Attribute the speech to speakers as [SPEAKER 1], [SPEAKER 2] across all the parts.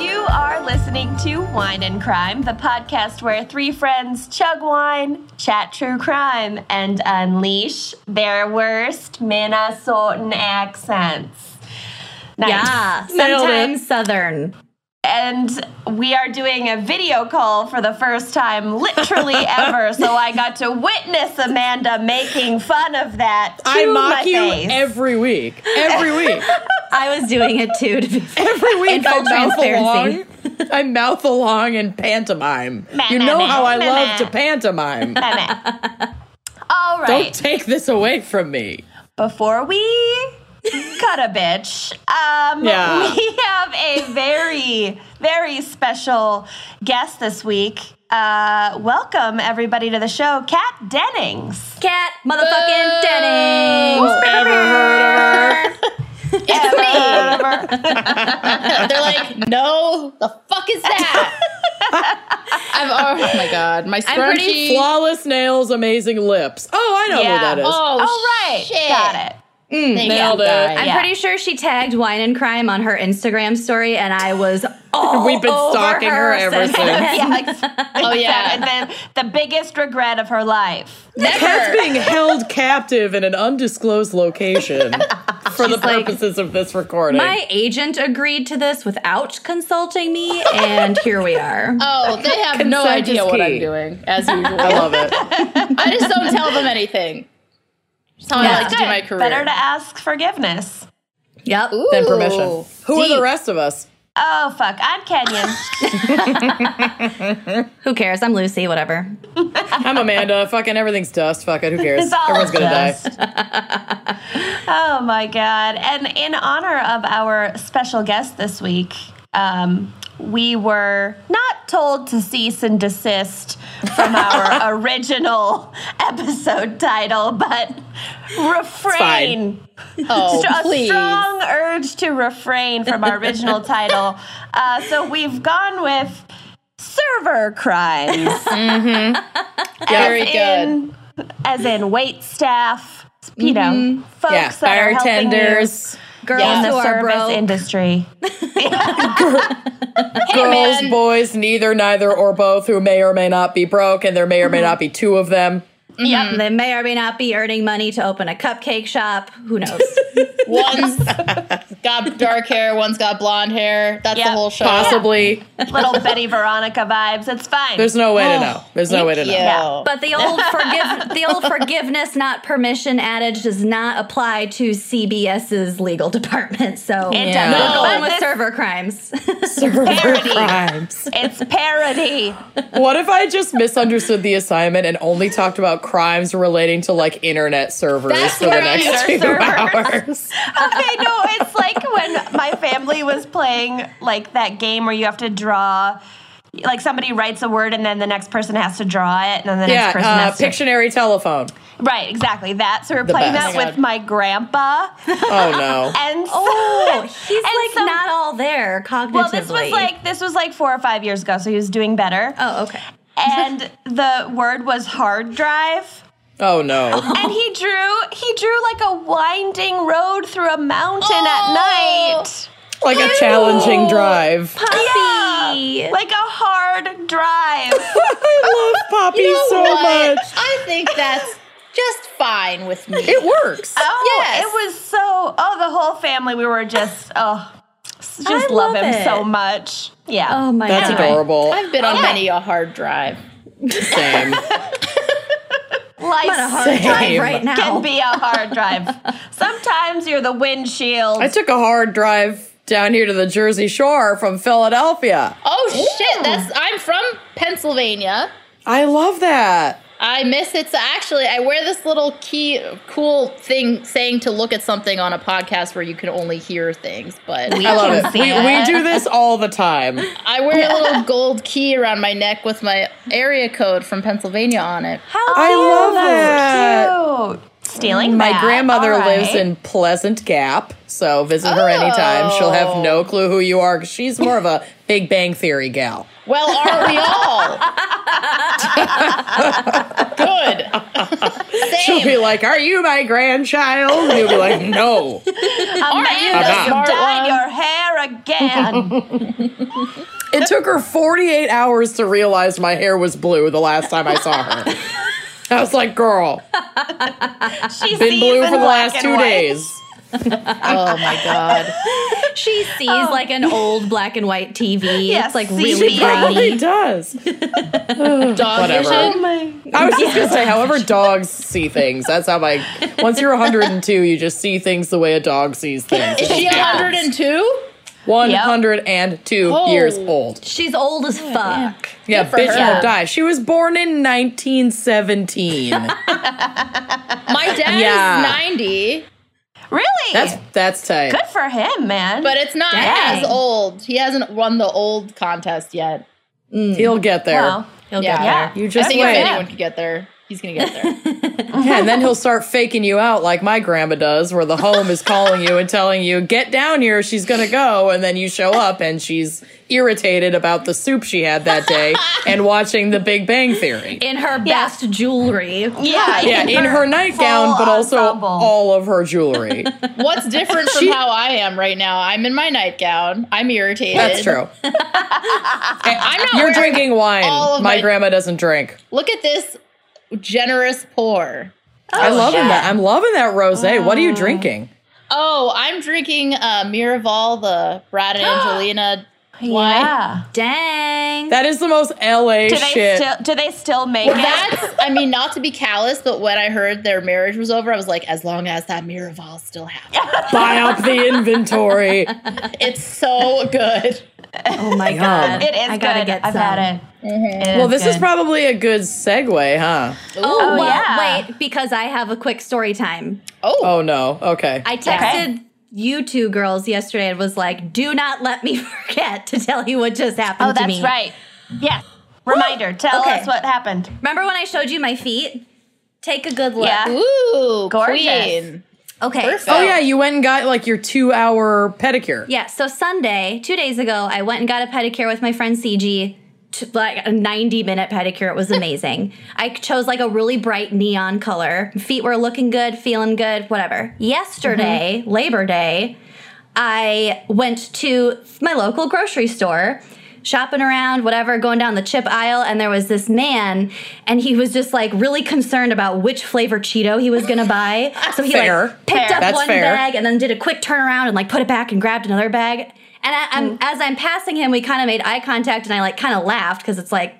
[SPEAKER 1] You are listening to Wine and Crime, the podcast where three friends chug wine, chat true crime, and unleash their worst Minnesotan accents. Nice.
[SPEAKER 2] Yeah,
[SPEAKER 1] Nailed
[SPEAKER 2] sometimes southern.
[SPEAKER 1] And we are doing a video call for the first time, literally ever. So I got to witness Amanda making fun of that. To
[SPEAKER 3] I
[SPEAKER 1] my
[SPEAKER 3] mock you
[SPEAKER 1] face.
[SPEAKER 3] every week. Every week.
[SPEAKER 2] I was doing it too. To be fair.
[SPEAKER 3] Every week
[SPEAKER 2] In
[SPEAKER 3] I
[SPEAKER 2] full
[SPEAKER 3] mouth along.
[SPEAKER 2] transparency.
[SPEAKER 3] I mouth along and pantomime. You know how I love to pantomime.
[SPEAKER 1] All right.
[SPEAKER 3] Don't take this away from me.
[SPEAKER 1] before we cut a bitch, um,
[SPEAKER 3] Yeah.
[SPEAKER 1] we have a very, very special guest this week. Uh, welcome everybody to the show, Kat Dennings.
[SPEAKER 2] Cat motherfucking Denning.
[SPEAKER 3] Ever heard of her?
[SPEAKER 4] They're like, no, the fuck is that? I'm, oh my god, my scrunchy.
[SPEAKER 2] pretty
[SPEAKER 3] Flawless nails, amazing lips. Oh, I know
[SPEAKER 1] Yeah.
[SPEAKER 3] who that is.
[SPEAKER 4] oh,
[SPEAKER 1] All right,
[SPEAKER 4] shit.
[SPEAKER 1] got it.
[SPEAKER 3] Nailed it.
[SPEAKER 2] I'm
[SPEAKER 1] Yeah.
[SPEAKER 2] pretty sure she tagged Wine and Crime on her Instagram story, and I was all
[SPEAKER 3] We've been
[SPEAKER 2] over
[SPEAKER 3] stalking her ever since.
[SPEAKER 1] Yeah, ex-
[SPEAKER 4] Oh
[SPEAKER 1] and
[SPEAKER 4] yeah,
[SPEAKER 1] then the biggest regret of her life.
[SPEAKER 3] Cat's being held captive in an undisclosed location for the
[SPEAKER 2] like,
[SPEAKER 3] purposes of this recording.
[SPEAKER 2] My agent agreed to this without consulting me, and here we are.
[SPEAKER 4] Oh, they have no
[SPEAKER 3] Consent
[SPEAKER 4] idea
[SPEAKER 3] is
[SPEAKER 4] what I'm
[SPEAKER 3] key.
[SPEAKER 4] doing, as usual.
[SPEAKER 3] I love it.
[SPEAKER 4] I just don't tell them anything. That's how I like to do my career.
[SPEAKER 1] Better to ask forgiveness.
[SPEAKER 2] Yep.
[SPEAKER 3] Than permission.
[SPEAKER 4] Ooh,
[SPEAKER 3] Who are
[SPEAKER 4] deep.
[SPEAKER 3] the rest of us?
[SPEAKER 1] Oh fuck, I'm Kenyon.
[SPEAKER 2] Who cares? I'm Lucy. Whatever.
[SPEAKER 3] I'm Amanda. Fucking everything's dust. Fuck it. Who cares?
[SPEAKER 1] It's all
[SPEAKER 3] Everyone's gonna die.
[SPEAKER 1] Oh my God. And in honor of our special guest this week, um, we were not told to cease and desist from our original episode title, but refrain.
[SPEAKER 4] Oh,
[SPEAKER 1] St- a
[SPEAKER 4] please.
[SPEAKER 1] strong urge to refrain from our original title. Uh, so we've gone with server crimes.
[SPEAKER 4] Very good.
[SPEAKER 1] in, as in wait staff, you know, folks
[SPEAKER 3] Mm-hmm. Yeah,
[SPEAKER 1] that are helping you
[SPEAKER 3] bartenders,
[SPEAKER 2] Girls
[SPEAKER 4] Yeah.
[SPEAKER 1] in the
[SPEAKER 2] who are
[SPEAKER 1] service
[SPEAKER 2] broke.
[SPEAKER 1] industry.
[SPEAKER 3] girls,
[SPEAKER 4] man.
[SPEAKER 3] boys, neither, neither, or both, who may or may not be broke, and there may or may not be two of them.
[SPEAKER 2] Yep. They may or may not be earning money to open a cupcake shop. Who knows?
[SPEAKER 4] One's got dark hair, one's got blonde hair. That's
[SPEAKER 1] Yeah.
[SPEAKER 4] the whole show.
[SPEAKER 3] Possibly.
[SPEAKER 1] Little Betty Veronica vibes. It's fine.
[SPEAKER 3] There's no way to
[SPEAKER 4] Oh,
[SPEAKER 3] know. There's no way to know.
[SPEAKER 4] Yeah.
[SPEAKER 2] But the old forgive the old forgiveness not permission adage does not apply to CBS's legal department. So
[SPEAKER 1] It
[SPEAKER 2] we're
[SPEAKER 1] doesn't.
[SPEAKER 4] No.
[SPEAKER 2] going
[SPEAKER 1] But
[SPEAKER 2] with
[SPEAKER 1] this-
[SPEAKER 2] server crimes.
[SPEAKER 3] Server
[SPEAKER 1] Parody.
[SPEAKER 3] crimes.
[SPEAKER 1] it's parody.
[SPEAKER 3] What if I just misunderstood the assignment and only talked about crimes relating to like internet servers
[SPEAKER 4] That's
[SPEAKER 3] for the
[SPEAKER 4] where
[SPEAKER 3] next two
[SPEAKER 1] internet
[SPEAKER 3] hours?
[SPEAKER 1] Okay, no, it's like when my family was playing like that game where you have to draw like somebody writes a word and then the next person has to draw it and then the next person
[SPEAKER 3] yeah, uh,
[SPEAKER 1] has to
[SPEAKER 3] Pictionary telephone.
[SPEAKER 1] Right, exactly. That. So we're playing
[SPEAKER 3] best.
[SPEAKER 1] that with
[SPEAKER 4] God.
[SPEAKER 1] my grandpa
[SPEAKER 3] Oh no.
[SPEAKER 1] and so,
[SPEAKER 2] oh,
[SPEAKER 1] and
[SPEAKER 2] he's like
[SPEAKER 1] some-
[SPEAKER 2] not all there cognitively.
[SPEAKER 1] Well, this was like this was like 4 or 5 years ago, so he was doing better.
[SPEAKER 2] oh, okay.
[SPEAKER 1] And the word was hard drive.
[SPEAKER 3] Oh no.
[SPEAKER 1] and he drew he drew like a winding road through a mountain
[SPEAKER 4] Oh.
[SPEAKER 1] at night
[SPEAKER 3] Like a challenging drive.
[SPEAKER 2] Puppy.
[SPEAKER 1] like a hard drive
[SPEAKER 3] I love Poppy
[SPEAKER 4] You know
[SPEAKER 3] so
[SPEAKER 4] what?
[SPEAKER 3] much.
[SPEAKER 4] I think that's just fine with me.
[SPEAKER 3] It works.
[SPEAKER 1] oh
[SPEAKER 4] Yes.
[SPEAKER 1] it was so oh the whole family we were just oh just love,
[SPEAKER 2] love
[SPEAKER 1] him
[SPEAKER 2] it.
[SPEAKER 1] so much yeah
[SPEAKER 2] oh my
[SPEAKER 3] That's
[SPEAKER 2] god.
[SPEAKER 3] adorable.
[SPEAKER 4] I've been on many a hard drive.
[SPEAKER 3] Same.
[SPEAKER 1] life
[SPEAKER 2] What a hard drive
[SPEAKER 3] Same.
[SPEAKER 2] right now.
[SPEAKER 1] can be a hard drive sometimes you're the windshield
[SPEAKER 3] I took a hard drive down here to the Jersey Shore from Philadelphia.
[SPEAKER 4] Oh shit, that's I'm from Pennsylvania.
[SPEAKER 3] I love that.
[SPEAKER 4] I miss it. So actually, I wear this little key, cool thing saying to look at something on a podcast where you can only hear things. But
[SPEAKER 3] I love it.
[SPEAKER 1] see
[SPEAKER 3] We,
[SPEAKER 1] it.
[SPEAKER 3] we do this all the time.
[SPEAKER 4] I wear a little gold key around my neck with my area code from Pennsylvania on it.
[SPEAKER 1] Oh,
[SPEAKER 2] How
[SPEAKER 3] I
[SPEAKER 2] cute.
[SPEAKER 3] love
[SPEAKER 1] stealing
[SPEAKER 3] My
[SPEAKER 1] that.
[SPEAKER 3] grandmother
[SPEAKER 1] All right.
[SPEAKER 3] lives in Pleasant Gap, so visit her anytime. She'll have
[SPEAKER 1] Oh.
[SPEAKER 3] no clue who you are 'cause she's more of a Big Bang Theory gal.
[SPEAKER 4] Well, are we all? Good.
[SPEAKER 3] She'll
[SPEAKER 4] Same.
[SPEAKER 3] be like, Are you my grandchild? And you'll be like, No.
[SPEAKER 1] Amanda,
[SPEAKER 4] Smart
[SPEAKER 1] you dyed
[SPEAKER 4] one.
[SPEAKER 1] your hair again.
[SPEAKER 3] It took her 48 hours to realize my hair was blue the last time I saw her. I was like, Girl,
[SPEAKER 1] She's
[SPEAKER 3] been blue for the last two
[SPEAKER 1] days.
[SPEAKER 3] days.
[SPEAKER 4] Oh my god.
[SPEAKER 2] She sees like an old black and white TV.
[SPEAKER 1] Oh. Yeah,
[SPEAKER 2] it's like
[SPEAKER 1] see
[SPEAKER 2] really
[SPEAKER 1] me.
[SPEAKER 2] grainy.
[SPEAKER 3] Probably does.
[SPEAKER 4] Dog
[SPEAKER 3] Whatever.
[SPEAKER 4] vision.
[SPEAKER 3] I was just gonna say, however dogs see things. That's how my once you're 102, you just see things the way a dog sees things.
[SPEAKER 4] Is she 102?
[SPEAKER 3] 102
[SPEAKER 4] Oh.
[SPEAKER 3] years old.
[SPEAKER 2] She's old as fuck.
[SPEAKER 3] Yeah,
[SPEAKER 4] for
[SPEAKER 3] bitch
[SPEAKER 4] her.
[SPEAKER 3] won't die. She was born in 1917.
[SPEAKER 4] My dad
[SPEAKER 3] Yeah.
[SPEAKER 4] is 90,
[SPEAKER 1] Really?
[SPEAKER 3] that's that's tight.
[SPEAKER 1] good for him, man.
[SPEAKER 4] but it's not
[SPEAKER 2] Dang.
[SPEAKER 4] as old. He hasn't won the old contest yet.
[SPEAKER 3] He'll get there.
[SPEAKER 1] well,
[SPEAKER 2] He'll
[SPEAKER 4] Yeah.
[SPEAKER 2] get
[SPEAKER 1] yeah.
[SPEAKER 2] there.
[SPEAKER 3] You
[SPEAKER 4] I
[SPEAKER 3] just
[SPEAKER 4] think
[SPEAKER 3] wait.
[SPEAKER 4] if
[SPEAKER 1] Yeah.
[SPEAKER 4] anyone could get there, he's gonna get there.
[SPEAKER 3] Yeah, and then he'll start faking you out like my grandma does, where the home is calling you and telling you, get down here, she's gonna go. And then you show up and she's irritated about the soup she had that day and watching the Big Bang Theory.
[SPEAKER 2] In
[SPEAKER 1] Yeah.
[SPEAKER 2] her best jewelry.
[SPEAKER 1] yeah,
[SPEAKER 3] Yeah, in her nightgown, but also
[SPEAKER 1] ensemble.
[SPEAKER 3] all of her jewelry.
[SPEAKER 4] What's different from how I am right now? I'm in my nightgown. I'm irritated.
[SPEAKER 3] That's true.
[SPEAKER 4] I'm not
[SPEAKER 3] You're
[SPEAKER 4] wearing-
[SPEAKER 3] drinking wine.
[SPEAKER 4] all of
[SPEAKER 3] my,
[SPEAKER 4] my-
[SPEAKER 3] grandma doesn't drink.
[SPEAKER 4] Look at this generous pour.
[SPEAKER 2] Oh,
[SPEAKER 3] I'm loving that. I'm loving that rose. What
[SPEAKER 2] Mm.
[SPEAKER 3] are you drinking?
[SPEAKER 4] Oh, I'm drinking uh, Miraval, the Brad and Angelina wine.
[SPEAKER 1] Yeah.
[SPEAKER 2] Dang.
[SPEAKER 3] That is the most LA
[SPEAKER 1] Do they
[SPEAKER 3] shit.
[SPEAKER 1] still do they still make it?
[SPEAKER 4] That's, I mean, not to be callous, but when I heard their marriage was over, I was like, as long as that Miraval still happens.
[SPEAKER 3] Buy up the inventory.
[SPEAKER 4] it's so good.
[SPEAKER 2] oh my god.
[SPEAKER 1] It is
[SPEAKER 2] I gotta
[SPEAKER 1] good.
[SPEAKER 2] get
[SPEAKER 1] I've
[SPEAKER 2] some.
[SPEAKER 1] had it. It
[SPEAKER 3] well, this
[SPEAKER 1] good.
[SPEAKER 3] is probably a good segue, huh?
[SPEAKER 2] Oh, well,
[SPEAKER 1] yeah.
[SPEAKER 2] wait, because I have a quick story time.
[SPEAKER 4] Oh,
[SPEAKER 3] Oh no. Okay.
[SPEAKER 2] I texted you two girls yesterday and was like, "Do not let me forget to tell you what just happened
[SPEAKER 1] Oh,
[SPEAKER 2] to
[SPEAKER 1] that's
[SPEAKER 2] me."
[SPEAKER 1] right. Yes. Reminder. Tell
[SPEAKER 2] Okay.
[SPEAKER 1] us what happened.
[SPEAKER 2] Remember when I showed you my feet? Take a good look.
[SPEAKER 1] Yeah.
[SPEAKER 4] ooh,
[SPEAKER 1] Gorgeous.
[SPEAKER 4] queen.
[SPEAKER 2] Okay.
[SPEAKER 4] Perfect.
[SPEAKER 3] oh yeah, you went and got like your two hour pedicure.
[SPEAKER 2] Yeah, so Sunday, two days ago, I went and got a pedicure with my friend CG, t- like a 90 minute pedicure. It was amazing. I chose like a really bright neon color. Feet were looking good, feeling good, whatever. Yesterday,
[SPEAKER 1] Mm-hmm.
[SPEAKER 2] Labor Day, I went to my local grocery store. Shopping around, whatever, going down the chip aisle, and there was this man, and he was just like really concerned about which flavor Cheeto he was gonna buy. So he
[SPEAKER 3] Fair.
[SPEAKER 2] like picked
[SPEAKER 1] Fair.
[SPEAKER 2] up
[SPEAKER 3] That's
[SPEAKER 2] one
[SPEAKER 3] fair.
[SPEAKER 2] bag bag and then did a quick turnaround and like put it back and grabbed another bag. And I,
[SPEAKER 3] Mm.
[SPEAKER 2] I'm, as I'm passing him, we kind of made eye contact and I like kind of laughed because it's like,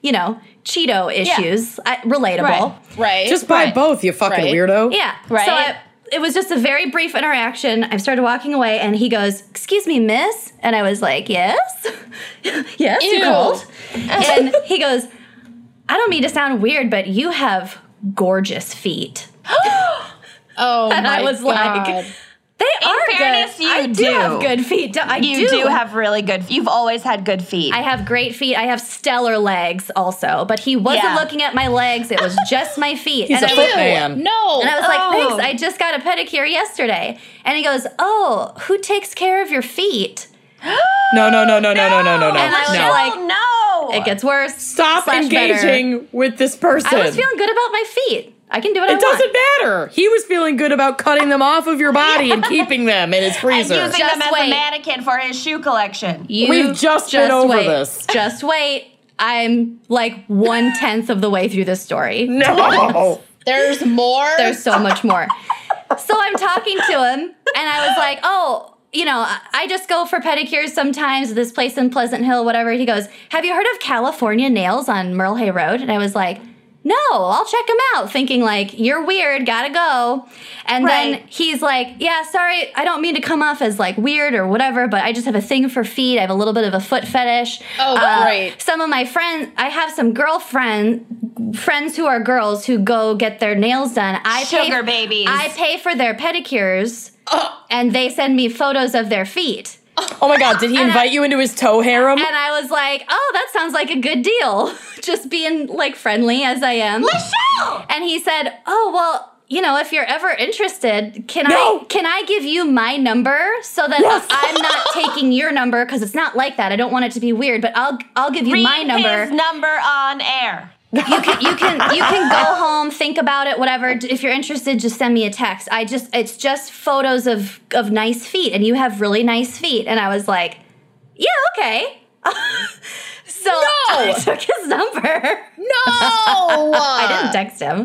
[SPEAKER 2] you know, Cheeto issues, I, relatable.
[SPEAKER 1] Right.
[SPEAKER 4] Right.
[SPEAKER 3] Just buy
[SPEAKER 1] Right.
[SPEAKER 3] both, you fucking
[SPEAKER 4] Right.
[SPEAKER 3] weirdo.
[SPEAKER 2] Yeah.
[SPEAKER 1] Right.
[SPEAKER 2] So I, it was just a very brief interaction. I started walking away and he goes, Excuse me, miss. And I was like, Yes. yes, you
[SPEAKER 4] Ew.
[SPEAKER 2] called. and he goes, I don't mean to sound weird, but you have gorgeous feet.
[SPEAKER 4] Oh,
[SPEAKER 2] And I
[SPEAKER 4] my
[SPEAKER 2] was like,
[SPEAKER 4] God.
[SPEAKER 2] They are
[SPEAKER 1] fairness,
[SPEAKER 2] good.
[SPEAKER 1] you
[SPEAKER 2] I do,
[SPEAKER 1] do.
[SPEAKER 2] have good feet. don't- I
[SPEAKER 1] You do. have really good. You've always had good feet.
[SPEAKER 2] I have great feet. I have stellar legs also, but he wasn't
[SPEAKER 1] Yeah.
[SPEAKER 2] looking at my legs. It was just my feet.
[SPEAKER 3] He's
[SPEAKER 2] and
[SPEAKER 3] a
[SPEAKER 2] I
[SPEAKER 3] foot
[SPEAKER 2] was,
[SPEAKER 3] man.
[SPEAKER 4] no.
[SPEAKER 2] and I was like,
[SPEAKER 1] Oh.
[SPEAKER 2] thanks. I just got a pedicure yesterday. And he goes, oh, who takes care of your feet?
[SPEAKER 3] No, no, no, no, no, no, no, no, no.
[SPEAKER 2] And I was
[SPEAKER 3] no.
[SPEAKER 2] like-
[SPEAKER 1] oh no!
[SPEAKER 2] It gets worse.
[SPEAKER 3] Stop
[SPEAKER 2] slash
[SPEAKER 3] engaging
[SPEAKER 2] better.
[SPEAKER 3] with this person.
[SPEAKER 2] I was feeling good about my feet. I can do what I
[SPEAKER 3] it doesn't
[SPEAKER 2] want.
[SPEAKER 3] matter. He was feeling good about cutting them off of your body and keeping them in his
[SPEAKER 1] and
[SPEAKER 3] freezer.
[SPEAKER 1] using
[SPEAKER 2] Just
[SPEAKER 1] them as a
[SPEAKER 2] wait.
[SPEAKER 1] mannequin for his shoe collection.
[SPEAKER 2] You
[SPEAKER 3] We've just been over
[SPEAKER 2] wait.
[SPEAKER 3] this.
[SPEAKER 2] Just wait. I'm like one tenth of the way through this story.
[SPEAKER 3] no.
[SPEAKER 4] There's more.
[SPEAKER 2] There's so much more. So I'm talking to him, and I was like, oh, you know, I- I just go for pedicures sometimes, this place in Pleasant Hill, whatever. He goes, have you heard of California Nails on Merle Hay Road? And I was like, no, I'll check him out, thinking like, you're weird, gotta go. And
[SPEAKER 1] Right.
[SPEAKER 2] then he's like, yeah, sorry, I don't mean to come off as like weird or whatever, but I just have a thing for feet. I have a little bit of a foot fetish.
[SPEAKER 4] Oh, great.
[SPEAKER 2] Uh, Some of my friends, I have some girlfriend friends who are girls who go get their nails done. I
[SPEAKER 1] Sugar
[SPEAKER 2] pay,
[SPEAKER 1] babies. Oh.
[SPEAKER 2] I pay for their pedicures, and they send me photos of their feet.
[SPEAKER 3] Oh my god, did he invite you into his toe harem?
[SPEAKER 2] And I was like, "Oh, that sounds like a good deal." Just being like friendly as I am.
[SPEAKER 1] Michelle.
[SPEAKER 2] And he said, "Oh well, you know, if you're ever interested, can
[SPEAKER 3] No.
[SPEAKER 2] I can I give you my number so that
[SPEAKER 3] Yes.
[SPEAKER 2] I'm not taking your number because it's not like that. I don't want it to be weird, but I'll I'll give you
[SPEAKER 1] Read
[SPEAKER 2] my number.
[SPEAKER 1] his number on air.
[SPEAKER 2] you can you can you can go home, think about it, whatever. D- If you're interested, just send me a text. I just it's just photos of of nice feet, and you have really nice feet. And I was like, yeah, okay. so I took his number.
[SPEAKER 4] No,
[SPEAKER 2] I
[SPEAKER 4] I
[SPEAKER 2] didn't text him.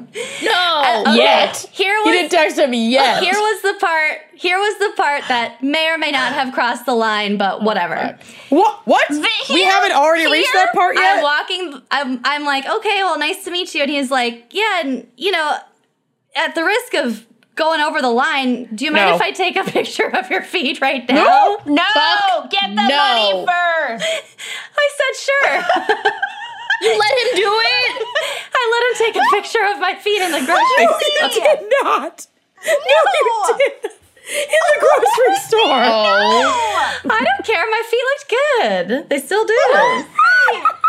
[SPEAKER 4] No,
[SPEAKER 2] Okay,
[SPEAKER 3] Yet.
[SPEAKER 2] here
[SPEAKER 3] Ah. You
[SPEAKER 2] was
[SPEAKER 3] didn't text him yet.
[SPEAKER 2] here was the part here was the part that may or may not have crossed the line but whatever
[SPEAKER 3] what? What? we
[SPEAKER 1] here-
[SPEAKER 3] haven't already reached
[SPEAKER 1] here,
[SPEAKER 3] that part yet.
[SPEAKER 2] i'm walking I'm, I'm like okay well nice to meet you and he's like yeah and you know at the risk of going over the line do you mind
[SPEAKER 3] No.
[SPEAKER 2] if i take a picture of your feet right now
[SPEAKER 1] No,
[SPEAKER 4] Fuck
[SPEAKER 1] get the
[SPEAKER 4] no.
[SPEAKER 1] money first.
[SPEAKER 2] i said sure
[SPEAKER 4] you let him do it.
[SPEAKER 2] i let him take a picture of my feet in the grocery store
[SPEAKER 3] did not. No, you did. In the grocery store.
[SPEAKER 4] Oh,
[SPEAKER 2] I don't care. My feet looked good. They still do.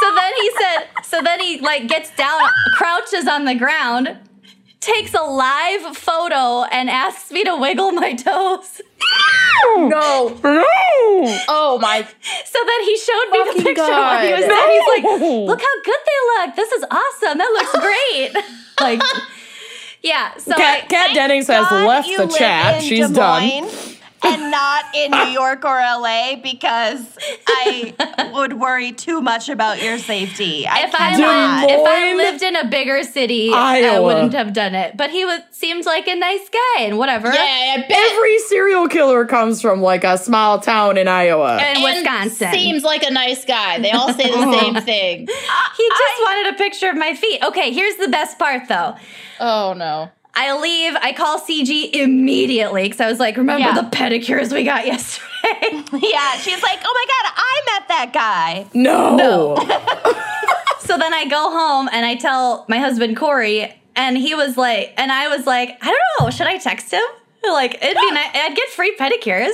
[SPEAKER 2] so then he said, so then he like gets down, crouches on the ground, takes a live photo, and asks me to wiggle my toes.
[SPEAKER 4] no.
[SPEAKER 3] No.
[SPEAKER 4] Oh my.
[SPEAKER 2] So then he showed me the
[SPEAKER 4] Fucking
[SPEAKER 2] picture when he
[SPEAKER 4] God.
[SPEAKER 2] was there. He's like,
[SPEAKER 3] No.
[SPEAKER 2] look how good they look. This is awesome. That looks great. like, yeah. So I-
[SPEAKER 3] Kat, Kat Dennings has
[SPEAKER 1] God,
[SPEAKER 3] left
[SPEAKER 1] you
[SPEAKER 3] the
[SPEAKER 1] live
[SPEAKER 3] chat.
[SPEAKER 1] in
[SPEAKER 3] She's
[SPEAKER 1] Des
[SPEAKER 3] done.
[SPEAKER 1] Moines And not in New York or LA because I would worry too much about your safety. I
[SPEAKER 2] if I,
[SPEAKER 1] cannot.
[SPEAKER 3] Des
[SPEAKER 2] lived, if I
[SPEAKER 3] Moines,
[SPEAKER 2] lived in a bigger city, I
[SPEAKER 3] Iowa.
[SPEAKER 2] wouldn't have done it. But he was seemed like a nice guy and whatever.
[SPEAKER 4] Yeah, I bet.
[SPEAKER 3] Every serial killer comes from like a small town in Iowa.
[SPEAKER 2] In
[SPEAKER 4] and
[SPEAKER 2] Wisconsin.
[SPEAKER 4] seems like a nice guy. They all say the same thing.
[SPEAKER 2] he just wanted a picture of my feet. Okay, here's the best part though.
[SPEAKER 4] Oh no.
[SPEAKER 2] I leave, I call CG immediately because I was like, remember
[SPEAKER 1] Yeah.
[SPEAKER 2] the pedicures we got yesterday?
[SPEAKER 1] yeah, she's like, oh my god, I met that guy.
[SPEAKER 3] no. No.
[SPEAKER 2] so then I go home and I tell my husband Corey, and he was like, and I was like, I don't know, should I text him? Like it'd be nice. I'd get free pedicures,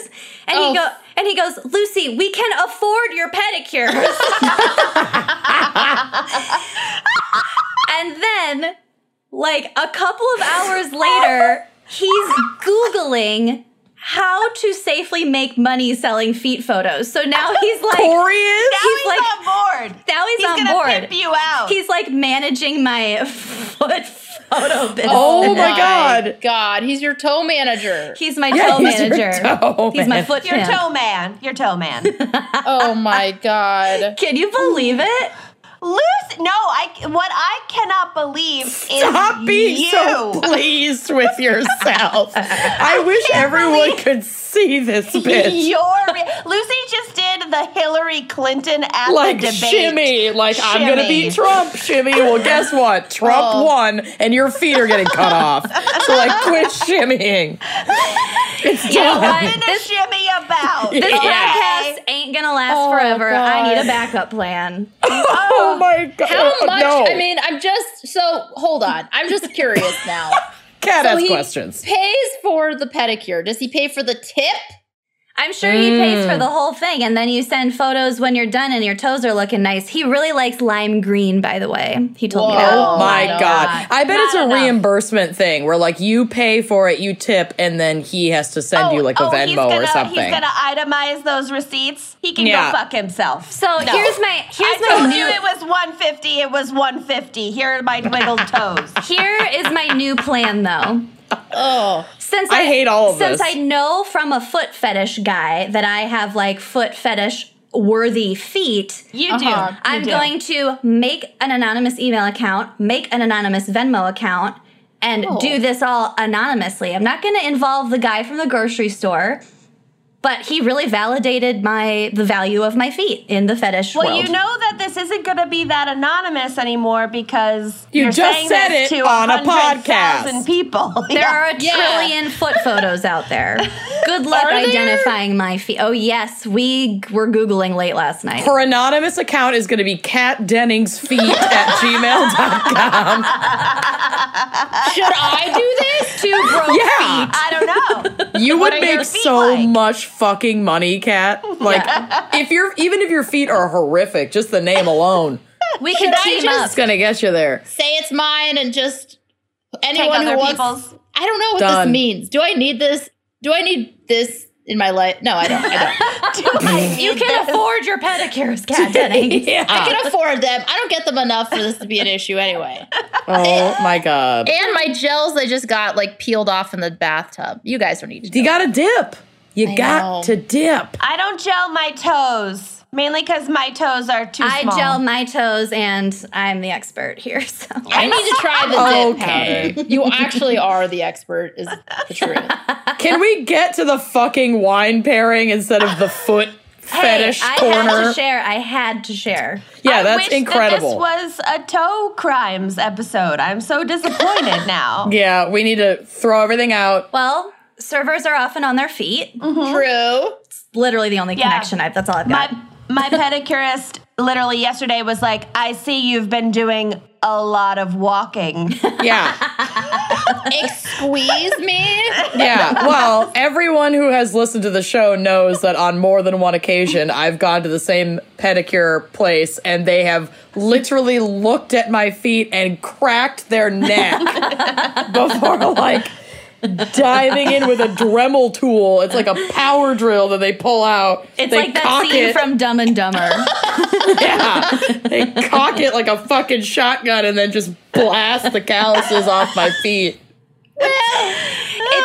[SPEAKER 2] and
[SPEAKER 4] Oh.
[SPEAKER 2] he go and he goes, Lucy, we can afford your pedicures. and then, like a couple of hours later, he's googling how to safely make money selling feet photos. So now he's like,
[SPEAKER 3] Corey is?
[SPEAKER 1] Now
[SPEAKER 2] He's
[SPEAKER 1] he's,
[SPEAKER 2] like-
[SPEAKER 1] on board.
[SPEAKER 2] now he's,
[SPEAKER 1] He's
[SPEAKER 2] on
[SPEAKER 1] gonna
[SPEAKER 2] board.
[SPEAKER 1] pimp you out.
[SPEAKER 2] He's like managing my foot photo business.
[SPEAKER 3] Oh my God.
[SPEAKER 4] God, he's your toe manager.
[SPEAKER 2] He's my
[SPEAKER 3] Yeah,
[SPEAKER 2] toe
[SPEAKER 3] he's your
[SPEAKER 2] manager.
[SPEAKER 3] toe
[SPEAKER 2] he's my
[SPEAKER 3] man.
[SPEAKER 2] foot
[SPEAKER 1] your
[SPEAKER 2] pimp.
[SPEAKER 1] toe man. Your toe man.
[SPEAKER 4] Oh my god.
[SPEAKER 2] Can you believe it?
[SPEAKER 1] Lucy, no, I what I cannot believe
[SPEAKER 3] Stop
[SPEAKER 1] is
[SPEAKER 3] being
[SPEAKER 1] you.
[SPEAKER 3] so pleased with yourself. I wish everyone could see this bitch.
[SPEAKER 1] Your re- Lucy just did the Hillary Clinton at
[SPEAKER 3] Like
[SPEAKER 1] the debate.
[SPEAKER 3] shimmy, like I'm gonna
[SPEAKER 1] Shimmy.
[SPEAKER 3] beat Trump, shimmy. Well, guess what? Trump
[SPEAKER 4] Oh.
[SPEAKER 3] won, and your feet are getting cut off. So like, quit shimmying. It's done.
[SPEAKER 1] What in a shimmy about?
[SPEAKER 2] This
[SPEAKER 1] Okay.
[SPEAKER 2] podcast ain't gonna last
[SPEAKER 4] Oh,
[SPEAKER 2] forever. I need a
[SPEAKER 4] God.
[SPEAKER 2] backup plan.
[SPEAKER 3] Oh my god!
[SPEAKER 4] How much?
[SPEAKER 3] No.
[SPEAKER 4] I mean, I'm just so hold on. I'm just curious now.
[SPEAKER 3] Cat
[SPEAKER 4] so
[SPEAKER 3] has
[SPEAKER 4] he
[SPEAKER 3] questions.
[SPEAKER 4] pays for the pedicure. Does he pay for the tip?
[SPEAKER 2] I'm sure he pays for the whole thing, and then you send photos when you're done and your toes are looking nice. He really likes lime green, by the way. He told me
[SPEAKER 4] Whoa.
[SPEAKER 2] that.
[SPEAKER 3] Oh my
[SPEAKER 4] no.
[SPEAKER 3] god. I bet it's a
[SPEAKER 2] Not enough.
[SPEAKER 3] reimbursement thing where like you pay for it, you tip, and then he has to send you like a
[SPEAKER 1] oh, he's
[SPEAKER 3] Venmo
[SPEAKER 1] gonna,
[SPEAKER 3] or something.
[SPEAKER 1] He's gonna itemize those receipts. He can
[SPEAKER 3] Yeah.
[SPEAKER 1] go fuck himself.
[SPEAKER 2] So here's my here's
[SPEAKER 1] I
[SPEAKER 2] my
[SPEAKER 1] told
[SPEAKER 2] new
[SPEAKER 1] you it was 150. It was 150. Here are my wiggled toes.
[SPEAKER 2] here is my new plan though.
[SPEAKER 4] Oh,
[SPEAKER 2] Since
[SPEAKER 3] I hate all of
[SPEAKER 2] since
[SPEAKER 3] this.
[SPEAKER 2] I know from a foot fetish guy that I have like foot fetish worthy feet,
[SPEAKER 1] You do.
[SPEAKER 4] Uh-huh.
[SPEAKER 1] You
[SPEAKER 2] I'm
[SPEAKER 1] do.
[SPEAKER 2] going to make an anonymous email account, make an anonymous Venmo account, and
[SPEAKER 4] Cool.
[SPEAKER 2] do this all anonymously. I'm not going to involve the guy from the grocery store, but he really validated my the value of my feet in the fetish
[SPEAKER 1] Well,
[SPEAKER 2] world.
[SPEAKER 1] you know that this isn't going to be that anonymous anymore because
[SPEAKER 3] You
[SPEAKER 1] you're
[SPEAKER 3] just
[SPEAKER 1] saying
[SPEAKER 3] said
[SPEAKER 1] this
[SPEAKER 3] it
[SPEAKER 1] to
[SPEAKER 3] on a
[SPEAKER 1] 100,000
[SPEAKER 3] podcast.
[SPEAKER 1] People,
[SPEAKER 2] there
[SPEAKER 1] Yeah.
[SPEAKER 2] are a
[SPEAKER 4] Yeah.
[SPEAKER 2] trillion foot photos out there. Good luck
[SPEAKER 4] Are there?
[SPEAKER 2] identifying my feet. Oh yes, we were googling late last night.
[SPEAKER 3] Her anonymous account is going to be Kat Dennings feet at gmail.com.
[SPEAKER 4] should I do this?
[SPEAKER 2] Two broke feet.
[SPEAKER 3] Yeah.
[SPEAKER 1] I don't know.
[SPEAKER 3] You would
[SPEAKER 1] are your
[SPEAKER 3] make
[SPEAKER 1] feet
[SPEAKER 3] so
[SPEAKER 1] like?
[SPEAKER 3] much fucking money, Kat. Like if you're even if your feet are horrific, just the name alone
[SPEAKER 2] We can
[SPEAKER 4] I
[SPEAKER 2] team
[SPEAKER 4] just-
[SPEAKER 2] up.
[SPEAKER 3] it's going to get you there.
[SPEAKER 4] Say it's mine and just Anyone
[SPEAKER 1] other
[SPEAKER 4] who wants,
[SPEAKER 1] people's-
[SPEAKER 4] I don't know what
[SPEAKER 3] Done.
[SPEAKER 4] this means. Do I need this? Do I need this in my life? No, I don't. I don't.
[SPEAKER 2] you can afford your pedicures, Kat Dennings.
[SPEAKER 4] I
[SPEAKER 3] Ah.
[SPEAKER 4] can afford them. I don't get them enough for this to be an issue anyway.
[SPEAKER 3] Oh my god.
[SPEAKER 4] And my gels I just got like peeled off in the bathtub. You guys don't need to.
[SPEAKER 3] You gotta dip. You got
[SPEAKER 4] know.
[SPEAKER 3] to dip.
[SPEAKER 1] I don't gel my toes, mainly because my toes are too
[SPEAKER 2] I
[SPEAKER 1] small.
[SPEAKER 2] gel my toes, and I'm the expert here. So
[SPEAKER 4] I need to try the dip
[SPEAKER 3] Okay.
[SPEAKER 4] powder. You actually are the expert, is the truth.
[SPEAKER 3] Can we get to the fucking wine pairing instead of the foot fetish
[SPEAKER 2] I had
[SPEAKER 3] corner?
[SPEAKER 2] to share. I had to share.
[SPEAKER 3] yeah,
[SPEAKER 1] I
[SPEAKER 3] that's
[SPEAKER 1] wish that
[SPEAKER 3] incredible.
[SPEAKER 1] this was a toe crimes episode. I'm so disappointed now.
[SPEAKER 3] yeah, we need to throw everything out.
[SPEAKER 2] Well, servers are often on their feet.
[SPEAKER 4] Mm-hmm. True.
[SPEAKER 2] Literally the only connection I've. That's all I've got.
[SPEAKER 1] My my pedicurist literally yesterday was like, "I see you've been doing a lot of walking."
[SPEAKER 3] Yeah.
[SPEAKER 4] Excuse me.
[SPEAKER 3] Yeah. Well, everyone who has listened to the show knows that on more than one occasion, I've gone to the same pedicure place and they have literally looked at my feet and cracked their neck before, like, diving in with a Dremel tool. It's like a power drill that they pull out.
[SPEAKER 2] it's
[SPEAKER 3] They
[SPEAKER 2] like that
[SPEAKER 3] cock
[SPEAKER 2] scene
[SPEAKER 3] it.
[SPEAKER 2] from Dumb and Dumber.
[SPEAKER 3] Yeah. They cock it like a fucking shotgun and then just blast the calluses off my feet.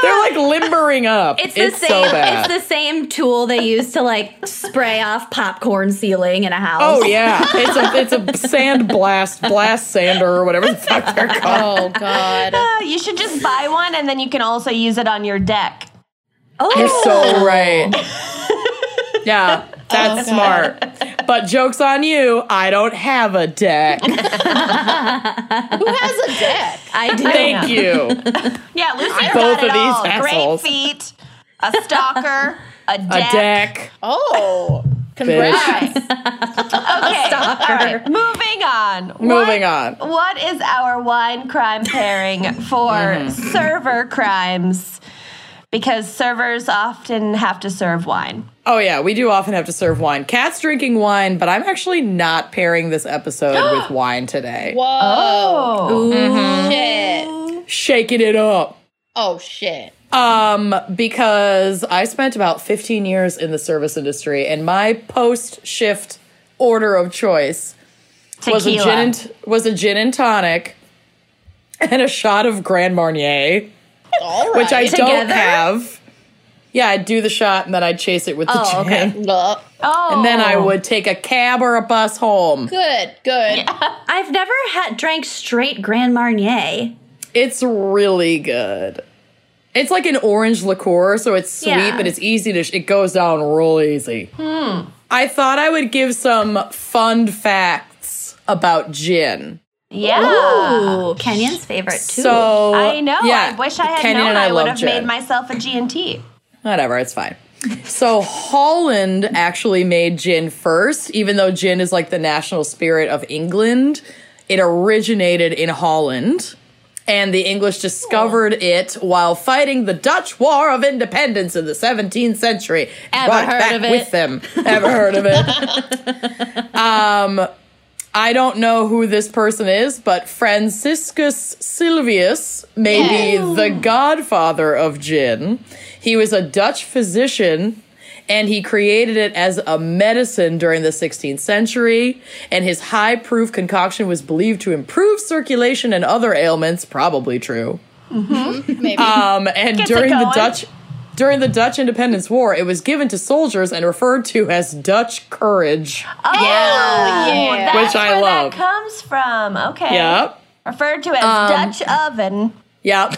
[SPEAKER 3] They're like limbering up.
[SPEAKER 2] It's the same.
[SPEAKER 3] so bad.
[SPEAKER 2] It's the same tool they use to like spray off popcorn ceiling in a house.
[SPEAKER 3] Oh yeah, it's a it's a sand blast blast sander or whatever the fuck they're called.
[SPEAKER 4] Oh God.
[SPEAKER 1] Oh, you should just buy one, and then you can also use it on your deck.
[SPEAKER 2] Oh,
[SPEAKER 3] You're so right. Yeah, that's
[SPEAKER 4] Oh,
[SPEAKER 3] smart. But jokes on you, I don't have a deck.
[SPEAKER 4] Who has a deck?
[SPEAKER 2] I do.
[SPEAKER 3] Thank you.
[SPEAKER 1] Yeah, Lucy got
[SPEAKER 3] Both
[SPEAKER 1] it
[SPEAKER 3] of these
[SPEAKER 1] all.
[SPEAKER 3] assholes.
[SPEAKER 1] Great feet, a stalker, a
[SPEAKER 3] A
[SPEAKER 1] deck.
[SPEAKER 3] deck.
[SPEAKER 4] Oh.
[SPEAKER 3] Bitch.
[SPEAKER 4] Congrats.
[SPEAKER 1] Okay, all right. Moving on.
[SPEAKER 3] Moving
[SPEAKER 1] What-
[SPEAKER 3] on.
[SPEAKER 1] What is our wine crime pairing for
[SPEAKER 3] Mm-hmm.
[SPEAKER 1] server crimes? Because servers often have to serve wine.
[SPEAKER 3] Oh yeah, we do often have to serve wine. Cat's drinking wine, but I'm actually not pairing this episode with wine today.
[SPEAKER 4] Whoa.
[SPEAKER 1] Oh,
[SPEAKER 4] Uh-huh. Shit.
[SPEAKER 3] Shaking it up.
[SPEAKER 4] Oh shit.
[SPEAKER 3] Um, because I spent about 15 years in the service industry, and my post shift order of choice was a
[SPEAKER 1] Tequila.
[SPEAKER 3] gin and, was a gin and tonic and a shot of Grand Marnier,
[SPEAKER 4] All right.
[SPEAKER 3] which I don't
[SPEAKER 2] Uh, Together?
[SPEAKER 3] have. Yeah, I'd do the shot and then I'd chase it with the
[SPEAKER 2] Oh, okay.
[SPEAKER 3] gin,
[SPEAKER 4] Look.
[SPEAKER 1] oh.
[SPEAKER 3] and then I would take a cab or a bus home.
[SPEAKER 4] Good. Good.
[SPEAKER 2] I've never had drank straight Grand Marnier.
[SPEAKER 3] It's really good. It's like an orange liqueur, so it's sweet,
[SPEAKER 2] Yeah.
[SPEAKER 3] but it's easy to. Sh- it goes down real easy.
[SPEAKER 1] Hmm.
[SPEAKER 3] I thought I would give some fun facts about gin.
[SPEAKER 1] Yeah. Oh.
[SPEAKER 2] Ooh, Kenyon's favorite too.
[SPEAKER 3] So
[SPEAKER 1] I know.
[SPEAKER 3] yeah,
[SPEAKER 1] I wish I had
[SPEAKER 3] Kenyon
[SPEAKER 1] known.
[SPEAKER 3] and
[SPEAKER 1] I, would
[SPEAKER 3] love
[SPEAKER 1] have
[SPEAKER 3] gin.
[SPEAKER 1] made myself a G&T.
[SPEAKER 3] Whatever, it's fine. So Holland actually made gin first, even though gin is like the national spirit of England. It originated in Holland, and the English discovered it while fighting the Dutch War of Independence in the 17th century.
[SPEAKER 2] Ever
[SPEAKER 3] Brought
[SPEAKER 2] heard
[SPEAKER 3] back
[SPEAKER 2] of it?
[SPEAKER 3] With them, ever heard of it? um, I don't know who this person is, but Franciscus Silvius may be the godfather of gin. He was a Dutch physician and he created it as a medicine during the 16th century. And his high proof concoction was believed to improve circulation and other ailments, probably true.
[SPEAKER 4] Maybe.
[SPEAKER 3] Um,
[SPEAKER 1] Mm-hmm.
[SPEAKER 3] and
[SPEAKER 1] Gets it
[SPEAKER 3] during the
[SPEAKER 1] going.
[SPEAKER 3] Dutch during the Dutch Independence War, it was given to soldiers and referred to as Dutch courage.
[SPEAKER 1] Oh,
[SPEAKER 4] yeah.
[SPEAKER 1] That's
[SPEAKER 3] Which
[SPEAKER 1] where
[SPEAKER 3] I love.
[SPEAKER 1] that comes from. Okay.
[SPEAKER 3] Yep.
[SPEAKER 1] Referred to as
[SPEAKER 3] Um,
[SPEAKER 1] Dutch oven.
[SPEAKER 3] Yep.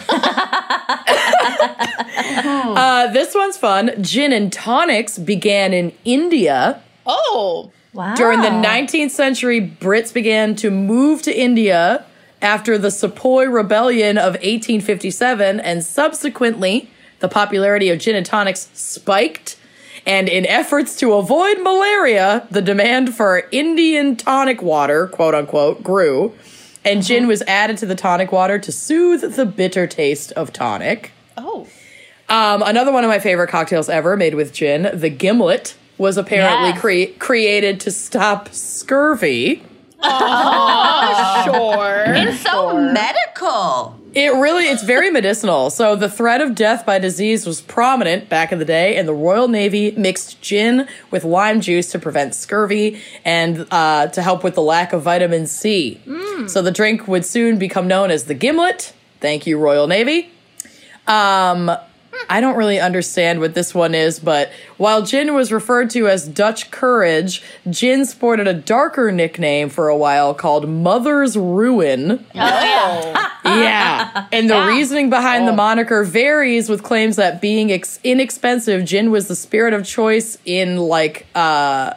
[SPEAKER 3] uh, this one's fun. Gin and tonics began in India.
[SPEAKER 4] oh.
[SPEAKER 2] wow.
[SPEAKER 3] During the 19th century, Brits began to move to India after the Sepoy Rebellion of 1857, and subsequently, the popularity of gin and tonics spiked. And in efforts to avoid malaria, the demand for Indian tonic water, quote unquote, grew, and gin was added to the tonic water to soothe the bitter taste of tonic.
[SPEAKER 4] Oh.
[SPEAKER 3] Um, another one of my favorite cocktails ever, made with gin, the gimlet, was apparently
[SPEAKER 1] Yes.
[SPEAKER 3] cre- created to stop scurvy.
[SPEAKER 4] Sure.
[SPEAKER 1] So medical.
[SPEAKER 3] It really, it's very medicinal. So the threat of death by disease was prominent back in the day, and the Royal Navy mixed gin with lime juice to prevent scurvy and uh, to help with the lack of vitamin C. So the drink would soon become known as the gimlet. Thank you, Royal Navy. Um, I don't really understand what this one is, but while gin was referred to as Dutch courage, gin sported a darker nickname for a while called Mother's Ruin. Yeah. And the reasoning behind the moniker varies with claims that being ex- inexpensive, gin was the spirit of choice in like uh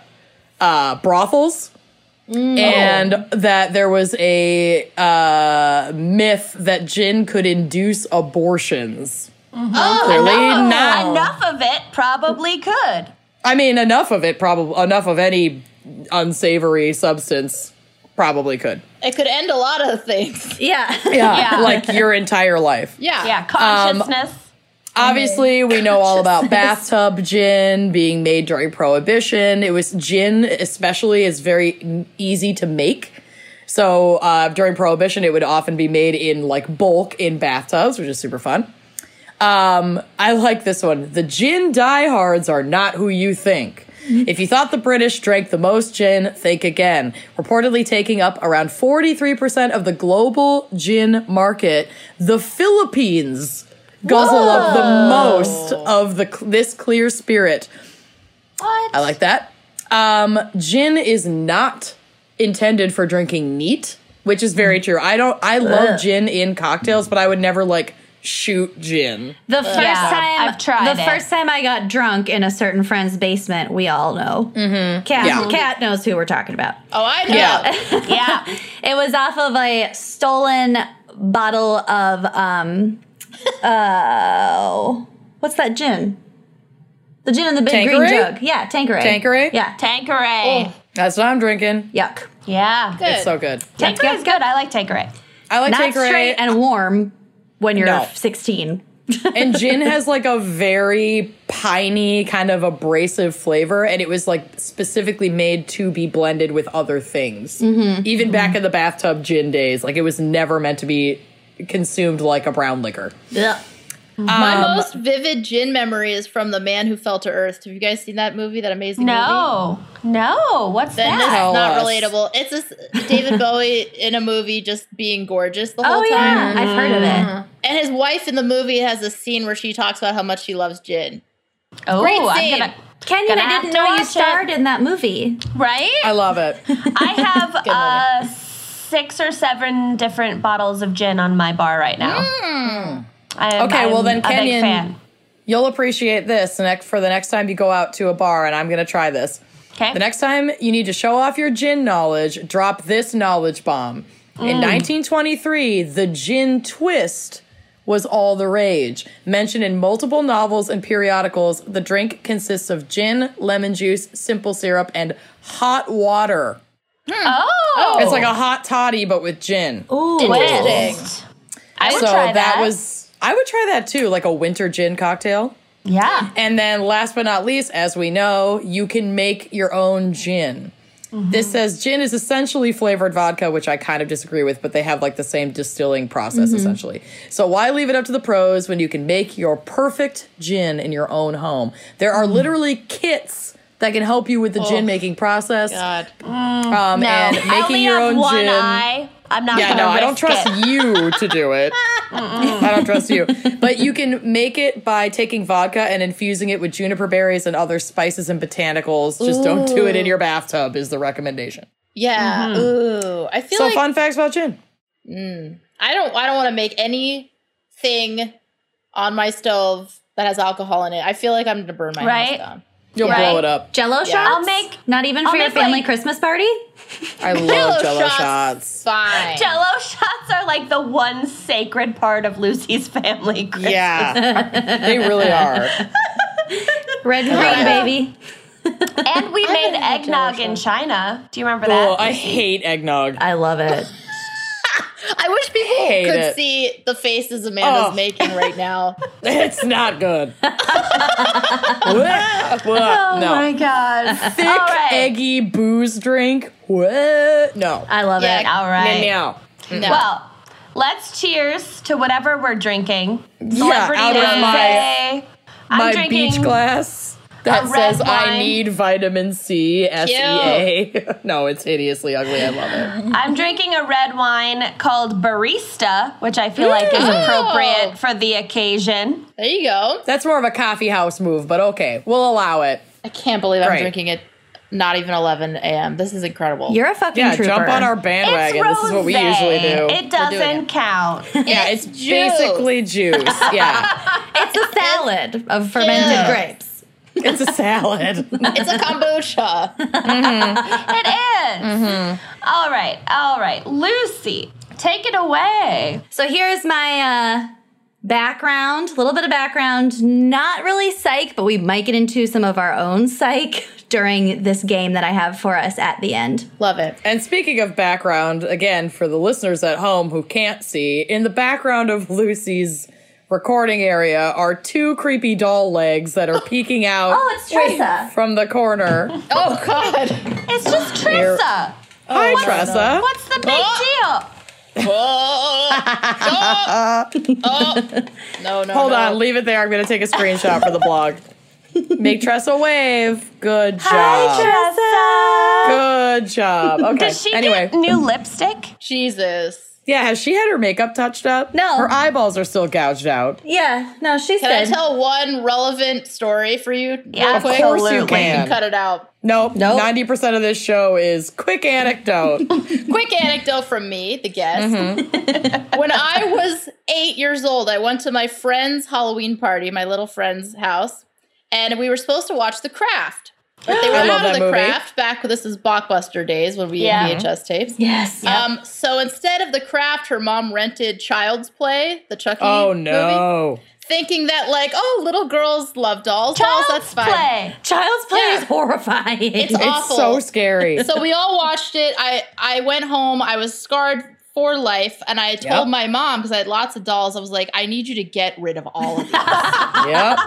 [SPEAKER 3] uh brothels. And that there was a uh, myth that gin could induce abortions. Clearly not.
[SPEAKER 1] Oh, Enough of it probably could.
[SPEAKER 3] I mean, enough of it. Probably enough of any unsavory substance probably could.
[SPEAKER 4] It could end a lot of things.
[SPEAKER 2] Yeah.
[SPEAKER 1] Yeah.
[SPEAKER 3] like your entire life.
[SPEAKER 4] Yeah.
[SPEAKER 1] Yeah, consciousness.
[SPEAKER 3] Obviously, we know all about bathtub gin being made during Prohibition. It was gin, especially, is very n- easy to make. So uh, during Prohibition, it would often be made in like bulk in bathtubs, which is super fun. Um, I like this one. The gin diehards are not who you think. If you thought the British drank the most gin, think again. Reportedly taking up around 43% of the global gin market, the Philippines guzzle up the most of the cl- this clear spirit.
[SPEAKER 1] What?
[SPEAKER 3] I like that. Um, gin is not intended for drinking neat, which is very true. I don't. I love gin in cocktails, but I would never like shoot gin.
[SPEAKER 2] The first
[SPEAKER 1] Yeah,
[SPEAKER 2] time
[SPEAKER 1] I've tried
[SPEAKER 2] the
[SPEAKER 1] it.
[SPEAKER 2] first time I got drunk in a certain friend's basement, we all know. Mm-hmm. Cat,
[SPEAKER 3] Yeah.
[SPEAKER 2] Cat knows who we're talking about.
[SPEAKER 4] Oh, I know.
[SPEAKER 3] Yeah.
[SPEAKER 1] yeah.
[SPEAKER 2] It was off of a stolen bottle of um oh what's that gin? The gin in the big green
[SPEAKER 3] Tanqueray?
[SPEAKER 2] jug. Yeah, Tanqueray.
[SPEAKER 3] Tanqueray?
[SPEAKER 2] Yeah.
[SPEAKER 1] Tanqueray.
[SPEAKER 3] That's what I'm drinking.
[SPEAKER 2] Yuck.
[SPEAKER 1] Yeah.
[SPEAKER 4] Good.
[SPEAKER 3] It's so Oh. good.
[SPEAKER 1] Tanqueray's good. I like Tanqueray.
[SPEAKER 3] I like
[SPEAKER 2] Not
[SPEAKER 3] Tanqueray.
[SPEAKER 2] straight and warm when you're
[SPEAKER 3] No.
[SPEAKER 2] 16.
[SPEAKER 3] and gin has like a very piney kind of abrasive flavor and it was like specifically made to be blended with other things even back in the bathtub gin days like it was never meant to be consumed like a brown liquor
[SPEAKER 2] Yeah.
[SPEAKER 4] My most vivid gin memory is from The Man Who Fell to Earth. Have you guys seen that movie? That amazing movie?
[SPEAKER 1] No. No. What's
[SPEAKER 4] Then this
[SPEAKER 1] that?
[SPEAKER 3] Tell
[SPEAKER 4] is not
[SPEAKER 3] us.
[SPEAKER 4] relatable. It's just David Bowie in a movie just being gorgeous the whole
[SPEAKER 2] Oh
[SPEAKER 4] time.
[SPEAKER 2] yeah,
[SPEAKER 3] Mm-hmm.
[SPEAKER 2] I've heard of it.
[SPEAKER 4] And his wife in the movie has a scene where she talks about how much she loves gin.
[SPEAKER 1] Oh,
[SPEAKER 4] Great
[SPEAKER 1] I'm
[SPEAKER 4] scene.
[SPEAKER 1] gonna.
[SPEAKER 2] Kenyon,
[SPEAKER 1] Gonna
[SPEAKER 2] I
[SPEAKER 1] have
[SPEAKER 2] didn't
[SPEAKER 1] to
[SPEAKER 2] know you
[SPEAKER 1] watch it.
[SPEAKER 2] starred in that movie.
[SPEAKER 1] Right?
[SPEAKER 3] i love it
[SPEAKER 1] I have uh, six or seven different bottles of gin on my bar right now. I am,
[SPEAKER 3] Hmm. Okay, well
[SPEAKER 1] I'm
[SPEAKER 3] then,
[SPEAKER 1] a big
[SPEAKER 3] Kenyon-
[SPEAKER 1] fan.
[SPEAKER 3] you'll appreciate this next for the next time you go out to a bar and i'm gonna try this
[SPEAKER 1] Okay.
[SPEAKER 3] The next time you need to show off your gin knowledge, drop this knowledge bomb.
[SPEAKER 1] Mm.
[SPEAKER 3] In 1923, the gin twist was all the rage. Mentioned in multiple novels and periodicals, the drink consists of gin, lemon juice, simple syrup, and hot water.
[SPEAKER 1] Oh,
[SPEAKER 3] It's like a hot toddy, but with gin.
[SPEAKER 2] Ooh.
[SPEAKER 4] Interesting.
[SPEAKER 1] I would
[SPEAKER 3] so
[SPEAKER 1] try
[SPEAKER 3] that was, I would try that too, like a winter gin cocktail.
[SPEAKER 1] yeah.
[SPEAKER 3] And then last but not least, as we know, you can make your own gin.
[SPEAKER 1] Mm-hmm.
[SPEAKER 3] This says gin is essentially flavored vodka, which I kind of disagree with, but they have like the same distilling process
[SPEAKER 1] Mm-hmm.
[SPEAKER 3] essentially. So why leave it up to the pros when you can make your perfect gin in your own home? There
[SPEAKER 1] Mm-hmm.
[SPEAKER 3] are literally kits that can help you with the gin making process.
[SPEAKER 4] God.
[SPEAKER 3] Um, and making
[SPEAKER 1] Oh, I only
[SPEAKER 3] your
[SPEAKER 1] have
[SPEAKER 3] own
[SPEAKER 1] one
[SPEAKER 3] gin.
[SPEAKER 1] eye. I'm not.
[SPEAKER 3] Yeah,
[SPEAKER 1] gonna
[SPEAKER 3] no, I don't
[SPEAKER 1] risk
[SPEAKER 3] trust
[SPEAKER 1] it.
[SPEAKER 3] you to do it. I don't trust you. But you can make it by taking vodka and infusing it with juniper berries and other spices and botanicals. Just don't do it in your bathtub is the recommendation.
[SPEAKER 4] Yeah. Ooh. I feel
[SPEAKER 3] Mm-hmm. So
[SPEAKER 4] like
[SPEAKER 3] fun facts about gin.
[SPEAKER 4] I don't I don't want to make anything on my stove that has alcohol in it. I feel like I'm gonna burn my
[SPEAKER 1] Right?
[SPEAKER 4] house down.
[SPEAKER 3] You'll
[SPEAKER 1] Right.
[SPEAKER 3] blow it up.
[SPEAKER 2] Jello shots?
[SPEAKER 1] I'll make
[SPEAKER 2] Not even for
[SPEAKER 1] I'll
[SPEAKER 2] your
[SPEAKER 1] make, like-
[SPEAKER 2] family Christmas party?
[SPEAKER 3] I love jello shots.
[SPEAKER 4] Fine.
[SPEAKER 1] Jello shots are like the one sacred part of Lucy's family. Christmas.
[SPEAKER 3] Yeah. they really are.
[SPEAKER 2] Red and green, baby.
[SPEAKER 1] and we made
[SPEAKER 4] gonna have jello
[SPEAKER 1] eggnog in China. Do you remember
[SPEAKER 3] Oh,
[SPEAKER 1] that?
[SPEAKER 3] I hate eggnog.
[SPEAKER 2] I love it.
[SPEAKER 4] I wish people
[SPEAKER 3] Hate
[SPEAKER 4] could
[SPEAKER 3] it.
[SPEAKER 4] see the faces Amanda's
[SPEAKER 3] Oh.
[SPEAKER 4] making right now.
[SPEAKER 3] It's not good. What? What?
[SPEAKER 1] oh
[SPEAKER 3] no.
[SPEAKER 1] my god!
[SPEAKER 3] Thick,
[SPEAKER 1] All right.
[SPEAKER 3] eggy booze drink. What? No.
[SPEAKER 2] I love
[SPEAKER 4] Yeah,
[SPEAKER 2] it.
[SPEAKER 1] All right.
[SPEAKER 3] Meow.
[SPEAKER 4] No.
[SPEAKER 1] Well, Let's cheers to whatever we're drinking.
[SPEAKER 3] Yeah, out of my
[SPEAKER 1] Wednesday. I'm
[SPEAKER 3] my
[SPEAKER 1] drinking-
[SPEAKER 3] beach glass that
[SPEAKER 1] red
[SPEAKER 3] says I
[SPEAKER 1] wine.
[SPEAKER 3] need vitamin C S E A. No, it's hideously ugly. I love it.
[SPEAKER 1] I'm drinking a red wine called Barista, which I feel like is appropriate for the occasion.
[SPEAKER 4] There you go.
[SPEAKER 3] That's more of a coffee house move, but okay, we'll allow it.
[SPEAKER 4] I can't believe I'm
[SPEAKER 3] Right.
[SPEAKER 4] drinking it. Not even 11 a.m. This is incredible.
[SPEAKER 2] You're a fucking
[SPEAKER 3] Yeah,
[SPEAKER 2] trooper.
[SPEAKER 3] jump on our bandwagon.
[SPEAKER 1] It's
[SPEAKER 3] This is what we
[SPEAKER 1] rosé.
[SPEAKER 3] usually do.
[SPEAKER 1] It doesn't
[SPEAKER 4] it.
[SPEAKER 1] count.
[SPEAKER 3] yeah, it's
[SPEAKER 4] juice.
[SPEAKER 3] basically juice. Yeah,
[SPEAKER 2] It's a salad of fermented
[SPEAKER 4] Yeah.
[SPEAKER 2] grapes.
[SPEAKER 3] it's a salad.
[SPEAKER 4] it's a kombucha.
[SPEAKER 1] It is.
[SPEAKER 4] Mm-hmm.
[SPEAKER 1] All right, all right. Lucy, take it away.
[SPEAKER 2] So here's my uh, background, a little bit of background. Not really psych, but we might get into some of our own psych during this game that I have for us at the end.
[SPEAKER 4] Love it.
[SPEAKER 3] And speaking of background, again, for the listeners at home who can't see, in the background of Lucy's recording area are two creepy doll legs that are peeking out
[SPEAKER 2] Oh, it's Tressa.
[SPEAKER 3] from the corner.
[SPEAKER 4] Oh, God.
[SPEAKER 1] It's just Trissa.
[SPEAKER 4] Oh,
[SPEAKER 3] Hi, Tressa.
[SPEAKER 1] What's the big deal?
[SPEAKER 4] Oh. No, no.
[SPEAKER 3] Hold
[SPEAKER 4] no.
[SPEAKER 3] on, leave it there. I'm going to take a screenshot for the blog. Make Tressa wave. Good job.
[SPEAKER 1] Tressa.
[SPEAKER 3] Good job. Okay.
[SPEAKER 1] Does she
[SPEAKER 3] anyway,
[SPEAKER 1] get new lipstick?
[SPEAKER 4] Jesus.
[SPEAKER 3] yeah, has she had her makeup touched up?
[SPEAKER 2] No.
[SPEAKER 3] Her eyeballs are still gouged out.
[SPEAKER 2] Yeah, no, she's
[SPEAKER 4] Can I
[SPEAKER 2] good.
[SPEAKER 4] tell one relevant story for you?
[SPEAKER 1] Yeah,
[SPEAKER 4] real quick?
[SPEAKER 1] Of course you
[SPEAKER 4] You
[SPEAKER 3] can.
[SPEAKER 4] can cut it out.
[SPEAKER 3] Nope.
[SPEAKER 2] Nope.
[SPEAKER 3] Ninety percent of this show is quick anecdote.
[SPEAKER 4] Quick anecdote from me, the guest.
[SPEAKER 3] Mm-hmm.
[SPEAKER 4] when I was eight years old, I went to my friend's Halloween party, my little friend's house, and we were supposed to watch The Craft. But they were
[SPEAKER 3] I
[SPEAKER 4] out
[SPEAKER 3] love
[SPEAKER 4] of
[SPEAKER 3] that
[SPEAKER 4] The
[SPEAKER 3] movie.
[SPEAKER 4] Craft back. This is Blockbuster days when we
[SPEAKER 1] Yeah.
[SPEAKER 4] had VHS tapes.
[SPEAKER 2] yes.
[SPEAKER 4] Um, so instead of The Craft, her mom rented Child's Play, the Chucky
[SPEAKER 3] oh
[SPEAKER 4] movie,
[SPEAKER 3] no.
[SPEAKER 4] thinking that like, oh, little girls love dolls.
[SPEAKER 1] Child's
[SPEAKER 4] dolls, that's fine.
[SPEAKER 1] play.
[SPEAKER 2] Child's play
[SPEAKER 4] yeah.
[SPEAKER 2] is horrifying.
[SPEAKER 4] It's awful.
[SPEAKER 3] It's so scary.
[SPEAKER 4] so we all watched it. I I went home. I was scarred for life, and I
[SPEAKER 3] Yep.
[SPEAKER 4] told my mom because I had lots of dolls. I was like, I need you to get rid of all of them.
[SPEAKER 3] yep.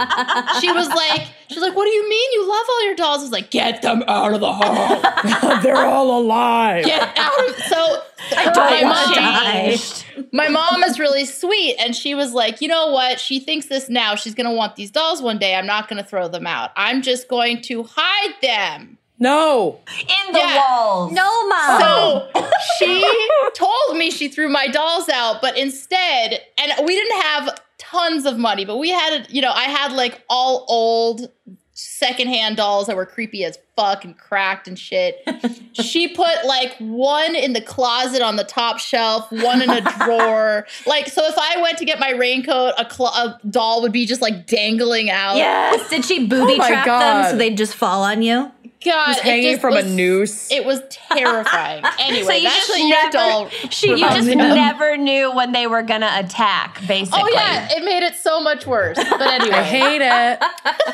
[SPEAKER 4] she was like, she's like, what do you mean you love all your dolls? I was like, get them out of the home.
[SPEAKER 3] They're all alive.
[SPEAKER 4] Get out of. So her-
[SPEAKER 2] I
[SPEAKER 4] my
[SPEAKER 2] wanna
[SPEAKER 4] mom,
[SPEAKER 2] die.
[SPEAKER 4] my mom is really sweet, and she was like, you know what? She thinks this now. She's gonna want these dolls one day. I'm not gonna throw them out. I'm just going to hide them.
[SPEAKER 3] No.
[SPEAKER 1] In the
[SPEAKER 4] Yeah.
[SPEAKER 1] walls.
[SPEAKER 2] No, mom.
[SPEAKER 4] So she told me she threw my dolls out, but instead, and we didn't have tons of money, but we had, you know, I had like all old secondhand dolls that were creepy as fuck and cracked and shit. she put like one in the closet on the top shelf, one in a drawer. like, so if I went to get my raincoat, a, cl- a doll would be just like dangling out.
[SPEAKER 2] yes. Did she booby
[SPEAKER 3] Oh my
[SPEAKER 2] trap them so
[SPEAKER 3] God.
[SPEAKER 2] they'd just fall on you?
[SPEAKER 4] God,
[SPEAKER 3] Just
[SPEAKER 4] it
[SPEAKER 3] hanging
[SPEAKER 4] just
[SPEAKER 3] from
[SPEAKER 4] was-
[SPEAKER 3] a noose.
[SPEAKER 4] It was terrifying. Anyway,
[SPEAKER 1] So you
[SPEAKER 4] that's
[SPEAKER 1] just
[SPEAKER 4] what your
[SPEAKER 1] never-
[SPEAKER 4] doll
[SPEAKER 1] She, you just
[SPEAKER 4] Um,
[SPEAKER 1] never knew when they were gonna attack. Basically.
[SPEAKER 4] Oh yeah, it made it so much worse. But
[SPEAKER 3] I
[SPEAKER 4] anyway,
[SPEAKER 3] hate it.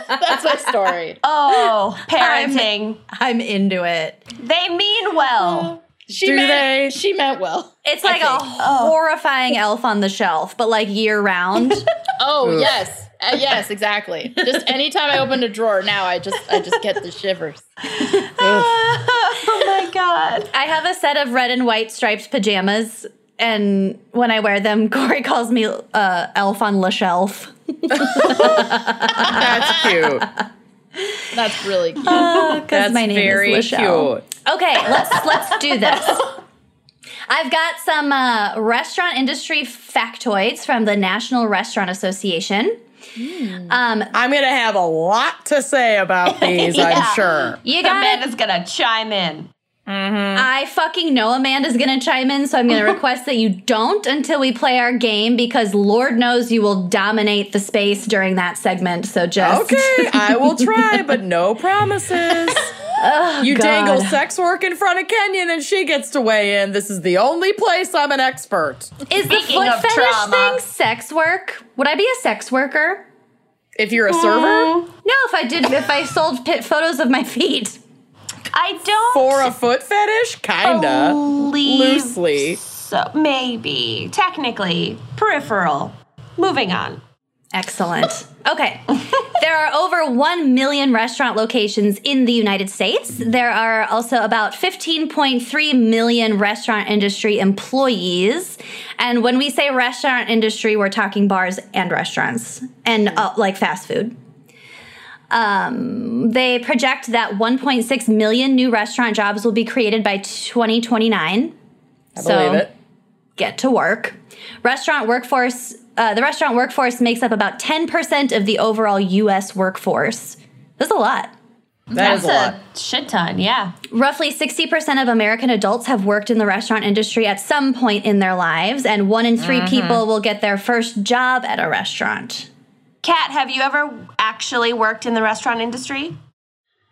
[SPEAKER 4] that's my story.
[SPEAKER 1] Oh, parenting.
[SPEAKER 2] I'm into it.
[SPEAKER 1] they mean well.
[SPEAKER 4] She
[SPEAKER 3] Do
[SPEAKER 4] meant
[SPEAKER 3] they?
[SPEAKER 4] she meant well.
[SPEAKER 2] It's like a horrifying elf on the shelf, but like year round.
[SPEAKER 4] Oh yes, Uh, yes, exactly. Just anytime I open a drawer now, I just I just get the shivers.
[SPEAKER 1] oh my god.
[SPEAKER 2] I have a set of red and white striped pajamas, and when I wear them, Corey calls me uh, elf on the shelf.
[SPEAKER 3] That's cute.
[SPEAKER 4] That's really cute.
[SPEAKER 2] Because
[SPEAKER 3] That's
[SPEAKER 2] my name
[SPEAKER 3] very
[SPEAKER 2] is Lachelle.
[SPEAKER 3] cute.
[SPEAKER 2] Okay, let's let's do this. I've got some uh, restaurant industry factoids from the National Restaurant Association.
[SPEAKER 3] Hmm.
[SPEAKER 2] Um,
[SPEAKER 3] I'm gonna have a lot to say about these, I'm sure.
[SPEAKER 2] you
[SPEAKER 1] The
[SPEAKER 2] got
[SPEAKER 1] man
[SPEAKER 2] to
[SPEAKER 1] is gonna chime in.
[SPEAKER 2] I fucking know Amanda's gonna chime in, so I'm gonna request that you don't until we play our game because Lord knows you will dominate the space during that segment. So just
[SPEAKER 3] Okay, I will try, but no promises.
[SPEAKER 2] Oh,
[SPEAKER 3] you dangle sex work in front of Kenyon and she gets to weigh in. This is the only place I'm an expert.
[SPEAKER 2] is the
[SPEAKER 1] Speaking
[SPEAKER 2] foot
[SPEAKER 1] of
[SPEAKER 2] fetish
[SPEAKER 1] trauma.
[SPEAKER 2] thing sex work? Would I be a sex worker?
[SPEAKER 3] If you're a server
[SPEAKER 2] No, if I did, if I sold pit photos of my feet.
[SPEAKER 1] I don't
[SPEAKER 3] for a foot fetish,
[SPEAKER 2] Oh.
[SPEAKER 3] kinda.
[SPEAKER 1] believe
[SPEAKER 3] Loosely.
[SPEAKER 1] so. Maybe technically peripheral. Moving on.
[SPEAKER 2] Excellent. Okay. There are over 1 million restaurant locations in the United States. There are also about 15.3 million restaurant industry employees. And when we say restaurant industry, we're talking bars and restaurants and uh, like fast food. Um, they project that 1.6 million new restaurant jobs will be created by 2029.
[SPEAKER 3] I believe it.
[SPEAKER 2] get to work. Restaurant workforce, uh, the restaurant workforce makes up about 10% of the overall US workforce. That's a lot.
[SPEAKER 3] That is a lot.
[SPEAKER 1] shit ton. Yeah.
[SPEAKER 2] Roughly 60% of American adults have worked in the restaurant industry at some point in their lives, and one in 3
[SPEAKER 1] Mm-hmm.
[SPEAKER 2] people will get their first job at a restaurant.
[SPEAKER 1] Kat, have you ever actually worked in the restaurant industry?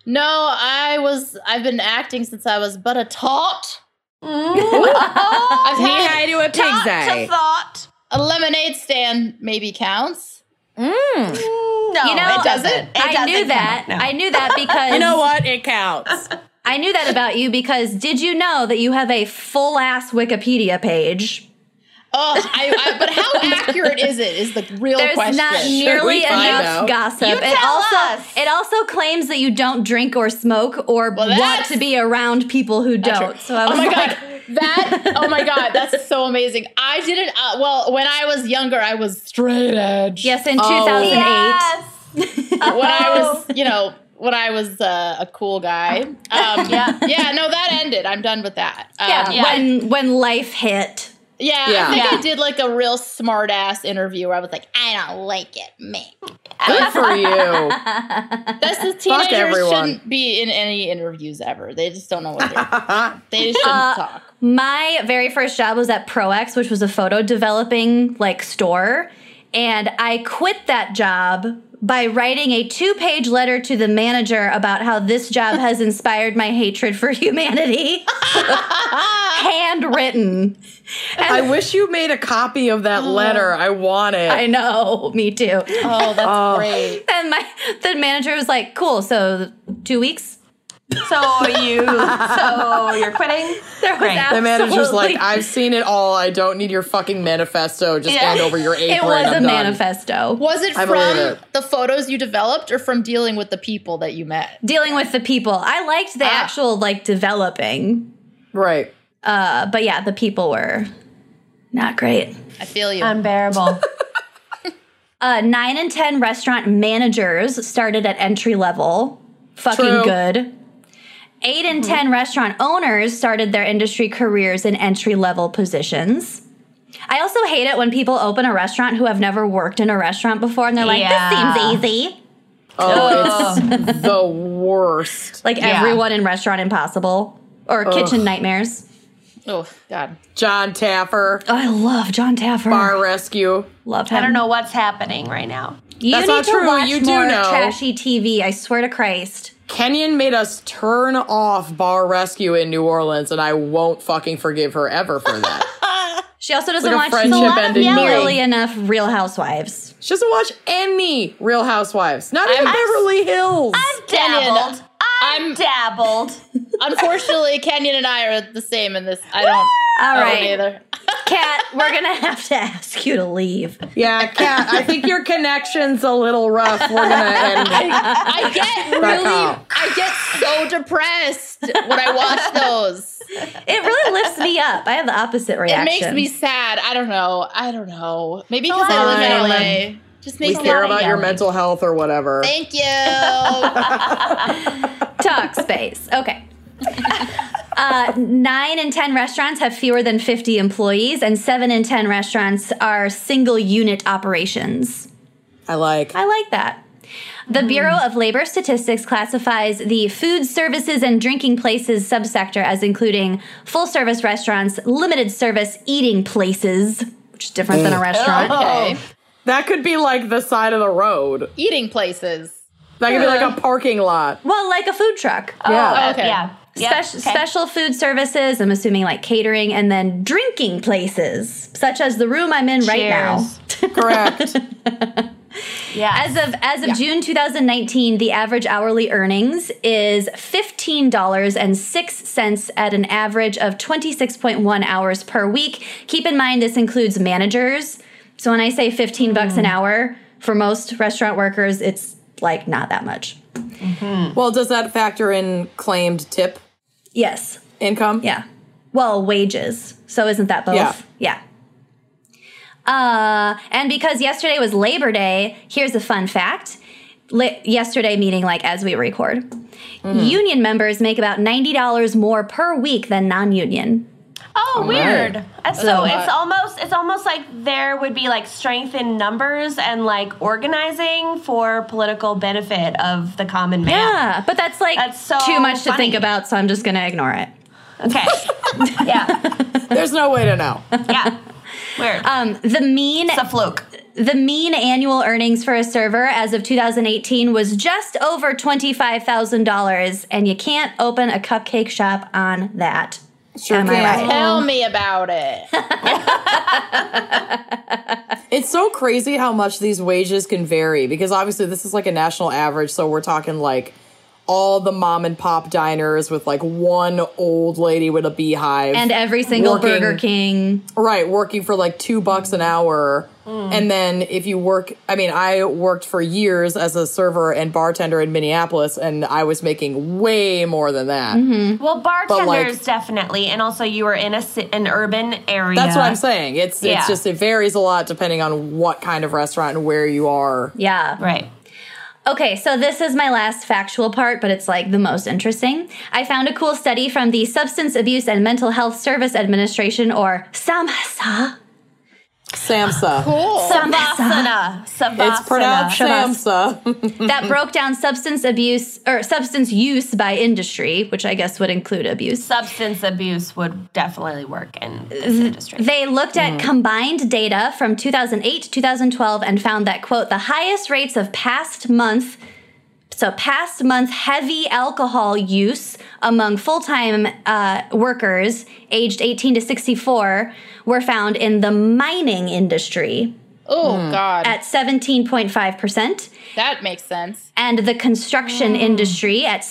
[SPEAKER 4] No, I was. I've been acting since I was but a tot. I've
[SPEAKER 3] Knee
[SPEAKER 4] had
[SPEAKER 3] high to a pig's
[SPEAKER 1] To
[SPEAKER 3] eye.
[SPEAKER 1] thought.
[SPEAKER 4] a lemonade stand. Maybe counts.
[SPEAKER 1] No,
[SPEAKER 2] You know,
[SPEAKER 1] it doesn't. It
[SPEAKER 2] I
[SPEAKER 1] doesn't
[SPEAKER 2] knew
[SPEAKER 1] count,
[SPEAKER 2] that.
[SPEAKER 1] no.
[SPEAKER 2] I knew that because
[SPEAKER 3] You know what? It counts.
[SPEAKER 2] I knew that about you because did you know that you have a full ass Wikipedia page?
[SPEAKER 4] Oh, I, I, but how accurate is it? Is the real
[SPEAKER 2] There's
[SPEAKER 4] question.
[SPEAKER 2] not
[SPEAKER 3] we
[SPEAKER 2] nearly
[SPEAKER 3] find
[SPEAKER 2] enough
[SPEAKER 3] out?
[SPEAKER 2] gossip.
[SPEAKER 1] You
[SPEAKER 2] it
[SPEAKER 1] tell
[SPEAKER 2] also
[SPEAKER 1] us.
[SPEAKER 2] it also claims that you don't drink or smoke or
[SPEAKER 4] Well,
[SPEAKER 2] want
[SPEAKER 4] that's-
[SPEAKER 2] to be around people who don't. So I was
[SPEAKER 4] Oh my
[SPEAKER 2] like,
[SPEAKER 4] god, that! Oh my god, that's so amazing. I didn't. Uh, well, when I was younger, I was straight edge.
[SPEAKER 2] yes, in
[SPEAKER 3] Oh.
[SPEAKER 2] 2008.
[SPEAKER 1] Yes.
[SPEAKER 4] When I was, you know, when I was uh, a cool guy. Um, yeah. Yeah. No, that ended. I'm done with that. Um,
[SPEAKER 2] Yeah,
[SPEAKER 1] Yeah.
[SPEAKER 2] when when life hit.
[SPEAKER 4] Yeah,
[SPEAKER 3] Yeah.
[SPEAKER 4] I think
[SPEAKER 1] Yeah.
[SPEAKER 4] I did like a real smart ass interview where I was like, I don't like it, man.
[SPEAKER 3] Good for you.
[SPEAKER 4] That's the teenagers
[SPEAKER 3] everyone.
[SPEAKER 4] shouldn't be in any interviews ever. They just don't know what they're They just shouldn't talk.
[SPEAKER 2] My very first job was at ProX, which was a photo developing like store, and I quit that job by writing a two-page letter to the manager about how this job has inspired my hatred for humanity. Handwritten.
[SPEAKER 3] I wish you made a copy of that letter. I want it.
[SPEAKER 2] I know, me too.
[SPEAKER 4] Oh, that's great.
[SPEAKER 2] And my the manager was like, "Cool, so two weeks."
[SPEAKER 1] So are you so you're quitting?
[SPEAKER 2] There was
[SPEAKER 1] Right.
[SPEAKER 3] the manager's like,
[SPEAKER 2] absolutely-
[SPEAKER 3] I've seen it all. I don't need your fucking manifesto. Just
[SPEAKER 1] Yeah.
[SPEAKER 3] hand over your apron.
[SPEAKER 2] "It was
[SPEAKER 3] I'm
[SPEAKER 2] a
[SPEAKER 3] done.
[SPEAKER 2] manifesto
[SPEAKER 4] Was it
[SPEAKER 3] I
[SPEAKER 4] from
[SPEAKER 3] believe it.
[SPEAKER 4] the photos you developed or from dealing with the people that you met?
[SPEAKER 2] dealing with the people." I liked the
[SPEAKER 4] Ah.
[SPEAKER 2] actual like developing,
[SPEAKER 3] Right.
[SPEAKER 2] uh, but yeah, the people were not great.
[SPEAKER 4] I feel
[SPEAKER 1] Um,
[SPEAKER 4] you.
[SPEAKER 1] Unbearable.
[SPEAKER 2] Uh, nine and ten restaurant managers started at entry level. Fucking
[SPEAKER 3] True. Mm-hmm.
[SPEAKER 2] good. Eight and ten restaurant owners started their industry careers in entry level positions. I also hate it when people open a restaurant who have never worked in a restaurant before and they're like,
[SPEAKER 1] Yeah.
[SPEAKER 2] this seems easy.
[SPEAKER 3] Oh, it's the worst.
[SPEAKER 2] Like everyone in Restaurant Impossible or Kitchen Nightmares.
[SPEAKER 4] oh, God.
[SPEAKER 3] John Taffer,
[SPEAKER 2] Oh, I love John Taffer.
[SPEAKER 3] Bar Rescue.
[SPEAKER 2] Love him.
[SPEAKER 1] I don't know what's happening right now.
[SPEAKER 2] You
[SPEAKER 3] That's
[SPEAKER 2] need
[SPEAKER 3] not
[SPEAKER 2] to
[SPEAKER 3] true.
[SPEAKER 2] watch
[SPEAKER 3] You do
[SPEAKER 2] more
[SPEAKER 3] know.
[SPEAKER 2] trashy TV. I swear to Christ.
[SPEAKER 3] Kenyon made us turn off Bar Rescue in New Orleans, and I won't fucking forgive her ever for that.
[SPEAKER 2] She also doesn't
[SPEAKER 3] a
[SPEAKER 2] watch
[SPEAKER 3] friendship
[SPEAKER 2] a lot of
[SPEAKER 3] ending
[SPEAKER 2] nearly
[SPEAKER 3] movie.
[SPEAKER 2] enough Real Housewives.
[SPEAKER 3] she doesn't watch any Real Housewives, not even
[SPEAKER 4] I'm-
[SPEAKER 3] Beverly Hills.
[SPEAKER 1] Dabbled. I'm
[SPEAKER 4] I'm-
[SPEAKER 1] dabbled.
[SPEAKER 4] Unfortunately, Kenyon and I are the same in this. I don't.
[SPEAKER 2] All
[SPEAKER 4] I don't
[SPEAKER 2] right.
[SPEAKER 4] Either.
[SPEAKER 2] Kat, we're gonna have to ask you to leave.
[SPEAKER 3] yeah, Kat, I think your connection's a little rough. We're gonna end.
[SPEAKER 4] I get really,
[SPEAKER 3] out.
[SPEAKER 4] I get so depressed when I watch those.
[SPEAKER 2] It really lifts me up. I have the opposite
[SPEAKER 4] It
[SPEAKER 2] reaction.
[SPEAKER 4] makes me sad. I don't know. I don't know. Maybe
[SPEAKER 1] a
[SPEAKER 4] because
[SPEAKER 1] lot
[SPEAKER 4] I
[SPEAKER 1] of
[SPEAKER 4] live in LA. Just
[SPEAKER 3] We
[SPEAKER 4] makes me.
[SPEAKER 3] care about your
[SPEAKER 1] yelling.
[SPEAKER 3] mental health or whatever.
[SPEAKER 4] Thank you.
[SPEAKER 2] talk space. Okay. Uh, nine in ten restaurants have fewer than fifty employees, and seven in ten restaurants are single unit operations.
[SPEAKER 3] I like.
[SPEAKER 2] I like that. The
[SPEAKER 1] Hmm.
[SPEAKER 2] Bureau of Labor Statistics classifies the food services and drinking places subsector as including full service restaurants, limited service eating places, which is different
[SPEAKER 1] Mm.
[SPEAKER 2] than a restaurant.
[SPEAKER 4] okay.
[SPEAKER 3] That could be like the side of the road.
[SPEAKER 4] Eating places.
[SPEAKER 3] That could be like a parking lot.
[SPEAKER 2] Well, like a food truck.
[SPEAKER 3] Yeah.
[SPEAKER 4] Okay.
[SPEAKER 1] Yeah. Oh, Yep.
[SPEAKER 2] Spec-
[SPEAKER 1] Okay.
[SPEAKER 2] Special food services, I'm assuming like catering, and then drinking places, such as the room I'm in right now.
[SPEAKER 1] Cheers.
[SPEAKER 3] Correct.
[SPEAKER 1] Yeah.
[SPEAKER 2] As of as of June 2019, the average hourly earnings is $15.06 at an average of 26.1 hours per week. Keep in mind this includes managers. So when I say 15 bucks an hour, for most restaurant workers, it's like not that much.
[SPEAKER 3] Well, does that factor in claimed tip
[SPEAKER 2] Yes.
[SPEAKER 3] income?
[SPEAKER 2] Yeah. Well, wages. So isn't that both?
[SPEAKER 3] Yeah.
[SPEAKER 2] yeah. Uh, and because yesterday was Labor Day, here's a fun fact. Li- yesterday, meaning like as we record,
[SPEAKER 1] Mm.
[SPEAKER 2] union members make about $90 more per week than non union.
[SPEAKER 1] Oh, weird. And So
[SPEAKER 4] a lot.
[SPEAKER 1] it's almost it's almost like there would be like strength in numbers and like organizing for political benefit of the common man.
[SPEAKER 2] Yeah, but that's like
[SPEAKER 1] That's so
[SPEAKER 2] too much to
[SPEAKER 1] funny.
[SPEAKER 2] think about, so I'm just going to ignore it.
[SPEAKER 1] Okay. yeah.
[SPEAKER 3] There's no way to know.
[SPEAKER 1] Yeah. Weird.
[SPEAKER 2] Um, the mean
[SPEAKER 1] it's a fluke.
[SPEAKER 2] the mean annual earnings for a server as of 2018 was just over $25,000 and you can't open a cupcake shop on that.
[SPEAKER 3] Sure
[SPEAKER 2] Am I
[SPEAKER 3] can.
[SPEAKER 2] right?
[SPEAKER 4] Tell me about it.
[SPEAKER 3] It's so crazy how much these wages can vary because obviously this is like a national average. So we're talking like all the mom and pop diners with like one old lady with a beehive.
[SPEAKER 2] And every single
[SPEAKER 3] Working.
[SPEAKER 2] Burger King.
[SPEAKER 3] right, working for like two bucks an hour.
[SPEAKER 1] Mm.
[SPEAKER 3] And then if you work, I mean, I worked for years as a server and bartender in Minneapolis and I was making way more than that.
[SPEAKER 1] Well, bartenders
[SPEAKER 3] like-
[SPEAKER 1] definitely, and also you were in a ci- an urban area.
[SPEAKER 3] That's what I'm saying. It's
[SPEAKER 1] Yeah.
[SPEAKER 3] it's just it varies a lot depending on what kind of restaurant and where you are.
[SPEAKER 2] Yeah.
[SPEAKER 1] Right.
[SPEAKER 2] Okay, so this is my last factual part, but it's like the most interesting. I found a cool study from the Substance Abuse and Mental Health Service Administration, or SAMHSA.
[SPEAKER 3] Samsa.
[SPEAKER 4] Cool.
[SPEAKER 1] Savasana. Uh, Savasana.
[SPEAKER 3] It's pronounced Samsa.
[SPEAKER 2] that broke down substance abuse or substance use by industry, which I guess would include abuse.
[SPEAKER 1] Substance abuse would definitely work in this industry.
[SPEAKER 2] They looked at combined data from 2008 to 2012 and found that, quote, the highest rates of past month, so past month heavy alcohol use among full time uh, workers aged 18 to 64 were found in the mining industry
[SPEAKER 4] Oh God,
[SPEAKER 2] at 17.5%.
[SPEAKER 4] that makes sense.
[SPEAKER 2] and the construction industry at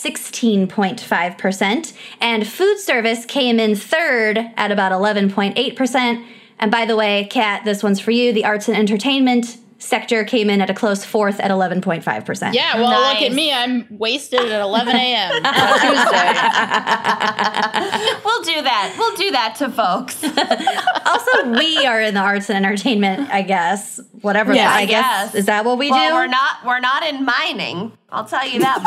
[SPEAKER 2] 16.5%, and food service came in third at about 11.8%. And by the way, Kat, this one's for you. The arts and entertainment sector came in at a close fourth at 11.5%.
[SPEAKER 4] Yeah. Well, look
[SPEAKER 1] Nice.
[SPEAKER 4] at me. I'm wasted at 11 a.m. on
[SPEAKER 1] We'll do that. We'll do that to folks.
[SPEAKER 2] Also, we are in the arts and entertainment, I guess. Whatever
[SPEAKER 3] Yeah,
[SPEAKER 2] that, I
[SPEAKER 1] I
[SPEAKER 2] guess.
[SPEAKER 1] guess.
[SPEAKER 2] Is that what we
[SPEAKER 1] Well,
[SPEAKER 2] do?
[SPEAKER 1] we're not we're not in mining. I'll tell you that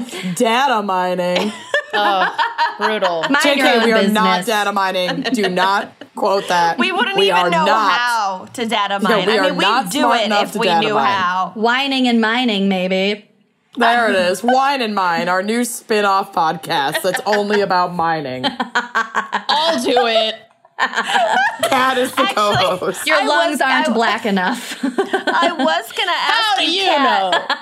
[SPEAKER 1] much.
[SPEAKER 3] data mining.
[SPEAKER 4] Tuesday. Oh, Brutal.
[SPEAKER 2] Mind your
[SPEAKER 3] JK,
[SPEAKER 2] own
[SPEAKER 3] we are not
[SPEAKER 2] business.
[SPEAKER 3] data mining. Do not quote that.
[SPEAKER 1] we wouldn't
[SPEAKER 3] are
[SPEAKER 1] even know
[SPEAKER 3] not.
[SPEAKER 1] how to data mine.
[SPEAKER 3] we
[SPEAKER 1] I
[SPEAKER 3] are
[SPEAKER 1] mean,
[SPEAKER 3] not
[SPEAKER 1] we'd do
[SPEAKER 3] smart
[SPEAKER 1] it
[SPEAKER 3] enough
[SPEAKER 1] if
[SPEAKER 3] to
[SPEAKER 1] we
[SPEAKER 3] data
[SPEAKER 1] knew
[SPEAKER 3] mine.
[SPEAKER 1] how.
[SPEAKER 2] Whining and mining, maybe.
[SPEAKER 3] There it is. Wine and Mine, our new spin off podcast that's only about mining.
[SPEAKER 4] I'll do it.
[SPEAKER 3] Cat is the co host.
[SPEAKER 2] Your
[SPEAKER 1] I
[SPEAKER 2] lungs
[SPEAKER 1] was-
[SPEAKER 2] aren't
[SPEAKER 1] I-
[SPEAKER 2] black enough.
[SPEAKER 1] I was gonna
[SPEAKER 4] How
[SPEAKER 1] ask
[SPEAKER 4] do
[SPEAKER 1] you,
[SPEAKER 4] you
[SPEAKER 1] Kat.
[SPEAKER 4] know?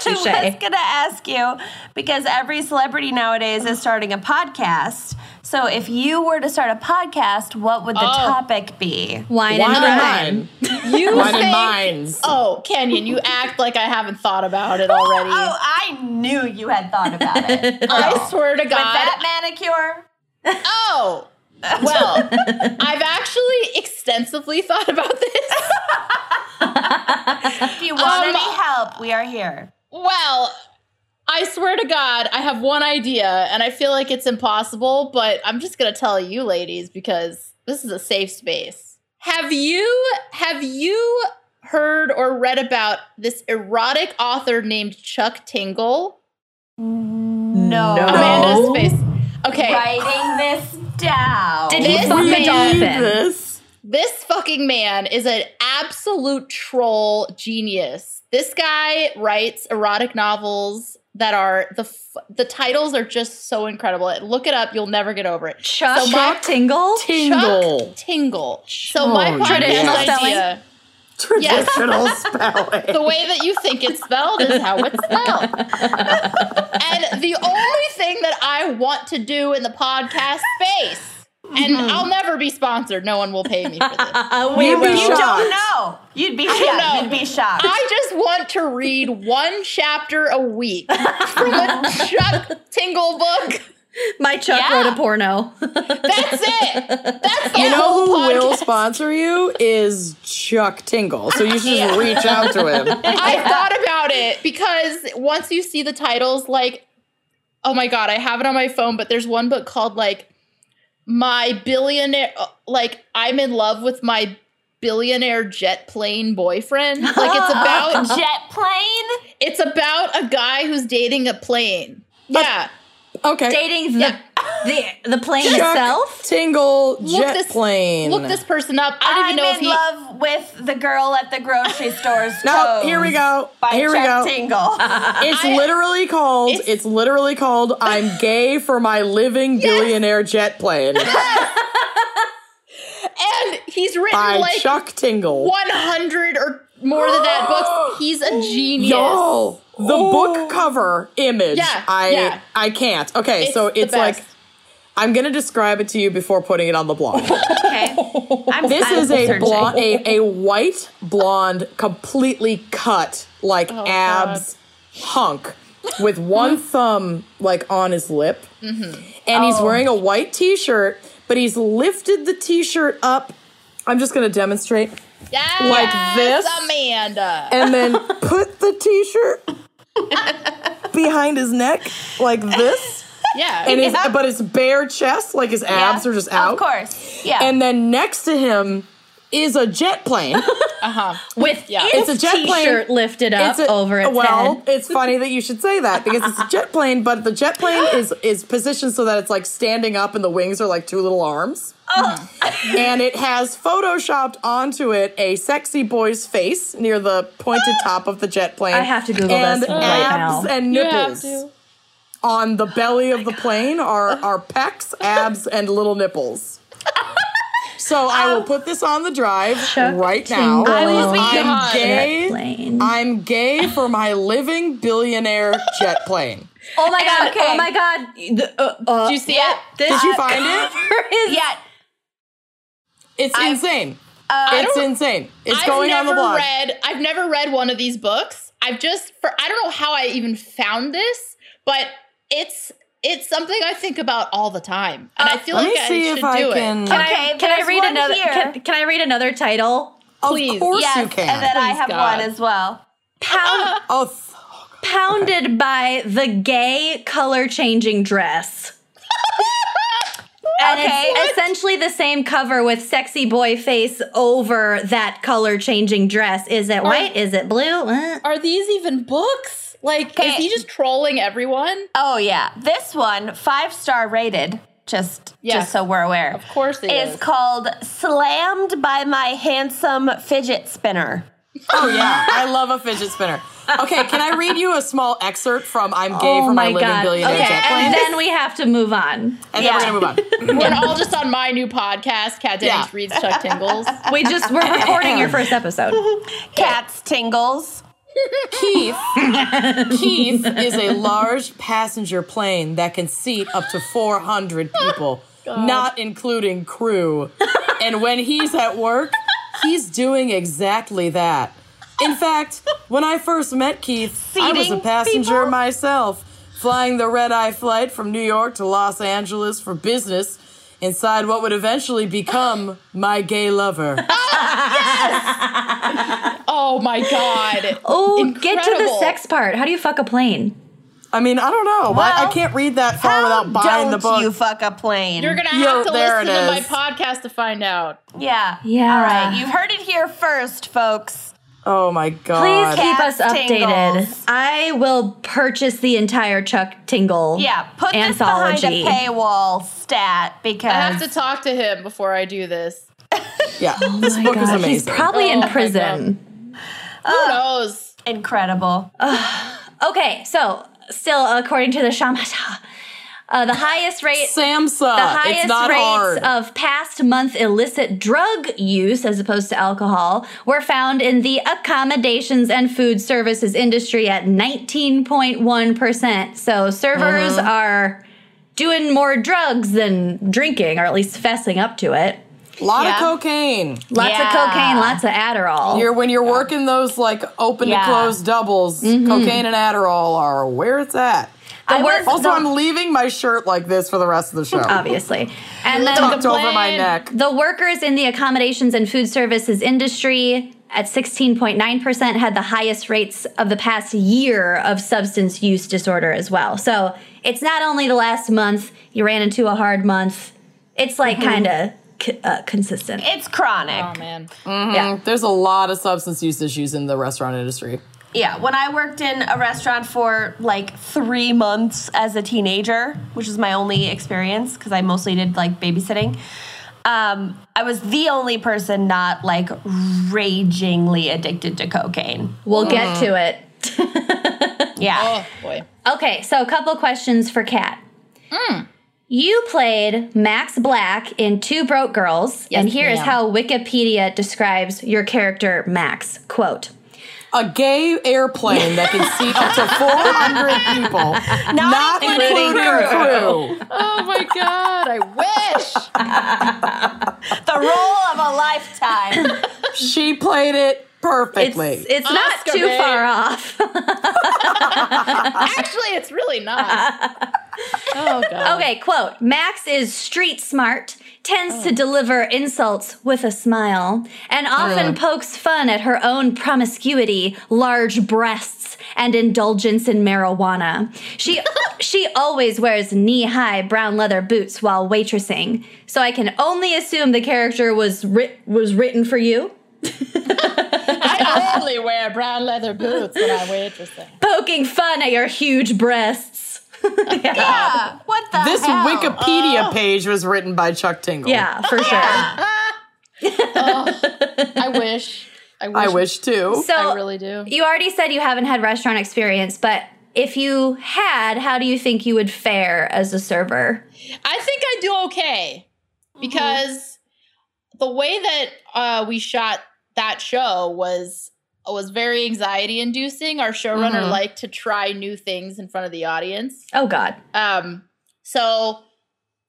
[SPEAKER 2] Touche.
[SPEAKER 1] I was gonna ask you because every celebrity nowadays is starting a podcast. So if you were to start a podcast, what would the
[SPEAKER 4] Oh.
[SPEAKER 1] topic be?
[SPEAKER 2] Wine,
[SPEAKER 3] Wine
[SPEAKER 2] and mine.
[SPEAKER 3] and Mine.
[SPEAKER 4] You
[SPEAKER 3] Wine and
[SPEAKER 4] think-
[SPEAKER 3] Mines.
[SPEAKER 4] Oh, Kenyon, you act like I haven't thought about it already.
[SPEAKER 1] Oh, I knew you had thought about it. With
[SPEAKER 4] I swear to God.
[SPEAKER 1] that manicure.
[SPEAKER 4] oh, well, I've actually extensively thought about this.
[SPEAKER 1] If you want
[SPEAKER 4] Um,
[SPEAKER 1] any help, we are here.
[SPEAKER 4] Well, I swear to God, I have one idea, and I feel like it's impossible, but I'm just gonna tell you, ladies, because this is a safe space. Have you have you heard or read about this erotic author named Chuck Tingle?
[SPEAKER 1] No.
[SPEAKER 3] No.
[SPEAKER 4] Amanda's face. Okay,
[SPEAKER 1] Writing this down.
[SPEAKER 2] Did he
[SPEAKER 4] This
[SPEAKER 2] fuck a
[SPEAKER 4] read
[SPEAKER 2] dolphin?
[SPEAKER 3] This.
[SPEAKER 4] this fucking man is an absolute troll genius. This guy writes erotic novels that are the f- the titles are just so incredible. Look it up, you'll never get over it.
[SPEAKER 2] Chuck,
[SPEAKER 4] So my-
[SPEAKER 2] Chuck Tingle?
[SPEAKER 3] Tingle.
[SPEAKER 4] Chuck Tingle. So my
[SPEAKER 3] Oh,
[SPEAKER 4] podcast
[SPEAKER 3] Traditional
[SPEAKER 4] idea, Yes.
[SPEAKER 3] Traditional spelling.
[SPEAKER 4] the way that you think it's spelled is how it's spelled. and the only thing that I want to do in the podcast space, and
[SPEAKER 3] Mm-hmm.
[SPEAKER 4] I'll never be sponsored. No one will pay me for this.
[SPEAKER 2] Uh,
[SPEAKER 3] You'd be
[SPEAKER 1] you don't
[SPEAKER 3] shocked.
[SPEAKER 1] know. You'd be
[SPEAKER 4] don't
[SPEAKER 1] shocked.
[SPEAKER 4] know.
[SPEAKER 1] You'd be shocked.
[SPEAKER 4] I just want to read one chapter a week from a Chuck Tingle book.
[SPEAKER 2] My Chuck
[SPEAKER 4] Yeah.
[SPEAKER 2] wrote a porno.
[SPEAKER 4] That's it. That's the
[SPEAKER 3] You know
[SPEAKER 4] whole
[SPEAKER 3] who
[SPEAKER 4] podcast.
[SPEAKER 3] will sponsor you is Chuck Tingle. So you should just reach out to him.
[SPEAKER 4] I thought about it because once you see the titles, like, oh my god, I have it on my phone, but there's one book called like My Billionaire, uh, like I'm in love with my billionaire jet plane boyfriend. Like it's about
[SPEAKER 1] Jet plane?
[SPEAKER 4] it's about a guy who's dating a plane. Yeah,
[SPEAKER 3] Okay.
[SPEAKER 2] Dating the
[SPEAKER 4] Yeah.
[SPEAKER 2] the, the plane
[SPEAKER 3] Chuck
[SPEAKER 2] itself.
[SPEAKER 3] Tingle jet
[SPEAKER 4] this-
[SPEAKER 3] plane.
[SPEAKER 4] look this person up. I don't
[SPEAKER 1] I'm
[SPEAKER 4] even know
[SPEAKER 1] in
[SPEAKER 4] if he.
[SPEAKER 1] love with the girl at the grocery store's
[SPEAKER 3] No,
[SPEAKER 1] toes
[SPEAKER 3] here we go.
[SPEAKER 1] By
[SPEAKER 3] Here we
[SPEAKER 1] Jack
[SPEAKER 3] go.
[SPEAKER 1] Tingle.
[SPEAKER 3] It's literally called. It's, literally called. I'm gay for my living billionaire jet plane
[SPEAKER 4] And he's written
[SPEAKER 3] by
[SPEAKER 4] like
[SPEAKER 3] Chuck Tingle.
[SPEAKER 4] 100 or more than that books. He's a genius.
[SPEAKER 3] Y'all, the book cover image.
[SPEAKER 4] Oh. Yeah,
[SPEAKER 3] I
[SPEAKER 4] yeah.
[SPEAKER 3] I can't. Okay,
[SPEAKER 4] It's
[SPEAKER 3] so
[SPEAKER 4] the
[SPEAKER 3] it's like
[SPEAKER 4] best.
[SPEAKER 3] I'm gonna describe it to you before putting it on the blog.
[SPEAKER 2] Okay.
[SPEAKER 1] I'm,
[SPEAKER 3] This
[SPEAKER 1] I'm
[SPEAKER 3] is a,
[SPEAKER 1] searching.
[SPEAKER 3] blonde, a a white blonde, completely cut like
[SPEAKER 1] Oh,
[SPEAKER 3] abs hunk with one thumb like on his lip,
[SPEAKER 1] Mm-hmm.
[SPEAKER 3] and
[SPEAKER 1] Oh.
[SPEAKER 3] he's wearing a white t-shirt, but he's lifted the t-shirt up. I'm just gonna demonstrate,
[SPEAKER 4] Yes,
[SPEAKER 3] like this.
[SPEAKER 4] Amanda.
[SPEAKER 3] and then put the t-shirt behind his neck like this,
[SPEAKER 4] yeah.
[SPEAKER 3] and his but his bare chest, like his abs
[SPEAKER 1] Yeah,
[SPEAKER 3] are just out.
[SPEAKER 1] Of course. Yeah.
[SPEAKER 3] And then next to him is a jet plane.
[SPEAKER 2] With
[SPEAKER 4] Yeah.
[SPEAKER 2] its,
[SPEAKER 3] It's a jet plane.
[SPEAKER 2] t-shirt lifted up
[SPEAKER 3] It's a-
[SPEAKER 2] over its
[SPEAKER 3] well,
[SPEAKER 2] head.
[SPEAKER 3] it's funny that you should say that because it's a jet plane, but the jet plane is is positioned so that it's like standing up, and the wings are like two little arms.
[SPEAKER 2] Oh.
[SPEAKER 3] and it has photoshopped onto it a sexy boy's face near the pointed top of the jet plane.
[SPEAKER 2] Ah. I have to Google this
[SPEAKER 3] and
[SPEAKER 2] right
[SPEAKER 3] abs
[SPEAKER 2] now.
[SPEAKER 3] and
[SPEAKER 4] You have
[SPEAKER 3] nipples
[SPEAKER 4] to.
[SPEAKER 3] on the belly
[SPEAKER 2] Oh
[SPEAKER 3] of the plane are are pecs, abs, and little nipples. So I will put this on the drive
[SPEAKER 2] Um, Chuck
[SPEAKER 3] right now.
[SPEAKER 2] Tingle
[SPEAKER 4] I was being
[SPEAKER 3] I'm
[SPEAKER 4] hot.
[SPEAKER 2] Oh, jet
[SPEAKER 3] gay.
[SPEAKER 2] plane.
[SPEAKER 3] I'm gay for my living billionaire jet plane.
[SPEAKER 2] Oh my god!
[SPEAKER 1] okay.
[SPEAKER 2] Oh my god! The- uh, uh,
[SPEAKER 4] Did you see it?
[SPEAKER 2] this
[SPEAKER 3] Did you find it?
[SPEAKER 2] cover is-
[SPEAKER 1] yeah.
[SPEAKER 3] It's insane. it's insane. It's
[SPEAKER 4] I've
[SPEAKER 3] going on the
[SPEAKER 4] never
[SPEAKER 3] blog.
[SPEAKER 4] read. I've never read one of these books. I've just for I don't know how I even found this, but it's it's something I think about all the time, and I feel
[SPEAKER 3] Uh, Let
[SPEAKER 4] like
[SPEAKER 3] me
[SPEAKER 4] I
[SPEAKER 3] see
[SPEAKER 4] should
[SPEAKER 3] if I
[SPEAKER 4] do
[SPEAKER 3] can.
[SPEAKER 4] it.
[SPEAKER 2] Can
[SPEAKER 1] Okay,
[SPEAKER 2] I can I
[SPEAKER 1] there's
[SPEAKER 2] read
[SPEAKER 1] one
[SPEAKER 2] another?
[SPEAKER 1] here.
[SPEAKER 2] Can, can I read another title?
[SPEAKER 4] Please.
[SPEAKER 3] Of course
[SPEAKER 1] Yes.
[SPEAKER 3] you can.
[SPEAKER 1] And then I
[SPEAKER 4] Please,
[SPEAKER 1] have
[SPEAKER 4] God.
[SPEAKER 1] one as well.
[SPEAKER 2] Pound,
[SPEAKER 3] oh, th-
[SPEAKER 2] pounded by the gay color changing dress. And
[SPEAKER 1] Okay.
[SPEAKER 2] it's essentially the same cover with sexy boy face over that color changing dress. Is it white? Is it blue? Uh,
[SPEAKER 4] Are these even books? Like, is
[SPEAKER 1] Okay.
[SPEAKER 4] he just trolling everyone?
[SPEAKER 1] Oh yeah. This one, five star rated. Just
[SPEAKER 4] Yeah.
[SPEAKER 1] just so we're aware.
[SPEAKER 4] Of course it
[SPEAKER 1] Is
[SPEAKER 4] is.
[SPEAKER 1] called Slammed by My Handsome Fidget Spinner.
[SPEAKER 3] oh yeah, I love a fidget spinner. Okay, can I read you a small excerpt from "I'm Gay
[SPEAKER 2] oh
[SPEAKER 3] for My,
[SPEAKER 2] my
[SPEAKER 3] Living
[SPEAKER 2] god! Okay, uh,
[SPEAKER 3] Billionaire Jet Plane"?
[SPEAKER 2] and then we have to move on.
[SPEAKER 3] And then
[SPEAKER 1] Yeah.
[SPEAKER 3] we're gonna move on.
[SPEAKER 4] We're all just on my new podcast, Cat Dennings
[SPEAKER 3] Yeah.
[SPEAKER 4] reads Chuck Tingles.
[SPEAKER 2] We just we're recording your first episode.
[SPEAKER 1] Cats tingles.
[SPEAKER 3] Keith. Keith is a large passenger plane that can seat up to 400 people, not including crew. And when he's at work, he's doing exactly that. In fact, when I first met Keith, I was a
[SPEAKER 1] Seating
[SPEAKER 3] passenger
[SPEAKER 1] people?
[SPEAKER 3] myself, flying the red eye flight from New York to Los Angeles for business inside what would eventually become my gay lover.
[SPEAKER 4] Oh my god.
[SPEAKER 2] Oh, get to the
[SPEAKER 4] Incredible.
[SPEAKER 2] sex part. How do you fuck a plane?
[SPEAKER 3] I mean, I don't know. I, I
[SPEAKER 1] Well,
[SPEAKER 3] can't read that far
[SPEAKER 1] How
[SPEAKER 3] without buying
[SPEAKER 1] Oh, don't
[SPEAKER 3] the book.
[SPEAKER 1] you fuck a plane?
[SPEAKER 4] You're gonna
[SPEAKER 3] Yo,
[SPEAKER 4] have to
[SPEAKER 3] there
[SPEAKER 4] listen
[SPEAKER 3] it
[SPEAKER 4] to my
[SPEAKER 3] is.
[SPEAKER 4] podcast to find out.
[SPEAKER 1] yeah.
[SPEAKER 2] Yeah.
[SPEAKER 1] All right. You heard it here first, folks.
[SPEAKER 3] Oh my
[SPEAKER 2] Please
[SPEAKER 3] god.
[SPEAKER 2] keep us
[SPEAKER 1] Cats
[SPEAKER 2] updated.
[SPEAKER 1] tingles.
[SPEAKER 2] I will purchase the entire Chuck Tingle
[SPEAKER 1] Yeah, put
[SPEAKER 2] anthology.
[SPEAKER 1] this behind a paywall stat because
[SPEAKER 4] I have to talk to him before I do this.
[SPEAKER 3] Yeah, this
[SPEAKER 2] Oh my
[SPEAKER 3] book is
[SPEAKER 2] God,
[SPEAKER 3] amazing.
[SPEAKER 2] He's probably
[SPEAKER 4] Oh
[SPEAKER 2] in
[SPEAKER 4] my
[SPEAKER 2] prison.
[SPEAKER 4] Who knows? Oh,
[SPEAKER 1] incredible.
[SPEAKER 2] Okay, so still according to the Shamata, uh, the highest rate
[SPEAKER 3] Samsa.
[SPEAKER 2] the highest
[SPEAKER 3] it's not
[SPEAKER 2] rates
[SPEAKER 3] hard.
[SPEAKER 2] of past month illicit drug use as opposed to alcohol were found in the accommodations and food services industry at 19.1%. So servers
[SPEAKER 3] Uh-huh.
[SPEAKER 2] are doing more drugs than drinking, or at least fessing up to it.
[SPEAKER 3] a lot
[SPEAKER 1] Yeah.
[SPEAKER 3] of cocaine.
[SPEAKER 2] Lots
[SPEAKER 1] Yeah.
[SPEAKER 2] of cocaine, lots of Adderall.
[SPEAKER 3] You're when you're working those like open
[SPEAKER 1] Yeah.
[SPEAKER 2] Mm-hmm.
[SPEAKER 3] to close doubles, cocaine and Adderall are where it's at.
[SPEAKER 2] The Uh,
[SPEAKER 1] I
[SPEAKER 2] wor-
[SPEAKER 1] was-
[SPEAKER 3] Also,
[SPEAKER 1] the-
[SPEAKER 3] I'm leaving my shirt like this for the rest of the show.
[SPEAKER 2] obviously. And then
[SPEAKER 3] Tucked over my neck.
[SPEAKER 2] The workers in the accommodations and food services industry at 16.9% had the highest rates of the past year of substance use disorder as well. So it's not only the last month, you ran into a hard month, it's like kind of c- uh, consistent.
[SPEAKER 1] it's chronic.
[SPEAKER 4] Oh man.
[SPEAKER 2] yeah.
[SPEAKER 3] There's a lot of substance use issues in the restaurant industry.
[SPEAKER 1] Yeah, when I worked in a restaurant for like three months as a teenager, which is my only experience because I mostly did like babysitting, um, I was the only person not like ragingly addicted to cocaine.
[SPEAKER 2] We'll get to it.
[SPEAKER 1] Yeah.
[SPEAKER 4] Oh boy.
[SPEAKER 2] Okay, so a couple questions for Kat. You played Max Black in Two Broke Girls, and here is
[SPEAKER 4] ma'am.
[SPEAKER 2] how Wikipedia describes your character, Max. Quote,
[SPEAKER 3] A gay airplane that can seat up to 400 people, not,
[SPEAKER 1] including
[SPEAKER 3] crew.
[SPEAKER 4] Oh my god. I wish.
[SPEAKER 1] The role of a lifetime.
[SPEAKER 3] She played it
[SPEAKER 2] It's,
[SPEAKER 3] perfectly.
[SPEAKER 2] it's not
[SPEAKER 4] Oscar
[SPEAKER 2] too
[SPEAKER 4] bait.
[SPEAKER 2] far off.
[SPEAKER 4] Actually, it's really not. Oh god.
[SPEAKER 2] okay, quote Max is street smart, tends to deliver insults with a smile, and often pokes fun at her own promiscuity, large breasts, and indulgence in marijuana. She she always wears knee-high brown leather boots while waitressing. So I can only assume the character was writ- was written for you.
[SPEAKER 4] I only wear brown leather boots when I'm waitressing.
[SPEAKER 2] Poking fun at your huge breasts. yeah.
[SPEAKER 1] yeah. What the
[SPEAKER 3] this
[SPEAKER 1] hell?
[SPEAKER 3] Wikipedia page was written by Chuck Tingle.
[SPEAKER 2] Yeah, for sure.
[SPEAKER 4] I wish. I wish.
[SPEAKER 3] I wish too.
[SPEAKER 2] So
[SPEAKER 4] I really do.
[SPEAKER 2] You already said you haven't had restaurant experience, but if you had, how do you think you would fare as a server?
[SPEAKER 4] I think I do okay because the way that uh, we shot that show was was very anxiety inducing. Our showrunner liked to try new things in front of the audience.
[SPEAKER 2] Oh God.
[SPEAKER 4] Um, so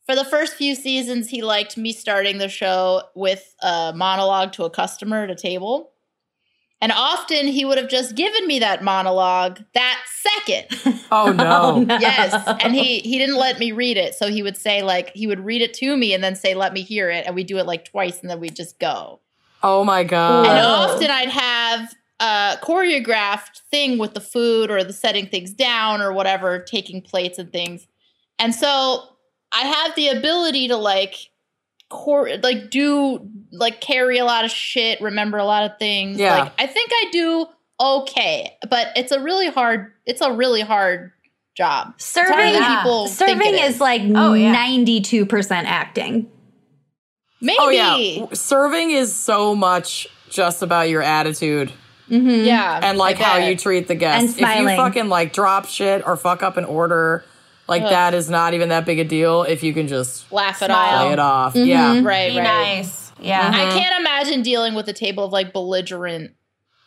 [SPEAKER 4] for the first few seasons, he liked me starting the show with a monologue to a customer at a table. And often he would have just given me that monologue that second
[SPEAKER 3] oh no.
[SPEAKER 4] yes and he he didn't let me read it so he would say like he would read it to me and then say let me hear it and we do it like twice and then we just go
[SPEAKER 3] Oh my
[SPEAKER 4] and
[SPEAKER 3] god.
[SPEAKER 4] often i'd have a choreographed thing with the food or the setting things down or whatever taking plates and things and so i have the ability to like cor- like do like carry a lot of shit remember a lot of things
[SPEAKER 3] Yeah.
[SPEAKER 4] like i think i do okay but it's a really hard it's a really hard job
[SPEAKER 2] Serving
[SPEAKER 1] Yeah.
[SPEAKER 4] people
[SPEAKER 2] serving
[SPEAKER 4] think it
[SPEAKER 2] is. like
[SPEAKER 1] Oh, yeah.
[SPEAKER 2] 92% acting.
[SPEAKER 4] maybe
[SPEAKER 3] Oh yeah.
[SPEAKER 4] yeah,
[SPEAKER 3] W- Serving is so much just about your attitude
[SPEAKER 4] Mm-hmm.
[SPEAKER 2] Mm-hmm.
[SPEAKER 3] and like
[SPEAKER 4] I
[SPEAKER 3] how
[SPEAKER 4] bet.
[SPEAKER 3] you treat the guests.
[SPEAKER 2] And
[SPEAKER 3] If you
[SPEAKER 2] smiling.
[SPEAKER 3] fucking like drop shit or fuck up an order, like that is not even that big a deal if you can just play
[SPEAKER 4] laugh it
[SPEAKER 1] Smile.
[SPEAKER 4] off
[SPEAKER 3] it off.
[SPEAKER 4] Mm-hmm.
[SPEAKER 3] Yeah.
[SPEAKER 4] right
[SPEAKER 1] Be
[SPEAKER 4] right
[SPEAKER 1] nice. Yeah.
[SPEAKER 2] Mm-hmm.
[SPEAKER 4] i can't imagine dealing with a table of like belligerent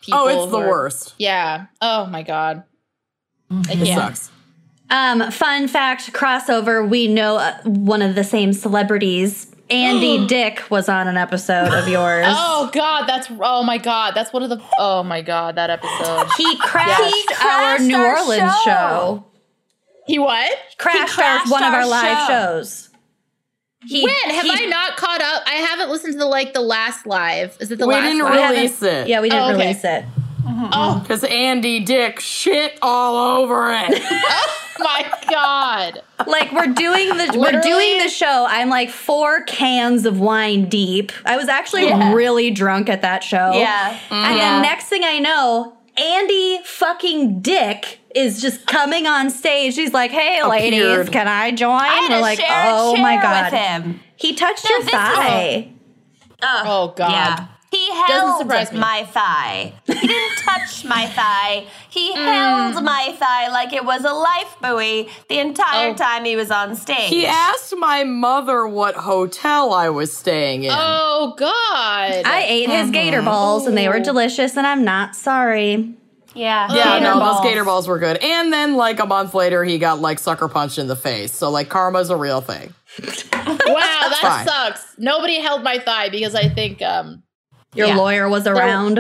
[SPEAKER 4] people
[SPEAKER 3] Oh, it's the
[SPEAKER 4] who are-
[SPEAKER 3] worst.
[SPEAKER 4] yeah oh my god I
[SPEAKER 3] It
[SPEAKER 4] can't.
[SPEAKER 3] sucks.
[SPEAKER 2] Um, fun fact crossover, we know uh, one of the same celebrities. Andy Dick was on an episode of yours.
[SPEAKER 4] Oh god, that's oh my god, that's one of the oh my god that episode.
[SPEAKER 2] He crashed, our
[SPEAKER 1] crashed
[SPEAKER 2] New
[SPEAKER 1] our
[SPEAKER 2] Orleans
[SPEAKER 1] show.
[SPEAKER 2] show.
[SPEAKER 4] he what?
[SPEAKER 2] Crashed,
[SPEAKER 1] crashed
[SPEAKER 2] our, one of
[SPEAKER 1] our
[SPEAKER 2] our live
[SPEAKER 1] show.
[SPEAKER 2] shows. He,
[SPEAKER 4] When have
[SPEAKER 2] he-
[SPEAKER 4] I not caught up? I haven't listened to the like the last live. Is it the
[SPEAKER 3] We
[SPEAKER 4] last
[SPEAKER 3] didn't
[SPEAKER 4] live?
[SPEAKER 2] haven't-
[SPEAKER 3] release it.
[SPEAKER 2] Yeah, we didn't
[SPEAKER 4] Oh, okay.
[SPEAKER 2] release it.
[SPEAKER 4] oh
[SPEAKER 3] Because Andy Dick shit all over it.
[SPEAKER 4] Oh, my god.
[SPEAKER 2] like we're doing the we're
[SPEAKER 4] Literally.
[SPEAKER 2] doing the show. I'm like four cans of wine deep. I was actually really drunk at that show.
[SPEAKER 1] Yeah. Yeah.
[SPEAKER 2] And then next thing I know, Andy fucking Dick is just coming on stage. He's like, "Hey, ladies,
[SPEAKER 3] Appeared.
[SPEAKER 2] can I join?"
[SPEAKER 1] I had
[SPEAKER 2] We're
[SPEAKER 1] to
[SPEAKER 2] like,
[SPEAKER 1] share
[SPEAKER 2] "Oh
[SPEAKER 1] a chair
[SPEAKER 2] my god,
[SPEAKER 1] with him.
[SPEAKER 2] he touched your
[SPEAKER 1] this is-
[SPEAKER 2] thigh."
[SPEAKER 1] Ugh,
[SPEAKER 4] Oh, God.
[SPEAKER 1] Yeah. He
[SPEAKER 4] Doesn't
[SPEAKER 1] held
[SPEAKER 4] surprise me.
[SPEAKER 1] my thigh. He didn't touch my thigh. He held my thigh like it was a life buoy the entire
[SPEAKER 4] Oh.
[SPEAKER 1] time he was on stage.
[SPEAKER 3] he asked my mother what hotel I was staying in.
[SPEAKER 4] Oh god.
[SPEAKER 2] I ate his gator balls, and they were
[SPEAKER 4] Ooh.
[SPEAKER 2] delicious, and I'm not sorry.
[SPEAKER 1] yeah.
[SPEAKER 3] Yeah,
[SPEAKER 4] Gator
[SPEAKER 3] no,
[SPEAKER 4] balls.
[SPEAKER 3] those gator balls were good. And then like a month later, he got like sucker punched in the face. So like karma's a real thing.
[SPEAKER 4] wow, that
[SPEAKER 3] Fine.
[SPEAKER 4] sucks. Nobody held my thigh because I think um
[SPEAKER 2] Your
[SPEAKER 1] Yeah.
[SPEAKER 2] lawyer was around.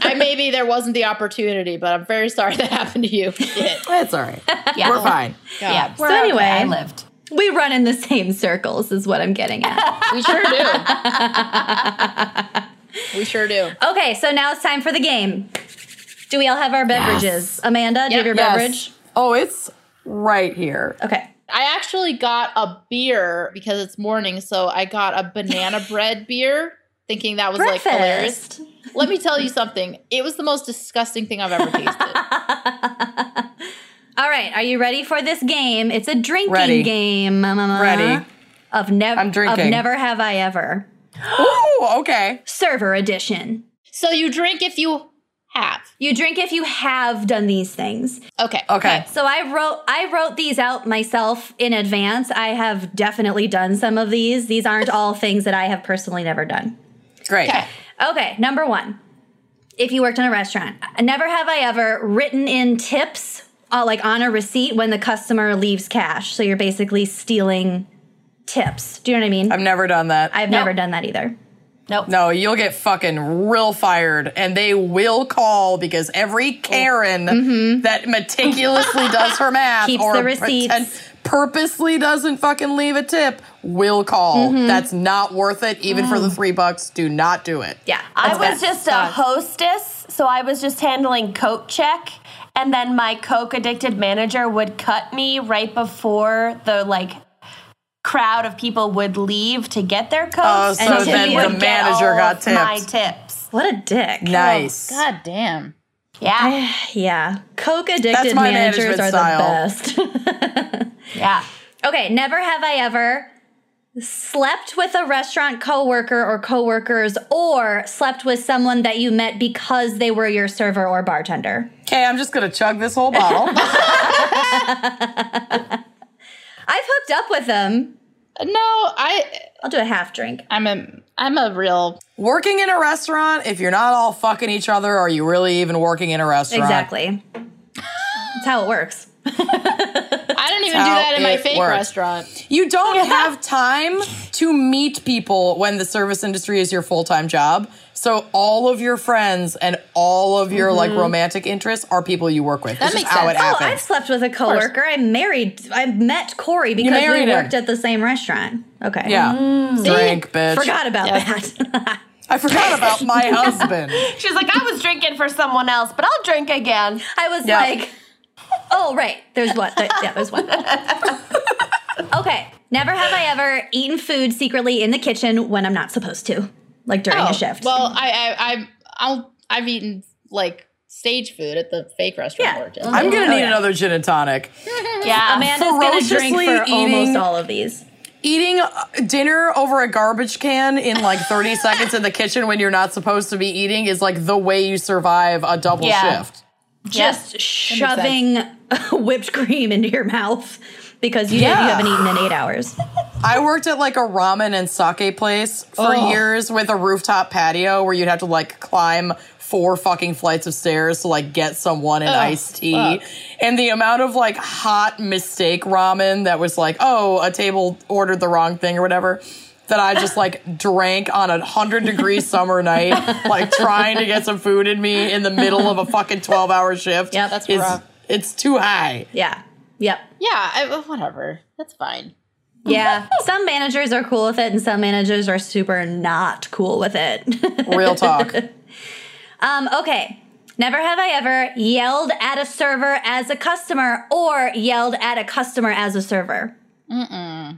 [SPEAKER 4] I maybe there wasn't the opportunity, but I'm very sorry that happened to you. Shit.
[SPEAKER 3] That's all right.
[SPEAKER 1] Yeah.
[SPEAKER 3] We're fine.
[SPEAKER 4] God.
[SPEAKER 1] Yeah.
[SPEAKER 2] So anyway.
[SPEAKER 1] I lived.
[SPEAKER 2] We run in the same circles, is what I'm getting at.
[SPEAKER 4] We sure do. we sure do.
[SPEAKER 2] okay, so now it's time for the game. Do we all have our beverages? Amanda, do you have your
[SPEAKER 3] Yes.
[SPEAKER 2] beverage?
[SPEAKER 3] Oh, it's right here.
[SPEAKER 2] Okay.
[SPEAKER 4] I actually got a beer because it's morning, so I got a banana bread beer, thinking that was like hilarious.
[SPEAKER 2] Breakfast.
[SPEAKER 4] Let me tell you something. It was the most disgusting thing I've ever tasted.
[SPEAKER 2] all right, are you ready for this game? It's a drinking
[SPEAKER 3] Ready.
[SPEAKER 2] game. ma, ma, ma,
[SPEAKER 3] Ready.
[SPEAKER 2] Of never
[SPEAKER 3] I'm drinking.
[SPEAKER 2] Of never have I ever.
[SPEAKER 3] Oh, okay.
[SPEAKER 2] Server edition.
[SPEAKER 4] so you drink if you have.
[SPEAKER 2] You drink if you have done these things.
[SPEAKER 4] Okay.
[SPEAKER 3] Okay.
[SPEAKER 2] So I wrote I wrote these out myself in advance. I have definitely done some of these. These aren't all things that I have personally never done.
[SPEAKER 3] Great.
[SPEAKER 4] Okay.
[SPEAKER 2] Okay, number 1. If you worked in a restaurant, never have I ever written in tips uh, like on a receipt when the customer leaves cash. So you're basically stealing tips. Do you know what I mean?
[SPEAKER 3] I've never done that.
[SPEAKER 2] I've never done that either.
[SPEAKER 1] Nope.
[SPEAKER 3] no, you'll get fucking real fired, and they will call because every
[SPEAKER 2] Oh.
[SPEAKER 3] Karen that meticulously does her math
[SPEAKER 2] Mm-hmm. Keeps
[SPEAKER 3] or
[SPEAKER 2] the receipts.
[SPEAKER 3] pretend- purposely doesn't fucking leave a tip will call.
[SPEAKER 2] Mm-hmm.
[SPEAKER 3] That's not worth it, even for the three bucks. Do not do it.
[SPEAKER 2] Oh. Yeah.
[SPEAKER 1] I
[SPEAKER 2] that's bad.
[SPEAKER 1] was just a hostess, so I was just handling coat check, and then my coke addicted manager would cut me right before the like crowd of people would leave to get their coats,
[SPEAKER 3] Oh, so
[SPEAKER 1] and Timmy
[SPEAKER 2] then the
[SPEAKER 1] would get
[SPEAKER 3] manager
[SPEAKER 1] all
[SPEAKER 3] got
[SPEAKER 1] of my
[SPEAKER 3] tipped.
[SPEAKER 1] tips.
[SPEAKER 2] What a dick.
[SPEAKER 3] Nice.
[SPEAKER 2] Oh,
[SPEAKER 4] God damn.
[SPEAKER 1] Yeah,
[SPEAKER 2] Yeah. Coke addicted
[SPEAKER 3] That's my
[SPEAKER 2] managers
[SPEAKER 3] management
[SPEAKER 2] are
[SPEAKER 3] style.
[SPEAKER 2] the best.
[SPEAKER 1] yeah.
[SPEAKER 2] Okay, never have I ever slept with a restaurant coworker or coworkers or slept with someone that you met because they were your server or bartender.
[SPEAKER 3] Okay, I'm just gonna chug this whole bottle.
[SPEAKER 2] I've hooked up with them.
[SPEAKER 4] Uh, No, I
[SPEAKER 2] I'll do a half drink.
[SPEAKER 4] I'm a I'm a real
[SPEAKER 3] working in a restaurant, if you're not all fucking each other, are you really even working in a restaurant?
[SPEAKER 2] Exactly. That's how it works.
[SPEAKER 4] I didn't even
[SPEAKER 3] That's
[SPEAKER 4] do
[SPEAKER 3] how
[SPEAKER 4] that in my
[SPEAKER 3] it
[SPEAKER 4] fake
[SPEAKER 3] works.
[SPEAKER 4] restaurant.
[SPEAKER 3] You don't have time to meet people when the service industry is your full time job. So all of your friends and all of your
[SPEAKER 2] Mm-hmm.
[SPEAKER 3] like romantic interests are people you work with. That
[SPEAKER 4] makes
[SPEAKER 3] how it
[SPEAKER 4] sense.
[SPEAKER 2] Oh, I've
[SPEAKER 3] happens.
[SPEAKER 2] slept with a coworker. I married, I met Corey because we
[SPEAKER 3] married him.
[SPEAKER 2] worked at the same restaurant. Okay.
[SPEAKER 3] yeah, drink, bitch.
[SPEAKER 2] Mm. Forgot about
[SPEAKER 4] Yes.
[SPEAKER 2] that.
[SPEAKER 3] I forgot about my husband.
[SPEAKER 1] She's like, I was drinking for someone else, but I'll drink again.
[SPEAKER 2] I was
[SPEAKER 3] Yeah.
[SPEAKER 2] like, oh, right. There's one. There- yeah, there's one. okay. Never have I ever eaten food secretly in the kitchen when I'm not supposed to, like during
[SPEAKER 4] Oh,
[SPEAKER 2] a shift.
[SPEAKER 4] Well, I I I'm I'll I've eaten like stage food at the fake restaurant.
[SPEAKER 2] Yeah.
[SPEAKER 4] where it is.
[SPEAKER 3] I'm gonna
[SPEAKER 2] Oh,
[SPEAKER 3] need
[SPEAKER 2] yeah.
[SPEAKER 3] another gin and tonic.
[SPEAKER 1] Yeah,
[SPEAKER 2] Amanda's going to drink
[SPEAKER 3] ferociously
[SPEAKER 2] for almost
[SPEAKER 3] eating-
[SPEAKER 2] all of these.
[SPEAKER 3] Eating uh, dinner over a garbage can in like 30 seconds in the kitchen when you're not supposed to be eating is like the way you survive a double
[SPEAKER 1] Yeah.
[SPEAKER 3] shift.
[SPEAKER 2] Just shoving whipped cream into your mouth because you, you
[SPEAKER 3] Yeah.
[SPEAKER 2] haven't eaten in eight hours.
[SPEAKER 3] I worked at like a ramen and sake place for years with a rooftop patio where you'd have to like climb four fucking flights of stairs to like get someone an iced tea. And the amount of like hot mistake ramen that was like, oh, a table ordered the wrong thing or whatever. That I just like drank on a hundred degree summer night, like trying to get some food in me in the middle of a fucking twelve hour shift.
[SPEAKER 2] Yep. That's
[SPEAKER 3] is-
[SPEAKER 4] rough.
[SPEAKER 3] It's too high.
[SPEAKER 2] Yeah. Yep.
[SPEAKER 4] Yeah, I, whatever. That's fine.
[SPEAKER 2] Yeah. Some managers are cool with it and some managers are super not cool with it.
[SPEAKER 3] Real talk.
[SPEAKER 2] Um, okay. Never have I ever yelled at a server as a customer or yelled at a customer as a server.
[SPEAKER 4] It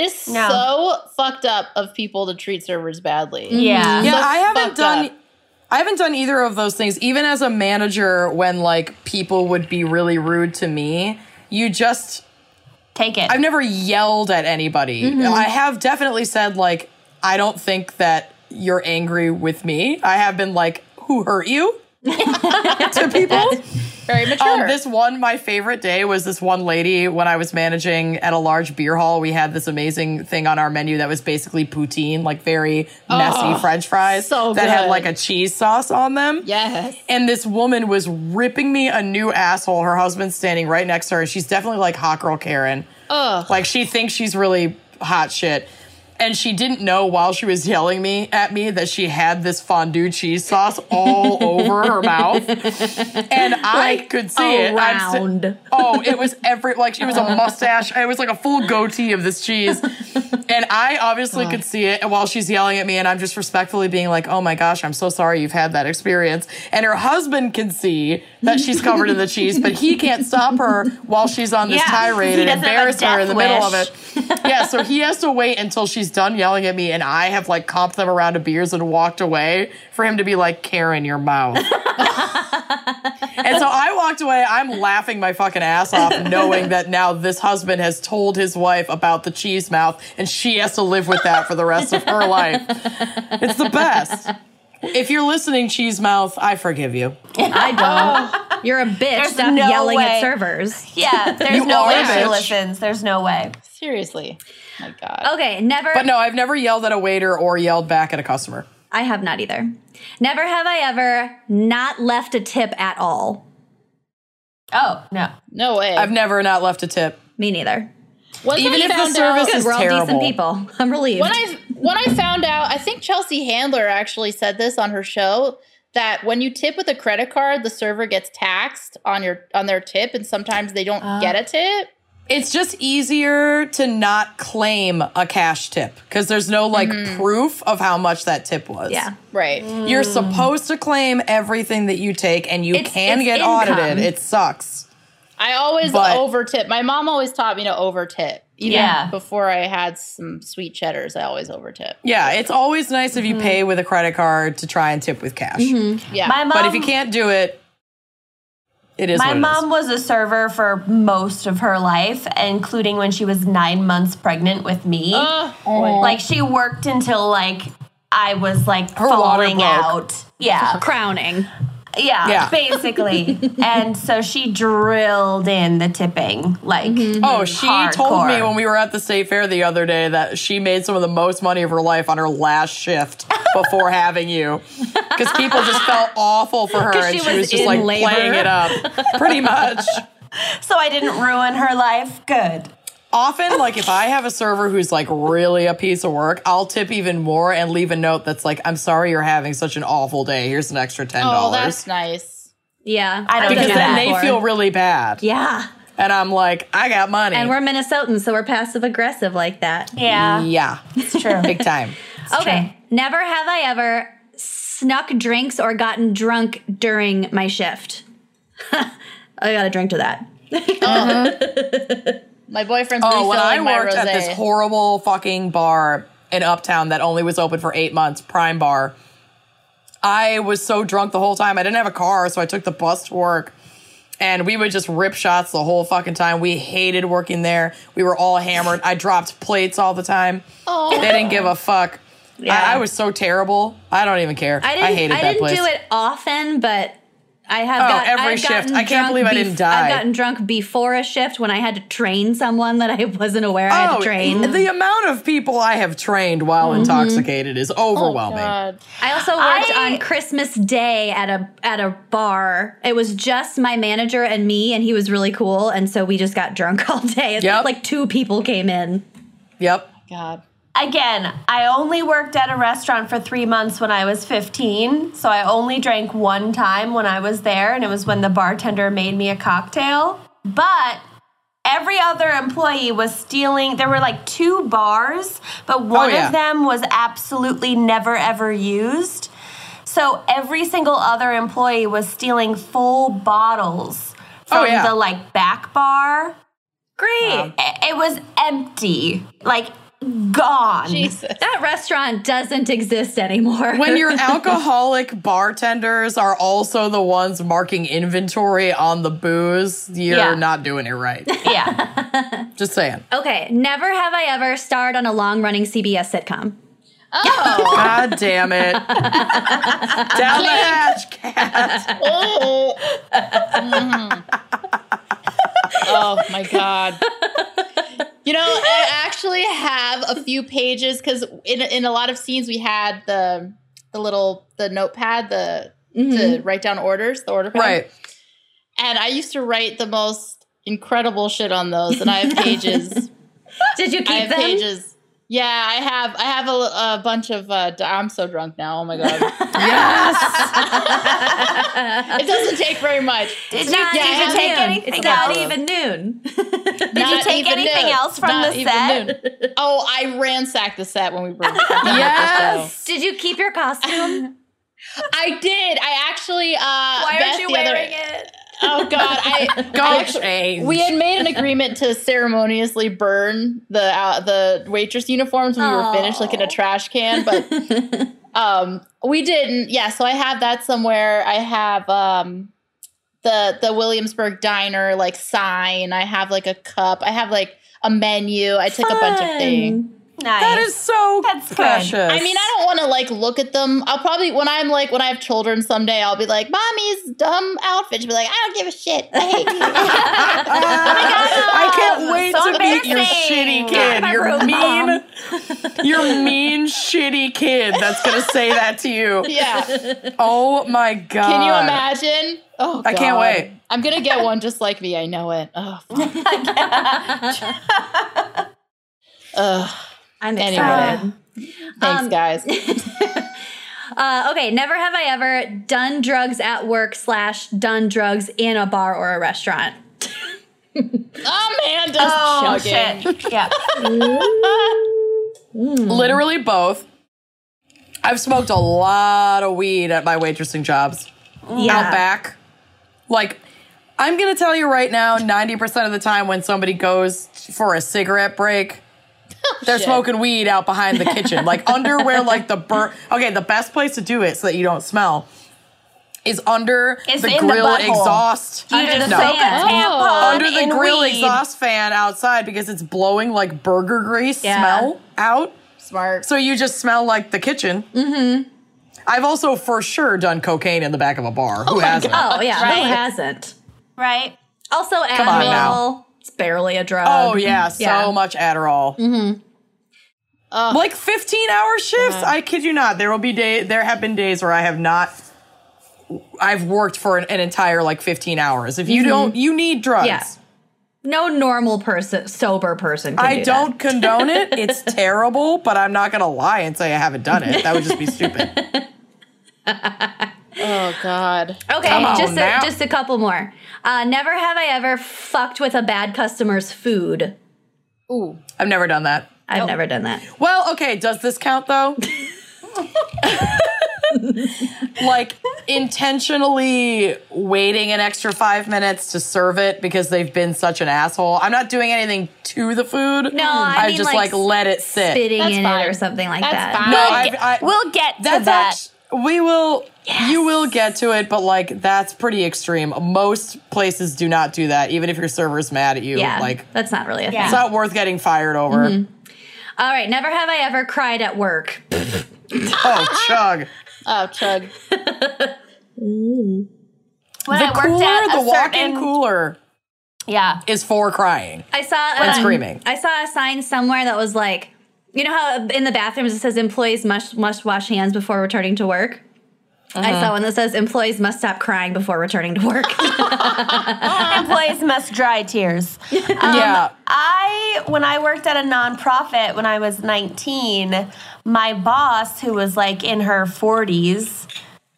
[SPEAKER 4] is
[SPEAKER 1] No.
[SPEAKER 4] so fucked up of people to treat servers badly.
[SPEAKER 3] Mm.
[SPEAKER 1] yeah.
[SPEAKER 3] Yeah,
[SPEAKER 4] So
[SPEAKER 3] I haven't
[SPEAKER 4] fucked
[SPEAKER 3] done.
[SPEAKER 4] up.
[SPEAKER 3] I haven't done either of those things. Even as a manager, when like people would be really rude to me, you just.
[SPEAKER 1] Take it.
[SPEAKER 3] I've never yelled at anybody.
[SPEAKER 4] Mm-hmm.
[SPEAKER 3] I have definitely said like, I don't think that you're angry with me. I have been like, who hurt you? to people.
[SPEAKER 4] Very mature.
[SPEAKER 3] Um, this one, my favorite day was this one lady when I was managing at a large beer hall. We had this amazing thing on our menu that was basically poutine, like very messy French fries
[SPEAKER 4] Oh, so
[SPEAKER 3] that had
[SPEAKER 4] good.
[SPEAKER 3] like a cheese sauce on them.
[SPEAKER 4] yes.
[SPEAKER 3] And this woman was ripping me a new asshole. Her husband's standing right next to her. She's definitely like hot girl Karen.
[SPEAKER 4] Ugh.
[SPEAKER 3] Like she thinks she's really hot shit. and she didn't know while she was yelling me at me that she had this fondue cheese sauce all over her mouth, and I could see it. I'm si-
[SPEAKER 2] around.
[SPEAKER 3] oh, it was every like it was a mustache. It was like a full goatee of this cheese, and I obviously
[SPEAKER 1] Oh.
[SPEAKER 3] could see it. And while she's yelling at me, and I'm just respectfully being like, "Oh my gosh, I'm so sorry you've had that experience." And her husband can see that she's covered in the cheese, but he can't stop her while she's on this
[SPEAKER 1] Yeah,
[SPEAKER 3] tirade
[SPEAKER 1] he
[SPEAKER 3] and
[SPEAKER 1] doesn't have a
[SPEAKER 3] embarrass her in the
[SPEAKER 1] death
[SPEAKER 3] middle of
[SPEAKER 1] wish.
[SPEAKER 3] it yeah, so he has to wait until she's done yelling at me and I have like comped them around to beers and walked away for him to be like, Karen, your mouth. and so I walked away, I'm laughing my fucking ass off, knowing that now this husband has told his wife about the cheese mouth and she has to live with that for the rest of her life. It's the best. If you're listening, Cheese Mouth, I forgive you.
[SPEAKER 2] I don't. You're a bitch. Stop
[SPEAKER 1] no
[SPEAKER 2] yelling
[SPEAKER 1] way.
[SPEAKER 2] at servers.
[SPEAKER 1] Yeah, there's
[SPEAKER 3] You
[SPEAKER 1] no
[SPEAKER 3] are
[SPEAKER 1] way
[SPEAKER 3] a
[SPEAKER 1] she
[SPEAKER 3] bitch.
[SPEAKER 1] listens. There's no way.
[SPEAKER 4] Seriously. My God.
[SPEAKER 3] Uh,
[SPEAKER 2] Okay, never.
[SPEAKER 3] But no, I've never yelled at a waiter or yelled back at a customer.
[SPEAKER 2] I have not either. Never have I ever not left a tip at all.
[SPEAKER 1] Oh no.
[SPEAKER 4] No way.
[SPEAKER 3] I've never not left a tip.
[SPEAKER 2] Me neither.
[SPEAKER 4] Once
[SPEAKER 3] even
[SPEAKER 4] I
[SPEAKER 3] if the
[SPEAKER 4] found
[SPEAKER 3] service
[SPEAKER 4] out-
[SPEAKER 3] is
[SPEAKER 2] We're all decent
[SPEAKER 3] terrible.
[SPEAKER 2] people. I'm relieved.
[SPEAKER 4] when I when I found out, I think Chelsea Handler actually said this on her show that when you tip with a credit card, the server gets taxed on your on their tip, and sometimes they don't
[SPEAKER 3] Uh.
[SPEAKER 4] get a tip.
[SPEAKER 3] It's just easier to not claim a cash tip because there's no like proof of how much that tip was.
[SPEAKER 2] yeah.
[SPEAKER 4] Right.
[SPEAKER 3] You're supposed to claim everything that you take and you
[SPEAKER 2] Mm. It's-
[SPEAKER 3] can
[SPEAKER 2] it's
[SPEAKER 3] get
[SPEAKER 2] income.
[SPEAKER 3] audited. It sucks.
[SPEAKER 4] I always
[SPEAKER 3] But-
[SPEAKER 4] over tip. My mom always taught me to over tip. Even
[SPEAKER 1] Yeah.
[SPEAKER 4] before I had some sweet cheddars, I always over tip.
[SPEAKER 3] Yeah, it's always nice if
[SPEAKER 2] Mm-hmm.
[SPEAKER 3] you pay with a credit card to try and tip with cash.
[SPEAKER 4] Yeah.
[SPEAKER 1] My mom.
[SPEAKER 3] But if
[SPEAKER 2] Um,
[SPEAKER 3] you can't do it, it is
[SPEAKER 1] my
[SPEAKER 3] what it
[SPEAKER 1] mom
[SPEAKER 3] is.
[SPEAKER 1] was a server for most of her life, including when she was nine months pregnant with me.
[SPEAKER 4] Uh,
[SPEAKER 3] Oh.
[SPEAKER 1] Like she worked until like I was like
[SPEAKER 3] Her water
[SPEAKER 1] falling
[SPEAKER 3] broke.
[SPEAKER 1] out. Yeah.
[SPEAKER 2] Crowning.
[SPEAKER 1] Yeah,
[SPEAKER 3] Yeah.
[SPEAKER 1] basically. and so she drilled in the tipping, like
[SPEAKER 3] Oh, she told me
[SPEAKER 1] hardcore.
[SPEAKER 3] when we were at the state fair the other day that she made some of the most money of her life on her last shift before having you. Because people just felt awful for her
[SPEAKER 2] 'Cause
[SPEAKER 3] and
[SPEAKER 2] she
[SPEAKER 3] she,
[SPEAKER 2] was
[SPEAKER 3] was, just
[SPEAKER 2] in
[SPEAKER 3] like
[SPEAKER 2] labor.
[SPEAKER 3] playing it up. Pretty much.
[SPEAKER 1] so I didn't ruin her life. Good.
[SPEAKER 3] Often, like if I have a server who's like really a piece of work, I'll tip even more and leave a note that's like, I'm sorry you're having such an awful day. Here's an extra $10.
[SPEAKER 4] oh, that's nice.
[SPEAKER 2] Yeah.
[SPEAKER 1] I
[SPEAKER 2] I've
[SPEAKER 1] don't
[SPEAKER 2] done
[SPEAKER 3] because
[SPEAKER 1] do
[SPEAKER 2] that
[SPEAKER 3] then
[SPEAKER 1] that
[SPEAKER 3] they
[SPEAKER 2] before.
[SPEAKER 3] feel really bad.
[SPEAKER 2] Yeah.
[SPEAKER 3] And I'm like, I got money.
[SPEAKER 2] And we're Minnesotans, so we're passive aggressive like that.
[SPEAKER 1] Yeah,
[SPEAKER 3] yeah,
[SPEAKER 1] it's true.
[SPEAKER 3] big time.
[SPEAKER 2] Okay. Never have I ever snuck drinks or gotten drunk during my shift. I got a drink to that.
[SPEAKER 4] My boyfriend's
[SPEAKER 3] Oh, when I
[SPEAKER 4] refilling my
[SPEAKER 3] worked
[SPEAKER 4] rosé.
[SPEAKER 3] at this horrible fucking bar in Uptown that only was open for eight months, Prime Bar, I was so drunk the whole time. I didn't have a car, so I took the bus to work. And we would just rip shots the whole fucking time. We hated working there. We were all hammered. I dropped plates all the time.
[SPEAKER 4] Oh.
[SPEAKER 3] They didn't give a fuck.
[SPEAKER 2] Yeah.
[SPEAKER 3] I, I was so terrible. I don't even care. I,
[SPEAKER 2] I didn't. I,
[SPEAKER 3] hated that
[SPEAKER 2] didn't
[SPEAKER 3] place.
[SPEAKER 2] do it often, but I have.
[SPEAKER 3] Oh,
[SPEAKER 2] got,
[SPEAKER 3] every
[SPEAKER 2] I've
[SPEAKER 3] shift.
[SPEAKER 2] gotten
[SPEAKER 3] I can't
[SPEAKER 2] drunk
[SPEAKER 3] believe I didn't die.
[SPEAKER 2] I've gotten drunk before a shift when I had to train someone that I wasn't aware I had
[SPEAKER 3] Oh,
[SPEAKER 2] to train. Mm-hmm.
[SPEAKER 3] the amount of people I have trained while intoxicated is
[SPEAKER 2] Oh,
[SPEAKER 3] overwhelming.
[SPEAKER 4] God.
[SPEAKER 2] I also worked
[SPEAKER 1] I-
[SPEAKER 2] on Christmas Day at a at a bar. It was just my manager and me, and he was really cool, and so we just got drunk all day. It's
[SPEAKER 3] Yep.
[SPEAKER 2] like two people came in.
[SPEAKER 3] Yep.
[SPEAKER 4] God.
[SPEAKER 1] Again, I only worked at a restaurant for three months when I was 15, so I only drank one time when I was there, and it was when the bartender made me a cocktail. But every other employee was stealing. There were like two bars, but one
[SPEAKER 3] yeah.
[SPEAKER 1] of them was absolutely never ever used. So every single other employee was stealing full bottles from
[SPEAKER 3] Oh, yeah.
[SPEAKER 1] the like back bar.
[SPEAKER 2] Great.
[SPEAKER 1] I- It was empty, like gone.
[SPEAKER 4] Jesus.
[SPEAKER 2] That restaurant doesn't exist anymore.
[SPEAKER 3] when your alcoholic bartenders are also the ones marking inventory on the booze, you're
[SPEAKER 1] Yeah.
[SPEAKER 3] not doing it right.
[SPEAKER 1] Yeah.
[SPEAKER 3] Just saying.
[SPEAKER 2] okay, never have I ever starred on a long running CBS sitcom.
[SPEAKER 4] Oh.
[SPEAKER 3] God damn it. Down the hatch, cat.
[SPEAKER 4] oh. Mhm. Oh, my God. You know, I actually have a few pages because in in a lot of scenes we had the the little the notepad the to write down orders the order pad.
[SPEAKER 3] Mm-hmm. Right.
[SPEAKER 4] and I used to write the most incredible shit on those and I have pages
[SPEAKER 2] Did you keep
[SPEAKER 4] I have
[SPEAKER 2] them?
[SPEAKER 4] pages Yeah, I have. I have a, a bunch of. Uh, d- I'm so drunk now. Oh my god, it doesn't take very much.
[SPEAKER 1] Did
[SPEAKER 2] not
[SPEAKER 1] you, did
[SPEAKER 4] even
[SPEAKER 1] you take
[SPEAKER 2] noon.
[SPEAKER 1] anything
[SPEAKER 2] It's
[SPEAKER 1] else?
[SPEAKER 2] not even noon.
[SPEAKER 1] Did you
[SPEAKER 4] Not
[SPEAKER 1] take
[SPEAKER 4] even
[SPEAKER 1] anything
[SPEAKER 4] noon.
[SPEAKER 1] else from
[SPEAKER 4] Not
[SPEAKER 1] the
[SPEAKER 4] even
[SPEAKER 1] set?
[SPEAKER 4] noon. Oh, I ransacked the set when we were.
[SPEAKER 3] Yes.
[SPEAKER 2] Did you keep your costume?
[SPEAKER 4] I did. I actually. Uh,
[SPEAKER 2] Why
[SPEAKER 4] Beth,
[SPEAKER 2] aren't you
[SPEAKER 4] the other-
[SPEAKER 2] wearing it?
[SPEAKER 4] Oh God, I
[SPEAKER 3] Go
[SPEAKER 4] I actually-
[SPEAKER 3] change.
[SPEAKER 4] We had made an agreement to ceremoniously burn the uh, the waitress uniforms when we were finished, like in a
[SPEAKER 2] Aw.
[SPEAKER 4] trash can. But um, we didn't. Yeah, so I have that somewhere. I have um, the the Williamsburg diner like sign. I have like a cup. I have like a menu. I took a bunch of things.
[SPEAKER 1] Nice.
[SPEAKER 3] that is so
[SPEAKER 1] That's good.
[SPEAKER 3] precious.
[SPEAKER 4] I mean, I don't want to like look at them. I'll probably when I'm like when I have children someday, I'll be like, "Mommy's dumb outfit." She'll be like, "I don't give a shit. I hate you."
[SPEAKER 3] Uh, I can't wait
[SPEAKER 1] so
[SPEAKER 3] to meet your shitty
[SPEAKER 1] embarrassing.
[SPEAKER 3] kid.
[SPEAKER 2] my
[SPEAKER 3] Your
[SPEAKER 2] room,
[SPEAKER 3] mean,
[SPEAKER 2] Mom.
[SPEAKER 3] your mean shitty kid that's gonna say that to you.
[SPEAKER 4] yeah.
[SPEAKER 3] Oh my god!
[SPEAKER 4] Can you imagine? Oh,
[SPEAKER 3] I can't
[SPEAKER 4] God.
[SPEAKER 3] wait.
[SPEAKER 4] I'm gonna get one just like me. I know it. Oh, fuck. Ugh.
[SPEAKER 2] I'm
[SPEAKER 4] Anyway.
[SPEAKER 2] excited.
[SPEAKER 4] thanks,
[SPEAKER 2] Um,
[SPEAKER 4] guys.
[SPEAKER 2] Uh, okay, never have I ever done drugs at work slash done drugs in a bar or a restaurant.
[SPEAKER 4] Amanda's
[SPEAKER 1] Oh
[SPEAKER 4] chugging.
[SPEAKER 1] shit! Yeah, Mm-hmm.
[SPEAKER 3] Literally both. I've smoked a lot of weed at my waitressing jobs. Out back. Like, I'm going to tell you right now 90% of the time when somebody goes for a cigarette break, they're
[SPEAKER 4] Shit.
[SPEAKER 3] smoking weed out behind the kitchen. like, under where, like, the burn. Okay, the best place to do it so that you don't smell is under
[SPEAKER 1] It's
[SPEAKER 3] the
[SPEAKER 1] in the
[SPEAKER 3] grill
[SPEAKER 1] butthole.
[SPEAKER 3] exhaust.
[SPEAKER 1] you just
[SPEAKER 2] the
[SPEAKER 1] soak a
[SPEAKER 4] Oh.
[SPEAKER 2] fan.
[SPEAKER 1] tampon
[SPEAKER 3] under the
[SPEAKER 1] in
[SPEAKER 3] grill
[SPEAKER 1] weed.
[SPEAKER 3] exhaust fan outside because it's blowing like burger grease
[SPEAKER 2] Yeah.
[SPEAKER 3] smell out.
[SPEAKER 4] Smart.
[SPEAKER 3] So you just smell like the kitchen. Mm-hmm. I've also for sure done cocaine in the back of a bar. Who hasn't?
[SPEAKER 2] Oh yeah,
[SPEAKER 1] Right.
[SPEAKER 2] who hasn't?
[SPEAKER 1] right?
[SPEAKER 2] Also,
[SPEAKER 3] on
[SPEAKER 2] Adderall. It's barely a drug.
[SPEAKER 3] Oh yeah, so much Adderall.
[SPEAKER 4] Ugh.
[SPEAKER 3] Like fifteen hour shifts. I kid you not. There will be day. There have been days where I have not. I've worked for an, an entire like fifteen hours. If you don't, you need drugs.
[SPEAKER 2] Yeah. No normal person, sober person. Can
[SPEAKER 3] I
[SPEAKER 2] do That.
[SPEAKER 3] don't condone it. It's terrible, but I'm not gonna lie and say I haven't done it. That would just be stupid.
[SPEAKER 4] Oh God.
[SPEAKER 2] Okay,
[SPEAKER 3] Come on
[SPEAKER 2] just a,
[SPEAKER 3] now.
[SPEAKER 2] just a couple more. Uh, never have I ever fucked with a bad customer's food.
[SPEAKER 4] Ooh.
[SPEAKER 3] I've never done that.
[SPEAKER 2] I've never done that.
[SPEAKER 3] Well, okay, does this count though? like intentionally waiting an extra five minutes to serve it because they've been such an asshole. I'm not doing anything to the food.
[SPEAKER 2] No, I mean,
[SPEAKER 3] just
[SPEAKER 2] like,
[SPEAKER 3] like, let it sit.
[SPEAKER 2] Spitting
[SPEAKER 4] That's
[SPEAKER 2] in
[SPEAKER 4] fine.
[SPEAKER 2] it or something like
[SPEAKER 4] That's
[SPEAKER 2] that.
[SPEAKER 4] fine.
[SPEAKER 3] No,
[SPEAKER 4] We'll
[SPEAKER 3] I've-
[SPEAKER 1] get-
[SPEAKER 3] I,
[SPEAKER 1] We'll get to
[SPEAKER 3] that's
[SPEAKER 1] that.
[SPEAKER 3] actu- we will. You will get to it, but like that's pretty extreme. Most places do not do that, even if your server's mad at you.
[SPEAKER 2] Yeah,
[SPEAKER 3] Like
[SPEAKER 2] that's not really
[SPEAKER 1] Yeah.
[SPEAKER 2] a
[SPEAKER 1] Mm-hmm.
[SPEAKER 2] thing.
[SPEAKER 3] it's not worth getting fired over.
[SPEAKER 2] All right, never have I ever cried at work.
[SPEAKER 3] Oh, chug.
[SPEAKER 4] Oh, chug.
[SPEAKER 1] when I
[SPEAKER 3] The
[SPEAKER 1] worked
[SPEAKER 3] cooler,
[SPEAKER 1] at
[SPEAKER 3] the
[SPEAKER 1] a
[SPEAKER 3] walk-in
[SPEAKER 1] certain-
[SPEAKER 3] cooler
[SPEAKER 1] Yeah,
[SPEAKER 3] is for crying.
[SPEAKER 2] I saw
[SPEAKER 3] When
[SPEAKER 2] um,
[SPEAKER 3] screaming.
[SPEAKER 2] I saw a sign somewhere that was like, you know how in the bathrooms it says employees must must wash hands before returning to work. I
[SPEAKER 3] Uh-huh.
[SPEAKER 2] saw one that says employees must stop crying before returning to work.
[SPEAKER 1] employees must dry tears.
[SPEAKER 3] yeah.
[SPEAKER 1] I, when I worked at a nonprofit when I was 19, my boss, who was like in her 40s,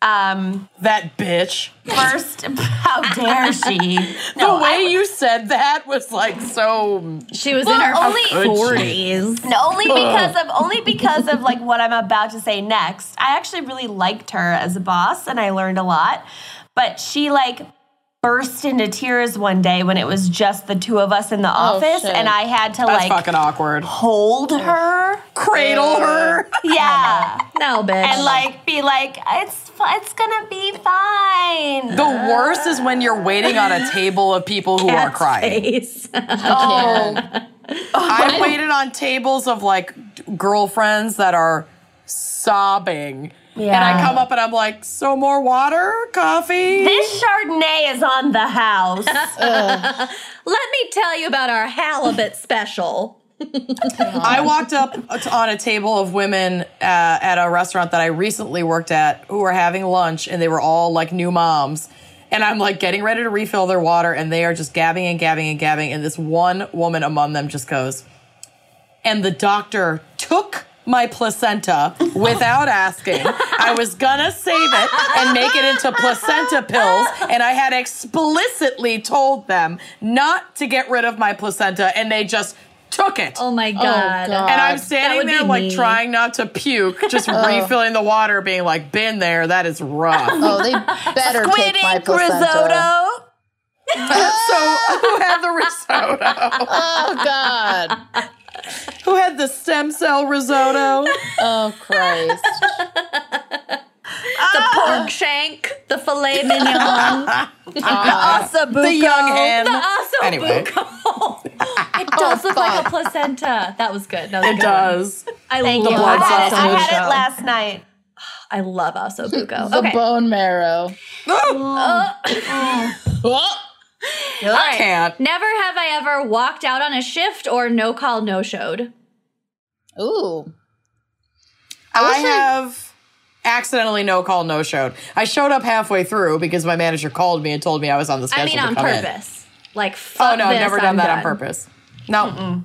[SPEAKER 1] um,
[SPEAKER 3] That bitch.
[SPEAKER 1] first, how dare she?
[SPEAKER 3] the way you said that was like so.
[SPEAKER 2] she was in her
[SPEAKER 1] only-
[SPEAKER 2] forties.
[SPEAKER 1] No, only because of only because of like what I'm about to say next. I actually really liked her as a boss and I learned a lot. But she like burst into tears one day when it was just the two of us in the office
[SPEAKER 4] shit.
[SPEAKER 1] and I had to
[SPEAKER 3] That's
[SPEAKER 1] like
[SPEAKER 3] fucking awkward.
[SPEAKER 1] hold her.
[SPEAKER 3] Cradle her.
[SPEAKER 1] Yeah.
[SPEAKER 2] No, bitch.
[SPEAKER 1] and like be like it's f- it's gonna be fine.
[SPEAKER 3] The worst is when you're waiting on a table of people who are
[SPEAKER 2] Cat's
[SPEAKER 3] crying.
[SPEAKER 2] face.
[SPEAKER 4] Oh.
[SPEAKER 3] I've waited on tables of like girlfriends that are sobbing. And I
[SPEAKER 1] Yeah.
[SPEAKER 3] come up and I'm like, so more water, coffee?
[SPEAKER 1] This Chardonnay is on the house.
[SPEAKER 2] Let me tell you about our halibut special.
[SPEAKER 3] I walked up to- on a table of women uh, at a restaurant that I recently worked at who were having lunch and they were all like new moms. And I'm like getting ready to refill their water and they are just gabbing and gabbing and gabbing. And this one woman among them just goes, and the doctor took my placenta without asking. I was gonna save it and make it into placenta pills, and I had explicitly told them not to get rid of my placenta, and they just took it.
[SPEAKER 2] Oh my god.
[SPEAKER 4] God.
[SPEAKER 3] And I'm
[SPEAKER 2] would
[SPEAKER 3] standing
[SPEAKER 2] be
[SPEAKER 3] there like
[SPEAKER 2] me. Oh.
[SPEAKER 3] trying not to puke, just refilling the water, being like, been there, that is rough.
[SPEAKER 4] Oh, they better take my
[SPEAKER 1] Quitting
[SPEAKER 4] placenta.
[SPEAKER 1] risotto.
[SPEAKER 3] so who had the risotto?
[SPEAKER 4] Oh God.
[SPEAKER 3] Who had the stem cell risotto?
[SPEAKER 4] Oh Christ.
[SPEAKER 2] The pork shank, the filet mignon,
[SPEAKER 1] Asabuco.
[SPEAKER 3] Uh, The young hen.
[SPEAKER 2] the osso
[SPEAKER 3] Anyway. Oh,
[SPEAKER 2] buco. It does look like a placenta. That was good. That was a
[SPEAKER 3] It
[SPEAKER 2] good one.
[SPEAKER 3] does.
[SPEAKER 2] I love
[SPEAKER 1] you. I
[SPEAKER 3] blood
[SPEAKER 1] had, it,
[SPEAKER 3] sauce
[SPEAKER 1] I
[SPEAKER 3] on the
[SPEAKER 1] had
[SPEAKER 3] show.
[SPEAKER 1] it last night.
[SPEAKER 2] I love osso buco.
[SPEAKER 4] The
[SPEAKER 2] Okay.
[SPEAKER 4] bone marrow.
[SPEAKER 3] Oh,
[SPEAKER 2] All right.
[SPEAKER 3] can't.
[SPEAKER 2] Never have I ever walked out on a shift or no call, no showed.
[SPEAKER 4] Ooh.
[SPEAKER 3] I
[SPEAKER 4] wish I-
[SPEAKER 3] have accidentally no call, no showed. I showed up halfway through because my manager called me and told me I was on the schedule.
[SPEAKER 2] I mean,
[SPEAKER 3] to
[SPEAKER 2] on
[SPEAKER 3] come in.
[SPEAKER 2] purpose. Like, fuck
[SPEAKER 3] Oh no,
[SPEAKER 2] this,
[SPEAKER 3] never done
[SPEAKER 2] I'm
[SPEAKER 3] that on
[SPEAKER 2] done.
[SPEAKER 3] purpose. No,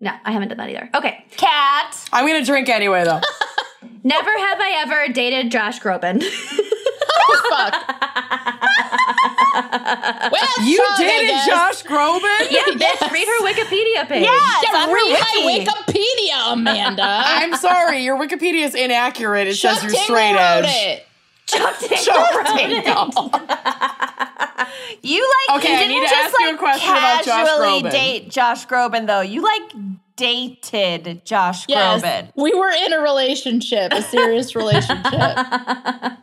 [SPEAKER 2] No, I haven't done that either. Okay.
[SPEAKER 1] Cat.
[SPEAKER 3] I'm gonna drink anyway though.
[SPEAKER 2] Never have I ever dated Josh Groban.
[SPEAKER 4] Fuck. well,
[SPEAKER 3] You
[SPEAKER 4] Sean, I
[SPEAKER 3] did it,
[SPEAKER 4] guess.
[SPEAKER 3] Josh Groban.
[SPEAKER 2] yeah, bitch, read her Wikipedia page.
[SPEAKER 1] Yeah, it's
[SPEAKER 4] Yeah,
[SPEAKER 1] on her
[SPEAKER 4] read
[SPEAKER 1] wiki.
[SPEAKER 4] my Wikipedia, Amanda.
[SPEAKER 3] I'm sorry, your Wikipedia is inaccurate. It says you're
[SPEAKER 4] Chuck Tingle
[SPEAKER 3] straight
[SPEAKER 4] wrote
[SPEAKER 3] edge.
[SPEAKER 4] it.
[SPEAKER 2] Chuck Taylor
[SPEAKER 3] Chuck
[SPEAKER 2] wrote it.
[SPEAKER 3] Tingle.
[SPEAKER 1] You like
[SPEAKER 3] Okay,
[SPEAKER 1] you
[SPEAKER 3] I
[SPEAKER 1] didn't
[SPEAKER 3] need to
[SPEAKER 1] just
[SPEAKER 3] ask you
[SPEAKER 1] like
[SPEAKER 3] a question about Josh
[SPEAKER 1] casually
[SPEAKER 3] Groban.
[SPEAKER 1] date Josh Groban though. You like dated Josh
[SPEAKER 4] Yes,
[SPEAKER 1] Groban.
[SPEAKER 4] we were in a relationship, a serious relationship.
[SPEAKER 2] How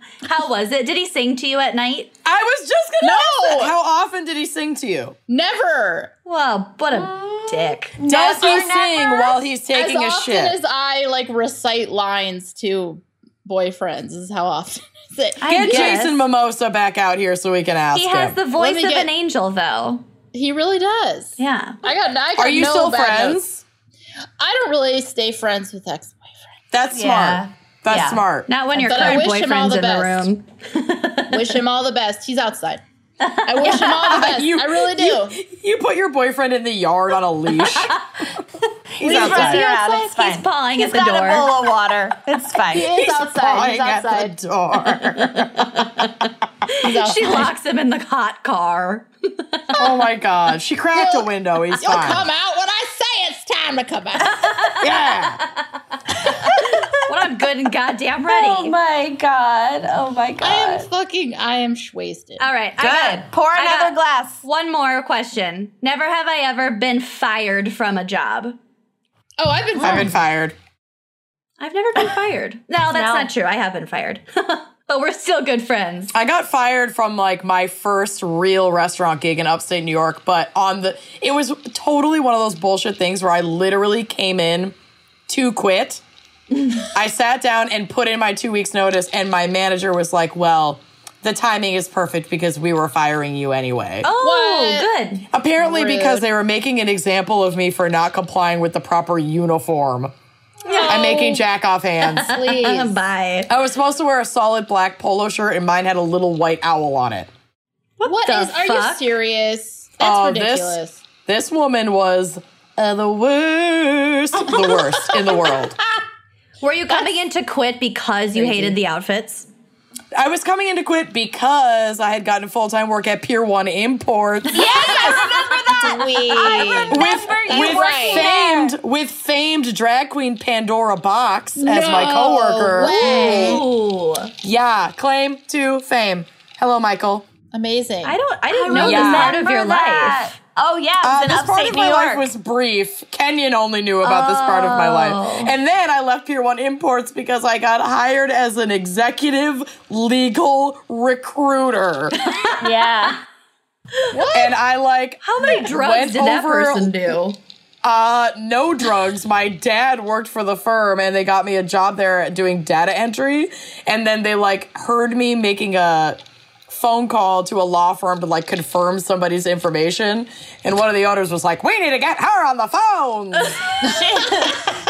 [SPEAKER 2] was it? Did he sing to you at night?
[SPEAKER 3] I was just gonna.
[SPEAKER 4] No!
[SPEAKER 3] ask that. How often did he sing to you?
[SPEAKER 4] Never.
[SPEAKER 2] Well, what a dick.
[SPEAKER 3] Does he
[SPEAKER 1] Never,
[SPEAKER 3] sing
[SPEAKER 1] never.
[SPEAKER 3] while he's taking
[SPEAKER 4] as
[SPEAKER 3] a
[SPEAKER 4] often
[SPEAKER 3] shit?
[SPEAKER 4] as I like recite lines to boyfriends is how often is it.
[SPEAKER 2] I
[SPEAKER 3] Get
[SPEAKER 2] guess.
[SPEAKER 3] Jason Mimosa back out here so we can ask
[SPEAKER 2] He has
[SPEAKER 3] him.
[SPEAKER 2] the voice
[SPEAKER 4] me
[SPEAKER 2] of
[SPEAKER 4] get-
[SPEAKER 2] an angel, though.
[SPEAKER 4] he really does.
[SPEAKER 2] Yeah.
[SPEAKER 4] I got. I got
[SPEAKER 3] Are you
[SPEAKER 4] no
[SPEAKER 3] still
[SPEAKER 4] bad
[SPEAKER 3] friends?
[SPEAKER 4] notes. I don't really stay friends with ex boyfriends.
[SPEAKER 3] That's
[SPEAKER 1] Yeah.
[SPEAKER 3] smart. That's
[SPEAKER 1] Yeah.
[SPEAKER 3] smart.
[SPEAKER 2] Not when your
[SPEAKER 4] But I
[SPEAKER 2] current
[SPEAKER 4] wish him all
[SPEAKER 2] boyfriend's
[SPEAKER 4] the
[SPEAKER 2] in the
[SPEAKER 4] best.
[SPEAKER 2] room.
[SPEAKER 4] Wish him all the best. He's outside. I wish him all the best.
[SPEAKER 3] You-
[SPEAKER 4] I really do.
[SPEAKER 3] You, you put your boyfriend in the yard on a leash. He's
[SPEAKER 1] He's running
[SPEAKER 3] outside.
[SPEAKER 1] around.
[SPEAKER 4] outside.
[SPEAKER 1] It's fine.
[SPEAKER 2] He's pawing
[SPEAKER 1] He's
[SPEAKER 2] at the
[SPEAKER 1] got
[SPEAKER 2] door.
[SPEAKER 1] a bowl of water. It's fine.
[SPEAKER 4] He is outside.
[SPEAKER 3] Pawing
[SPEAKER 4] He's
[SPEAKER 3] at
[SPEAKER 4] outside.
[SPEAKER 3] the door.
[SPEAKER 4] He's outside.
[SPEAKER 2] She locks him in the hot car.
[SPEAKER 3] oh my god. She cracked a
[SPEAKER 4] You'll-
[SPEAKER 3] window. He's
[SPEAKER 4] You'll
[SPEAKER 3] fine.
[SPEAKER 4] come out when I say it's time to come out.
[SPEAKER 3] Yeah.
[SPEAKER 2] When I'm good and goddamn ready.
[SPEAKER 1] Oh my god. Oh my god.
[SPEAKER 4] I am fucking. I am sh- wasted.
[SPEAKER 2] All right. I got
[SPEAKER 1] Good. Pour
[SPEAKER 2] I got-
[SPEAKER 1] another glass.
[SPEAKER 2] one more question. Never have I ever been fired from a job.
[SPEAKER 4] Oh, I've been.
[SPEAKER 3] I've been fired.
[SPEAKER 2] I've never been fired. No,
[SPEAKER 1] No.
[SPEAKER 2] that's not true. I have been fired. but we're still good friends.
[SPEAKER 3] I got fired from like my first real restaurant gig in upstate New York, but on the it was totally one of those bullshit things where I literally came in to quit. I sat down and put in my 2 weeks notice and my manager was like, "Well, the timing is perfect because we were firing you anyway."
[SPEAKER 2] Oh,
[SPEAKER 4] What?
[SPEAKER 2] good.
[SPEAKER 3] Apparently because
[SPEAKER 4] Rude.
[SPEAKER 3] they were making an example of me for not complying with the proper uniform. I'm making jack off hands.
[SPEAKER 4] Please.
[SPEAKER 2] Bye.
[SPEAKER 3] I was supposed to wear a solid black polo shirt and mine had a little white owl on it.
[SPEAKER 4] What
[SPEAKER 2] the
[SPEAKER 4] is? Are you
[SPEAKER 2] fuck?
[SPEAKER 4] serious? That's
[SPEAKER 3] Oh, this-
[SPEAKER 4] ridiculous.
[SPEAKER 3] This woman was uh, the worst, the worst in the world.
[SPEAKER 2] Were you coming in to quit because you hated the outfits?
[SPEAKER 3] I was coming in to quit because I had gotten full time work at Pier One Imports
[SPEAKER 4] Sweet.
[SPEAKER 3] with,
[SPEAKER 1] you
[SPEAKER 3] with
[SPEAKER 4] working
[SPEAKER 3] famed with famed drag queen Pandora Box as my
[SPEAKER 4] No
[SPEAKER 3] coworker.
[SPEAKER 4] way.
[SPEAKER 2] Ooh.
[SPEAKER 3] Yeah, claim to fame. Hello, Michael.
[SPEAKER 4] Amazing.
[SPEAKER 2] I don't I didn't know
[SPEAKER 3] Yeah.
[SPEAKER 2] this part of your
[SPEAKER 1] Remember that.
[SPEAKER 2] life.
[SPEAKER 1] Oh yeah, it was
[SPEAKER 3] Uh,
[SPEAKER 1] in
[SPEAKER 3] this part
[SPEAKER 1] upstate
[SPEAKER 3] of
[SPEAKER 1] New
[SPEAKER 3] my
[SPEAKER 1] York. Oh.
[SPEAKER 3] life was brief. Kenyon only knew about this part of my life. And then I left Pier 1 Imports because I got hired as an executive legal recruiter.
[SPEAKER 1] yeah.
[SPEAKER 3] and I like
[SPEAKER 2] How many drugs
[SPEAKER 3] went
[SPEAKER 2] did that
[SPEAKER 3] over-
[SPEAKER 2] person do?
[SPEAKER 3] Uh, no drugs. My dad worked for the firm and they got me a job there doing data entry. And then they like heard me making a phone call to a law firm to like confirm somebody's information. And one of the owners was like, We need to get her on the phone.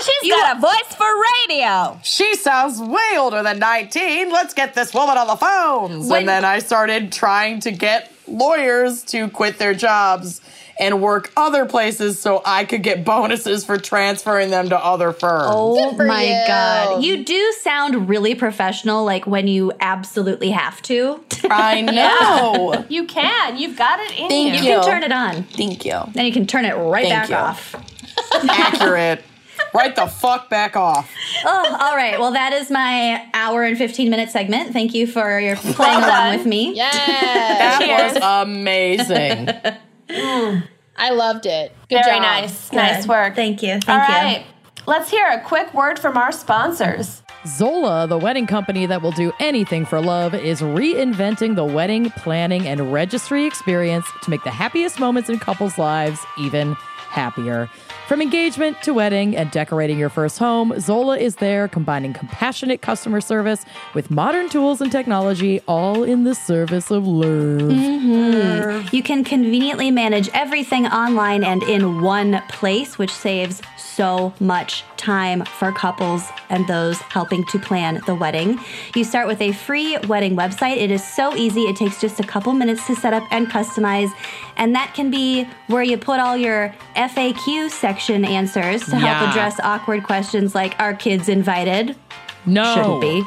[SPEAKER 1] She's got a voice for radio.
[SPEAKER 3] she sounds way older than 19. Let's get this woman on the phones.
[SPEAKER 2] When-
[SPEAKER 3] and then I started trying to get lawyers to quit their jobs. and work other places so I could get bonuses for transferring them to other firms.
[SPEAKER 2] Oh
[SPEAKER 4] for
[SPEAKER 2] my
[SPEAKER 4] you.
[SPEAKER 2] god. You do sound really professional like when you absolutely have to.
[SPEAKER 3] I know.
[SPEAKER 1] You can. You've got it in
[SPEAKER 2] you
[SPEAKER 1] you.
[SPEAKER 4] Thank
[SPEAKER 2] can turn it on.
[SPEAKER 4] Thank you.
[SPEAKER 2] Then you can turn it right back
[SPEAKER 3] Thank you.
[SPEAKER 2] off.
[SPEAKER 3] Accurate. Right the fuck back off.
[SPEAKER 2] Oh, all right. Well, that is my hour and 15 minute segment. Thank you for your playing along with me.
[SPEAKER 4] Yeah.
[SPEAKER 3] That
[SPEAKER 1] Cheers.
[SPEAKER 3] was amazing.
[SPEAKER 4] I loved it. Good
[SPEAKER 1] Very
[SPEAKER 4] job.
[SPEAKER 1] nice.
[SPEAKER 2] Good.
[SPEAKER 1] Nice work.
[SPEAKER 2] Thank you. Thank
[SPEAKER 1] All
[SPEAKER 2] you.
[SPEAKER 1] right. Let's hear a quick word from our sponsors.
[SPEAKER 5] Zola, the wedding company that will do anything for love, is reinventing the wedding planning and registry experience to make the happiest moments in couples' lives even happier. From engagement to wedding and decorating your first home, Zola is there combining compassionate customer service with modern tools and technology, all in the service of love.
[SPEAKER 2] You can conveniently manage everything online and in one place, which saves so much time for couples and those helping to plan the wedding. You start with a free wedding website. It is so easy, it takes just a couple minutes to set up and customize. And that can be where you put all your FAQ section answers to help
[SPEAKER 5] Yeah.
[SPEAKER 2] address awkward questions like Are kids invited?
[SPEAKER 5] No.
[SPEAKER 2] Shouldn't be.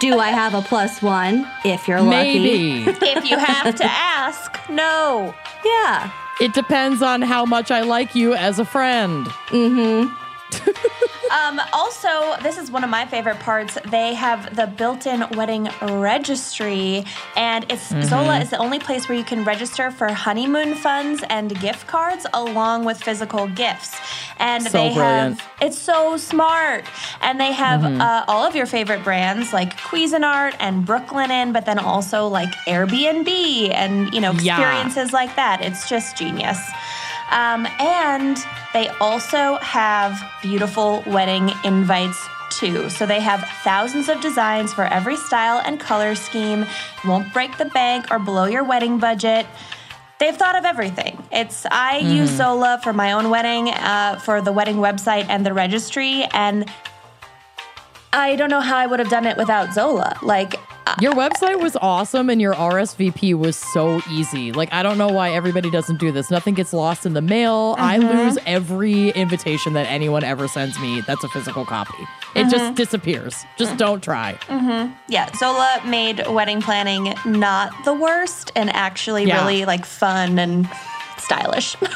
[SPEAKER 2] Do I have a plus one? If you're lucky.
[SPEAKER 5] Maybe.
[SPEAKER 1] If you have to ask, no.
[SPEAKER 2] Yeah.
[SPEAKER 5] it depends on how much I like you as a friend.
[SPEAKER 1] Um, also, this is one of my favorite parts. They have the built-in wedding registry, and it's
[SPEAKER 5] Mm-hmm.
[SPEAKER 1] Zola is the only place where you can register for honeymoon funds and gift cards, along with physical gifts. And
[SPEAKER 5] So
[SPEAKER 1] they
[SPEAKER 5] brilliant.
[SPEAKER 1] have it's so smart, and they have uh, all of your favorite brands like Cuisinart and Brooklinen, but then also like Airbnb and you know
[SPEAKER 5] Yeah.
[SPEAKER 1] experiences like that. It's just genius. Um, and they also have beautiful wedding invites too. So they have thousands of designs for every style and color scheme. You won't break the bank or blow your wedding budget. They've thought of everything. It's I use
[SPEAKER 5] Mm-hmm.
[SPEAKER 1] Zola for my own wedding, uh, for the wedding website and the registry, and I don't know how I would have done it without Zola. Like uh,
[SPEAKER 5] Your website was awesome and your RSVP was so easy. Like, I don't know why everybody doesn't do this. Nothing gets lost in the mail. I
[SPEAKER 3] Mm-hmm.
[SPEAKER 5] lose every invitation that anyone ever sends me that's a physical copy. It
[SPEAKER 3] Mm-hmm.
[SPEAKER 5] just disappears. Just don't try.
[SPEAKER 1] Yeah, Zola made wedding planning not the worst and actually
[SPEAKER 5] Yeah.
[SPEAKER 1] really like fun and stylish.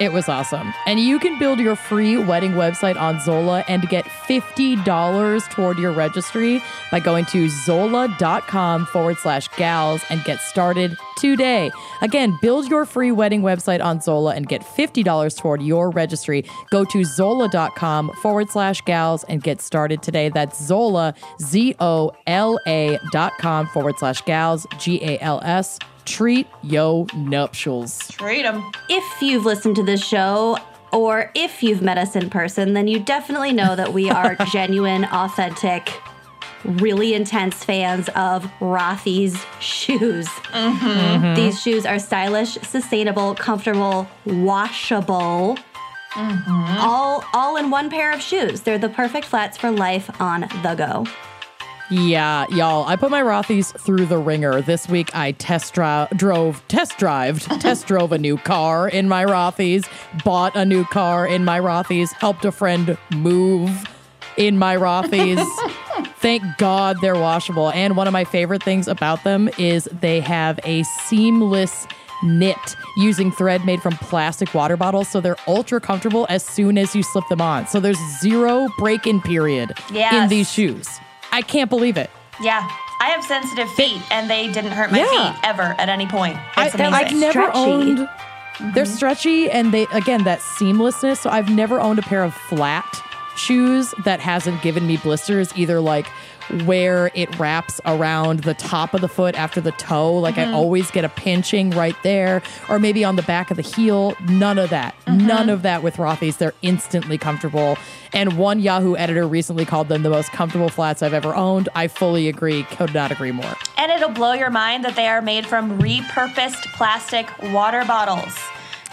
[SPEAKER 5] It was awesome. And you can build your free wedding website on Zola and get $50 toward your registry by going to zola.com forward slash gals and get started today. Again, build your free wedding website on Zola and get $50 toward your registry. Go to zola.com forward slash gals and get started today. That's Zola, Z O L A dot com forward slash gals, G A L S. Treat yo nuptials.
[SPEAKER 1] Read them.
[SPEAKER 2] if you've listened to this show or if you've met us in person, then you definitely know that we are genuine, authentic, really intense fans of Rothy's shoes. These shoes are stylish, sustainable, comfortable, washable. All all in one pair of shoes. They're the perfect flats for life on the go.
[SPEAKER 5] Yeah, y'all. I put my Rothy's through the ringer. This week I test dri- drove, test drived, test drove a new car in my Rothy's, bought a new car in my Rothy's, helped a friend move in my Rothy's. Thank God they're washable. And one of my favorite things about them is they have a seamless knit using thread made from plastic water bottles. So they're ultra comfortable as soon as you slip them on. So there's zero break in period in
[SPEAKER 1] Yes.
[SPEAKER 5] these shoes. I can't believe it.
[SPEAKER 1] Yeah, I have sensitive feet and they didn't hurt my
[SPEAKER 5] Yeah.
[SPEAKER 1] feet ever at any point.
[SPEAKER 5] I,
[SPEAKER 1] It's amazing.
[SPEAKER 5] I've never
[SPEAKER 2] Stretchy.
[SPEAKER 5] owned. They're stretchy and they again that seamlessness. So I've never owned a pair of flat shoes that hasn't given me blisters either. Like where it wraps around the top of the foot after the toe. Like I always get a pinching right there, or maybe on the back of the heel. None of that. None of that with Rothy's. They're instantly comfortable. And one Yahoo editor recently called them the most comfortable flats I've ever owned. I fully agree. Could not agree more.
[SPEAKER 1] and it'll blow your mind that they are made from repurposed plastic water bottles.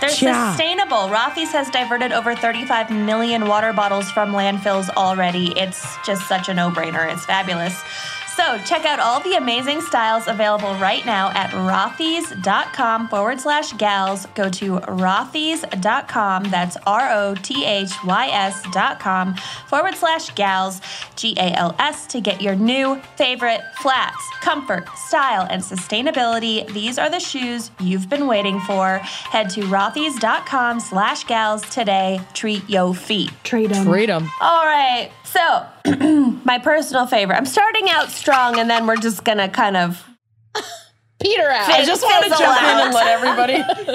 [SPEAKER 1] They're
[SPEAKER 5] Yeah.
[SPEAKER 1] sustainable. Rothy's has diverted over 35 million water bottles from landfills already. It's just such a no brainer. It's fabulous. So check out all the amazing styles available right now at rothys.com forward slash gals. Go to rothys.com, that's R O T H Y S.com forward slash gals, G A L S, to get your new favorite flats. Comfort, style, and sustainability, these are the shoes you've been waiting for. Head to rothys.com slash gals today. Treat yo feet.
[SPEAKER 2] Trade them.
[SPEAKER 5] Freedom.
[SPEAKER 1] All right. So, my personal favorite. I'm starting out strong and then we're just going to kind of
[SPEAKER 4] Peter out.
[SPEAKER 1] Fake
[SPEAKER 4] I just
[SPEAKER 3] I want to
[SPEAKER 1] Fizzle
[SPEAKER 3] jump in
[SPEAKER 1] out.
[SPEAKER 3] and let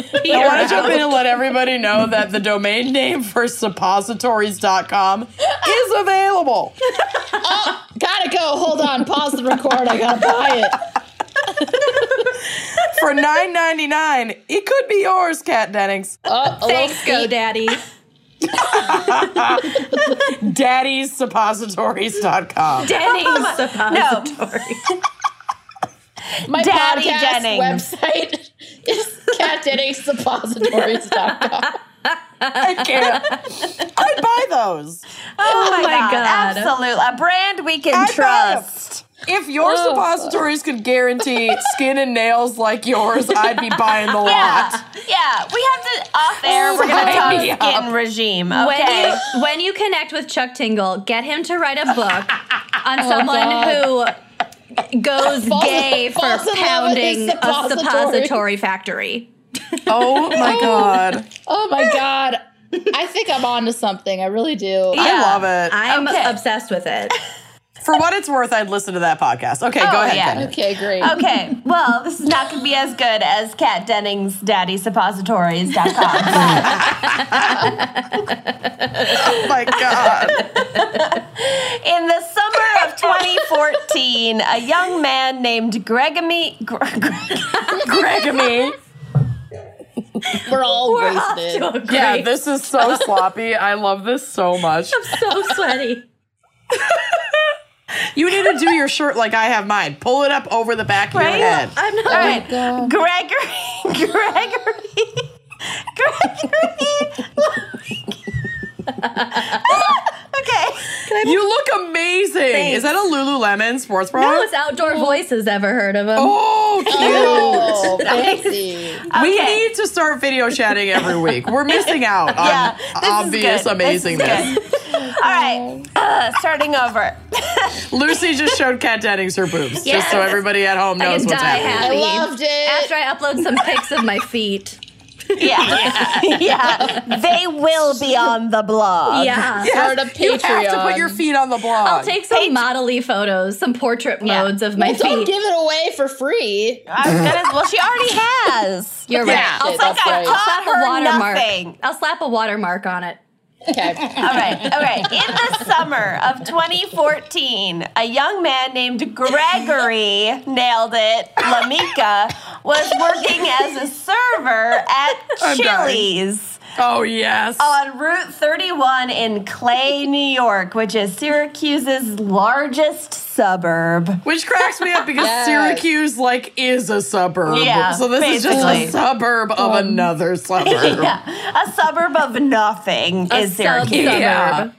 [SPEAKER 3] everybody. I want to jump in and let everybody know that the domain name for suppositories.com is available.
[SPEAKER 4] gotta go. Hold on. Pause the record. I gotta buy it.
[SPEAKER 3] For nine ninety nine, it could be yours, Kat Dennings.
[SPEAKER 4] Oh, a little
[SPEAKER 2] Thanks, GoDaddy.
[SPEAKER 3] Daddy's suppositories.com.
[SPEAKER 2] Denny's
[SPEAKER 1] No.
[SPEAKER 2] suppository.
[SPEAKER 4] My
[SPEAKER 1] Daddy
[SPEAKER 4] podcast
[SPEAKER 1] Jennings.
[SPEAKER 4] website is catdenningsdepositories.com.
[SPEAKER 3] I can't. I'd buy those.
[SPEAKER 1] Oh my,
[SPEAKER 2] my
[SPEAKER 1] god.
[SPEAKER 2] God.
[SPEAKER 1] Absolutely. A brand we can
[SPEAKER 3] I'd buy 'em.
[SPEAKER 1] trust.
[SPEAKER 3] If your suppositories could guarantee skin and nails like yours, I'd be buying the lot.
[SPEAKER 1] Yeah. Yeah. We have to off air. We're gonna talk
[SPEAKER 3] Sign me up.
[SPEAKER 1] skin regime.
[SPEAKER 2] When
[SPEAKER 1] Okay.
[SPEAKER 2] you when you connect with Chuck Tingle, get him to write a book
[SPEAKER 1] Oh,
[SPEAKER 2] on someone who goes
[SPEAKER 4] Falls-
[SPEAKER 2] gay for
[SPEAKER 4] falls in love with his
[SPEAKER 2] pounding a
[SPEAKER 4] suppository.
[SPEAKER 2] suppository factory.
[SPEAKER 3] Oh my god.
[SPEAKER 4] Oh my god. I think I'm on to something. I really do.
[SPEAKER 3] I love it.
[SPEAKER 2] I'm
[SPEAKER 1] Okay.
[SPEAKER 2] obsessed with it.
[SPEAKER 3] For what it's worth, I'd listen to that podcast. Okay, go
[SPEAKER 1] Oh,
[SPEAKER 3] ahead.
[SPEAKER 1] yeah.
[SPEAKER 3] Kat.
[SPEAKER 4] Okay, great.
[SPEAKER 1] Okay, well, this is not going to be as good as Kat Dennings' Daddy Suppositories.com.
[SPEAKER 3] Oh my god.
[SPEAKER 1] In the summer of 2014, a young man named Gregory. Gre- Gre-
[SPEAKER 3] Gregory.
[SPEAKER 4] We're all
[SPEAKER 2] We're off
[SPEAKER 4] wasted.
[SPEAKER 2] to a great.
[SPEAKER 3] Yeah, this is so sloppy. I love this so much.
[SPEAKER 2] so sweaty.
[SPEAKER 3] You need to do your shirt like I have mine. Pull it up over the back of your head.
[SPEAKER 2] I'm not.
[SPEAKER 1] All right, Gregory. Gregory. Gregory. okay.
[SPEAKER 3] You look amazing. Is that a Lululemon sports bra?
[SPEAKER 2] Most outdoor
[SPEAKER 1] Oh.
[SPEAKER 2] voices ever heard of him.
[SPEAKER 3] oh, cute.
[SPEAKER 4] Oh, fancy.
[SPEAKER 3] We
[SPEAKER 1] Okay.
[SPEAKER 3] need to start video chatting every week. We're missing out on
[SPEAKER 1] Yeah, this is
[SPEAKER 3] obvious
[SPEAKER 1] good. This is
[SPEAKER 3] amazingness.
[SPEAKER 1] All right, uh, starting over.
[SPEAKER 3] Lucy just showed Kat Dennings her boobs, just
[SPEAKER 2] Yes.
[SPEAKER 3] so everybody at home
[SPEAKER 2] I
[SPEAKER 3] knows
[SPEAKER 2] can die
[SPEAKER 3] what's happening.
[SPEAKER 4] I
[SPEAKER 2] happy.
[SPEAKER 4] loved it.
[SPEAKER 2] After I upload some pics of my feet.
[SPEAKER 1] Yeah, yeah. They will be on the blog.
[SPEAKER 2] Yeah.
[SPEAKER 4] Start
[SPEAKER 3] You have
[SPEAKER 4] a
[SPEAKER 3] to put
[SPEAKER 4] Patreon.
[SPEAKER 3] your feet on the blog.
[SPEAKER 2] I'll take some modelly photos, some portrait
[SPEAKER 1] Yeah.
[SPEAKER 2] modes of my
[SPEAKER 4] Don't
[SPEAKER 2] feet.
[SPEAKER 4] give it away for free.
[SPEAKER 1] I was gonna, well, she already has.
[SPEAKER 2] You're
[SPEAKER 3] Yeah.
[SPEAKER 2] right. I'll,
[SPEAKER 4] Shit, that's
[SPEAKER 2] slap,
[SPEAKER 4] right.
[SPEAKER 2] I'll
[SPEAKER 1] Taught
[SPEAKER 2] slap
[SPEAKER 1] her
[SPEAKER 2] a watermark.
[SPEAKER 1] nothing.
[SPEAKER 2] I'll slap a watermark on it.
[SPEAKER 4] Okay.
[SPEAKER 1] All right, all right. In the summer of 2014, a young man named Gregory, nailed it, Lamika, was working as a server at
[SPEAKER 3] I'm dying.
[SPEAKER 1] Chili's
[SPEAKER 3] oh yes.
[SPEAKER 1] on Route 31 in Clay, New York, which is Syracuse's largest suburb.
[SPEAKER 3] Which cracks me up because
[SPEAKER 4] Yes.
[SPEAKER 3] Syracuse like is a suburb.
[SPEAKER 1] Yeah,
[SPEAKER 3] so this is just
[SPEAKER 1] basically.
[SPEAKER 3] a suburb of another suburb.
[SPEAKER 1] Yeah, a suburb of nothing
[SPEAKER 2] A
[SPEAKER 1] is Syracuse.
[SPEAKER 2] sub-suburb.
[SPEAKER 3] Yeah.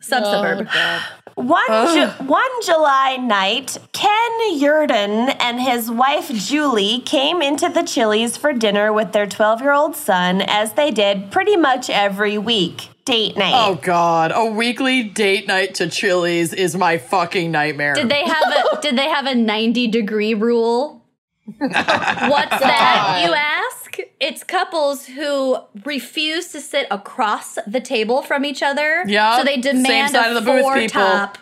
[SPEAKER 2] Sub-suburb.
[SPEAKER 3] Oh.
[SPEAKER 1] One, Ju- one July night, Ken Yurden and his wife Julie came into the Chili's for dinner with their 12 year old son, as they did pretty much every week. Date night.
[SPEAKER 3] Oh god, a weekly date night to Chili's is my fucking nightmare.
[SPEAKER 2] Did they have a did they have a 90 degree rule? What's that, you ask? It's couples who refuse to sit across the table from each other.
[SPEAKER 3] Yeah,
[SPEAKER 2] So they
[SPEAKER 3] same
[SPEAKER 2] demand
[SPEAKER 3] side
[SPEAKER 2] a
[SPEAKER 3] of the booth,
[SPEAKER 2] four
[SPEAKER 3] people.
[SPEAKER 2] top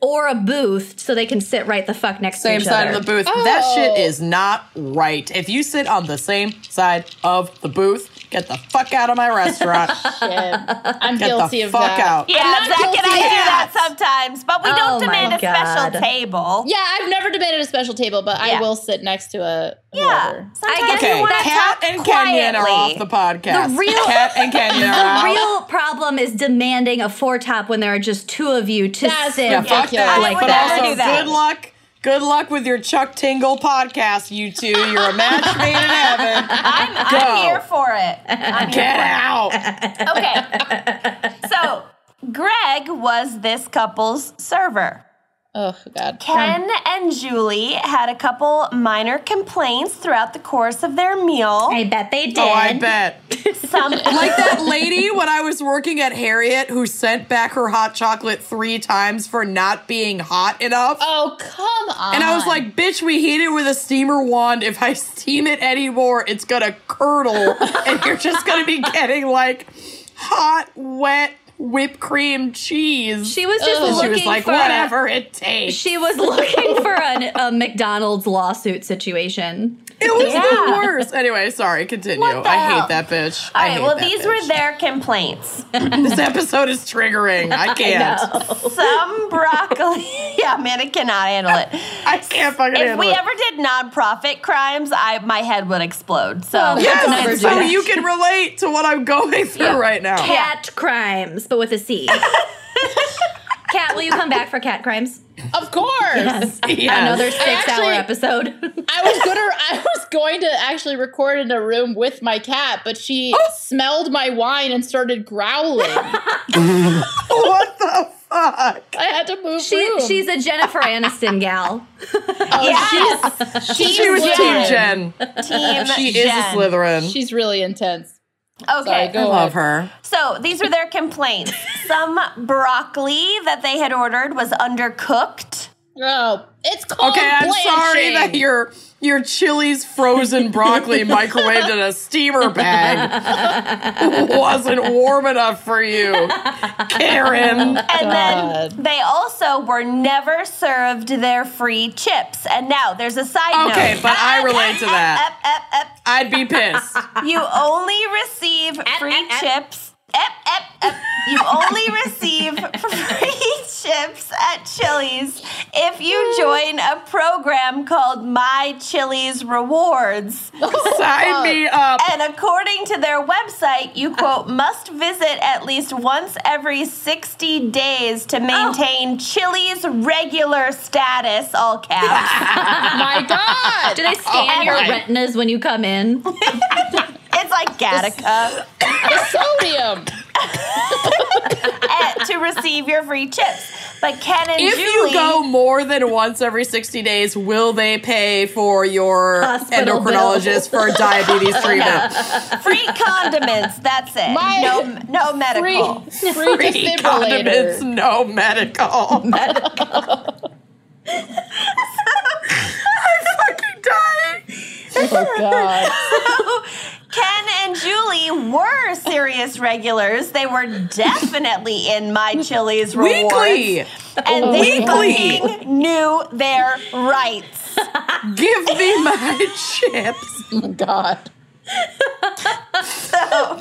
[SPEAKER 2] or a booth so they can sit right the fuck next
[SPEAKER 3] same
[SPEAKER 2] to each
[SPEAKER 3] side
[SPEAKER 2] other.
[SPEAKER 3] of the booth. That
[SPEAKER 4] Oh.
[SPEAKER 3] shit is not right. If you sit on the same side of the booth, get the fuck out of my restaurant.
[SPEAKER 4] Yeah. I'm
[SPEAKER 3] get
[SPEAKER 4] guilty
[SPEAKER 3] the
[SPEAKER 4] of
[SPEAKER 3] fuck
[SPEAKER 4] that.
[SPEAKER 3] out.
[SPEAKER 1] yeah, Zach and I do that sometimes, but we
[SPEAKER 2] Oh
[SPEAKER 1] don't
[SPEAKER 2] my
[SPEAKER 1] demand a
[SPEAKER 2] God.
[SPEAKER 1] special table.
[SPEAKER 4] Yeah, I've never debated a special table, but
[SPEAKER 1] Yeah.
[SPEAKER 4] I will sit next to a
[SPEAKER 1] Yeah.
[SPEAKER 4] whoever.
[SPEAKER 1] Sometimes
[SPEAKER 2] I guess
[SPEAKER 1] you
[SPEAKER 3] Okay,
[SPEAKER 1] wanna
[SPEAKER 3] Kat
[SPEAKER 1] talk
[SPEAKER 3] and Kenyon are off the
[SPEAKER 1] quietly.
[SPEAKER 3] podcast.
[SPEAKER 2] The real-
[SPEAKER 3] Kat and Kenyon are out.
[SPEAKER 2] The real problem is demanding a four top when there are just two of you to
[SPEAKER 4] That's
[SPEAKER 2] sit.
[SPEAKER 4] Yeah,
[SPEAKER 3] Fuck
[SPEAKER 4] Ridiculous.
[SPEAKER 3] that.
[SPEAKER 4] I would
[SPEAKER 3] but
[SPEAKER 1] never
[SPEAKER 3] also,
[SPEAKER 1] do that.
[SPEAKER 3] good luck. Good luck with your Chuck Tingle podcast, you two. You're a match made in heaven.
[SPEAKER 1] I'm,
[SPEAKER 3] Go.
[SPEAKER 1] I'm here for it. I'm here
[SPEAKER 3] Get out.
[SPEAKER 1] Okay. so Greg was this couple's server.
[SPEAKER 4] Oh God.
[SPEAKER 1] Ken and Julie had a couple minor complaints throughout the course of their meal.
[SPEAKER 2] I bet they did.
[SPEAKER 3] Oh, I bet.
[SPEAKER 1] Some
[SPEAKER 3] Like that lady when I was working at Harriet who sent back her hot chocolate three times for not being hot enough.
[SPEAKER 4] Oh come on.
[SPEAKER 3] And I was like, bitch, we heat it with a steamer wand. If I steam it anymore, it's gonna curdle. and you're just gonna be getting like hot, wet whipped cream cheese.
[SPEAKER 2] She was just
[SPEAKER 3] And
[SPEAKER 2] looking
[SPEAKER 3] she was like,
[SPEAKER 2] for
[SPEAKER 3] whatever it takes.
[SPEAKER 2] She was looking for an, a McDonald's lawsuit situation.
[SPEAKER 3] It was the
[SPEAKER 1] Yeah.
[SPEAKER 3] worst. Anyway, sorry, continue.
[SPEAKER 1] What the
[SPEAKER 3] I
[SPEAKER 1] hell?
[SPEAKER 3] hate that bitch.
[SPEAKER 1] All
[SPEAKER 3] I
[SPEAKER 1] right,
[SPEAKER 3] hate
[SPEAKER 1] well,
[SPEAKER 3] that
[SPEAKER 1] these
[SPEAKER 3] bitch.
[SPEAKER 1] were their complaints.
[SPEAKER 3] This episode is triggering. I can't. I,
[SPEAKER 1] Some broccoli. Yeah, man, I cannot handle it.
[SPEAKER 3] can't fucking
[SPEAKER 1] If
[SPEAKER 3] handle
[SPEAKER 1] we
[SPEAKER 3] it.
[SPEAKER 1] ever did nonprofit crimes, I my head would explode. So
[SPEAKER 3] Yes,
[SPEAKER 2] Let's never do
[SPEAKER 3] so
[SPEAKER 2] that.
[SPEAKER 3] you can relate to what I'm going through right now.
[SPEAKER 2] Cat crimes, but with a C. cat, will you come back for cat crimes?
[SPEAKER 4] of course.
[SPEAKER 3] Yes.
[SPEAKER 2] Another six-hour
[SPEAKER 4] actually-
[SPEAKER 2] episode.
[SPEAKER 4] I was gonna. I was going to actually record in a room with my cat, but she
[SPEAKER 3] Oh.
[SPEAKER 4] smelled my wine and started growling. I
[SPEAKER 3] what the fuck?
[SPEAKER 4] had to move
[SPEAKER 2] she,
[SPEAKER 4] room.
[SPEAKER 2] she's a Jennifer Aniston gal.
[SPEAKER 4] she's
[SPEAKER 3] She was Team
[SPEAKER 4] Slytherin.
[SPEAKER 3] Jen.
[SPEAKER 1] team
[SPEAKER 3] She is a
[SPEAKER 1] Jen.
[SPEAKER 3] Slytherin.
[SPEAKER 4] She's really intense.
[SPEAKER 1] Okay,
[SPEAKER 4] Sorry, go
[SPEAKER 3] love
[SPEAKER 4] ahead.
[SPEAKER 3] her.
[SPEAKER 1] So these were their complaints. Some broccoli that they had ordered was undercooked.
[SPEAKER 4] Oh, it's called
[SPEAKER 3] Okay, I'm sorry
[SPEAKER 4] blanching.
[SPEAKER 3] that your your chili's frozen broccoli microwaved in a steamer bag wasn't warm enough for you,
[SPEAKER 1] And
[SPEAKER 3] Karen.
[SPEAKER 1] then
[SPEAKER 4] God.
[SPEAKER 1] they also were never served their free chips. And now there's a side
[SPEAKER 3] Okay,
[SPEAKER 1] note.
[SPEAKER 3] but I relate to that.
[SPEAKER 1] Up, up, up.
[SPEAKER 3] I'd be pissed.
[SPEAKER 1] You only receive free
[SPEAKER 2] ep, ep.
[SPEAKER 1] chips. Ep, ep, ep. You only receive free chips at Chili's if
[SPEAKER 3] Hmm.
[SPEAKER 1] you join a program called My Chili's Rewards.
[SPEAKER 3] Sign me up.
[SPEAKER 1] And according to their website,
[SPEAKER 3] Uh.
[SPEAKER 1] you quote must visit at least once every 60 days
[SPEAKER 3] Oh.
[SPEAKER 1] to maintain Chili's regular status, all caps.
[SPEAKER 4] My God.
[SPEAKER 3] Oh,
[SPEAKER 2] Do they scan your
[SPEAKER 3] my.
[SPEAKER 2] retinas when you come in?
[SPEAKER 1] it's like Gattaca
[SPEAKER 4] the sodium.
[SPEAKER 1] eh, to receive your free chips. But Ken and
[SPEAKER 3] If
[SPEAKER 1] Julie
[SPEAKER 3] you go more than once every 60 days, will they pay for your
[SPEAKER 2] Hospital
[SPEAKER 3] endocrinologist for diabetes treatment?
[SPEAKER 1] free condiments, that's it.
[SPEAKER 4] My-
[SPEAKER 1] no no
[SPEAKER 4] Free,
[SPEAKER 1] medical.
[SPEAKER 4] free,
[SPEAKER 3] Free condiments,
[SPEAKER 4] defibrillator.
[SPEAKER 3] no medical. medical. I'm fucking dying.
[SPEAKER 4] Oh God.
[SPEAKER 1] Ken and Julie were serious regulars. They were definitely in my Chili's rewards.
[SPEAKER 3] Weekly,
[SPEAKER 1] And they
[SPEAKER 3] Weekly.
[SPEAKER 1] fucking knew their rights.
[SPEAKER 3] give me my chips.
[SPEAKER 4] Oh God.
[SPEAKER 1] So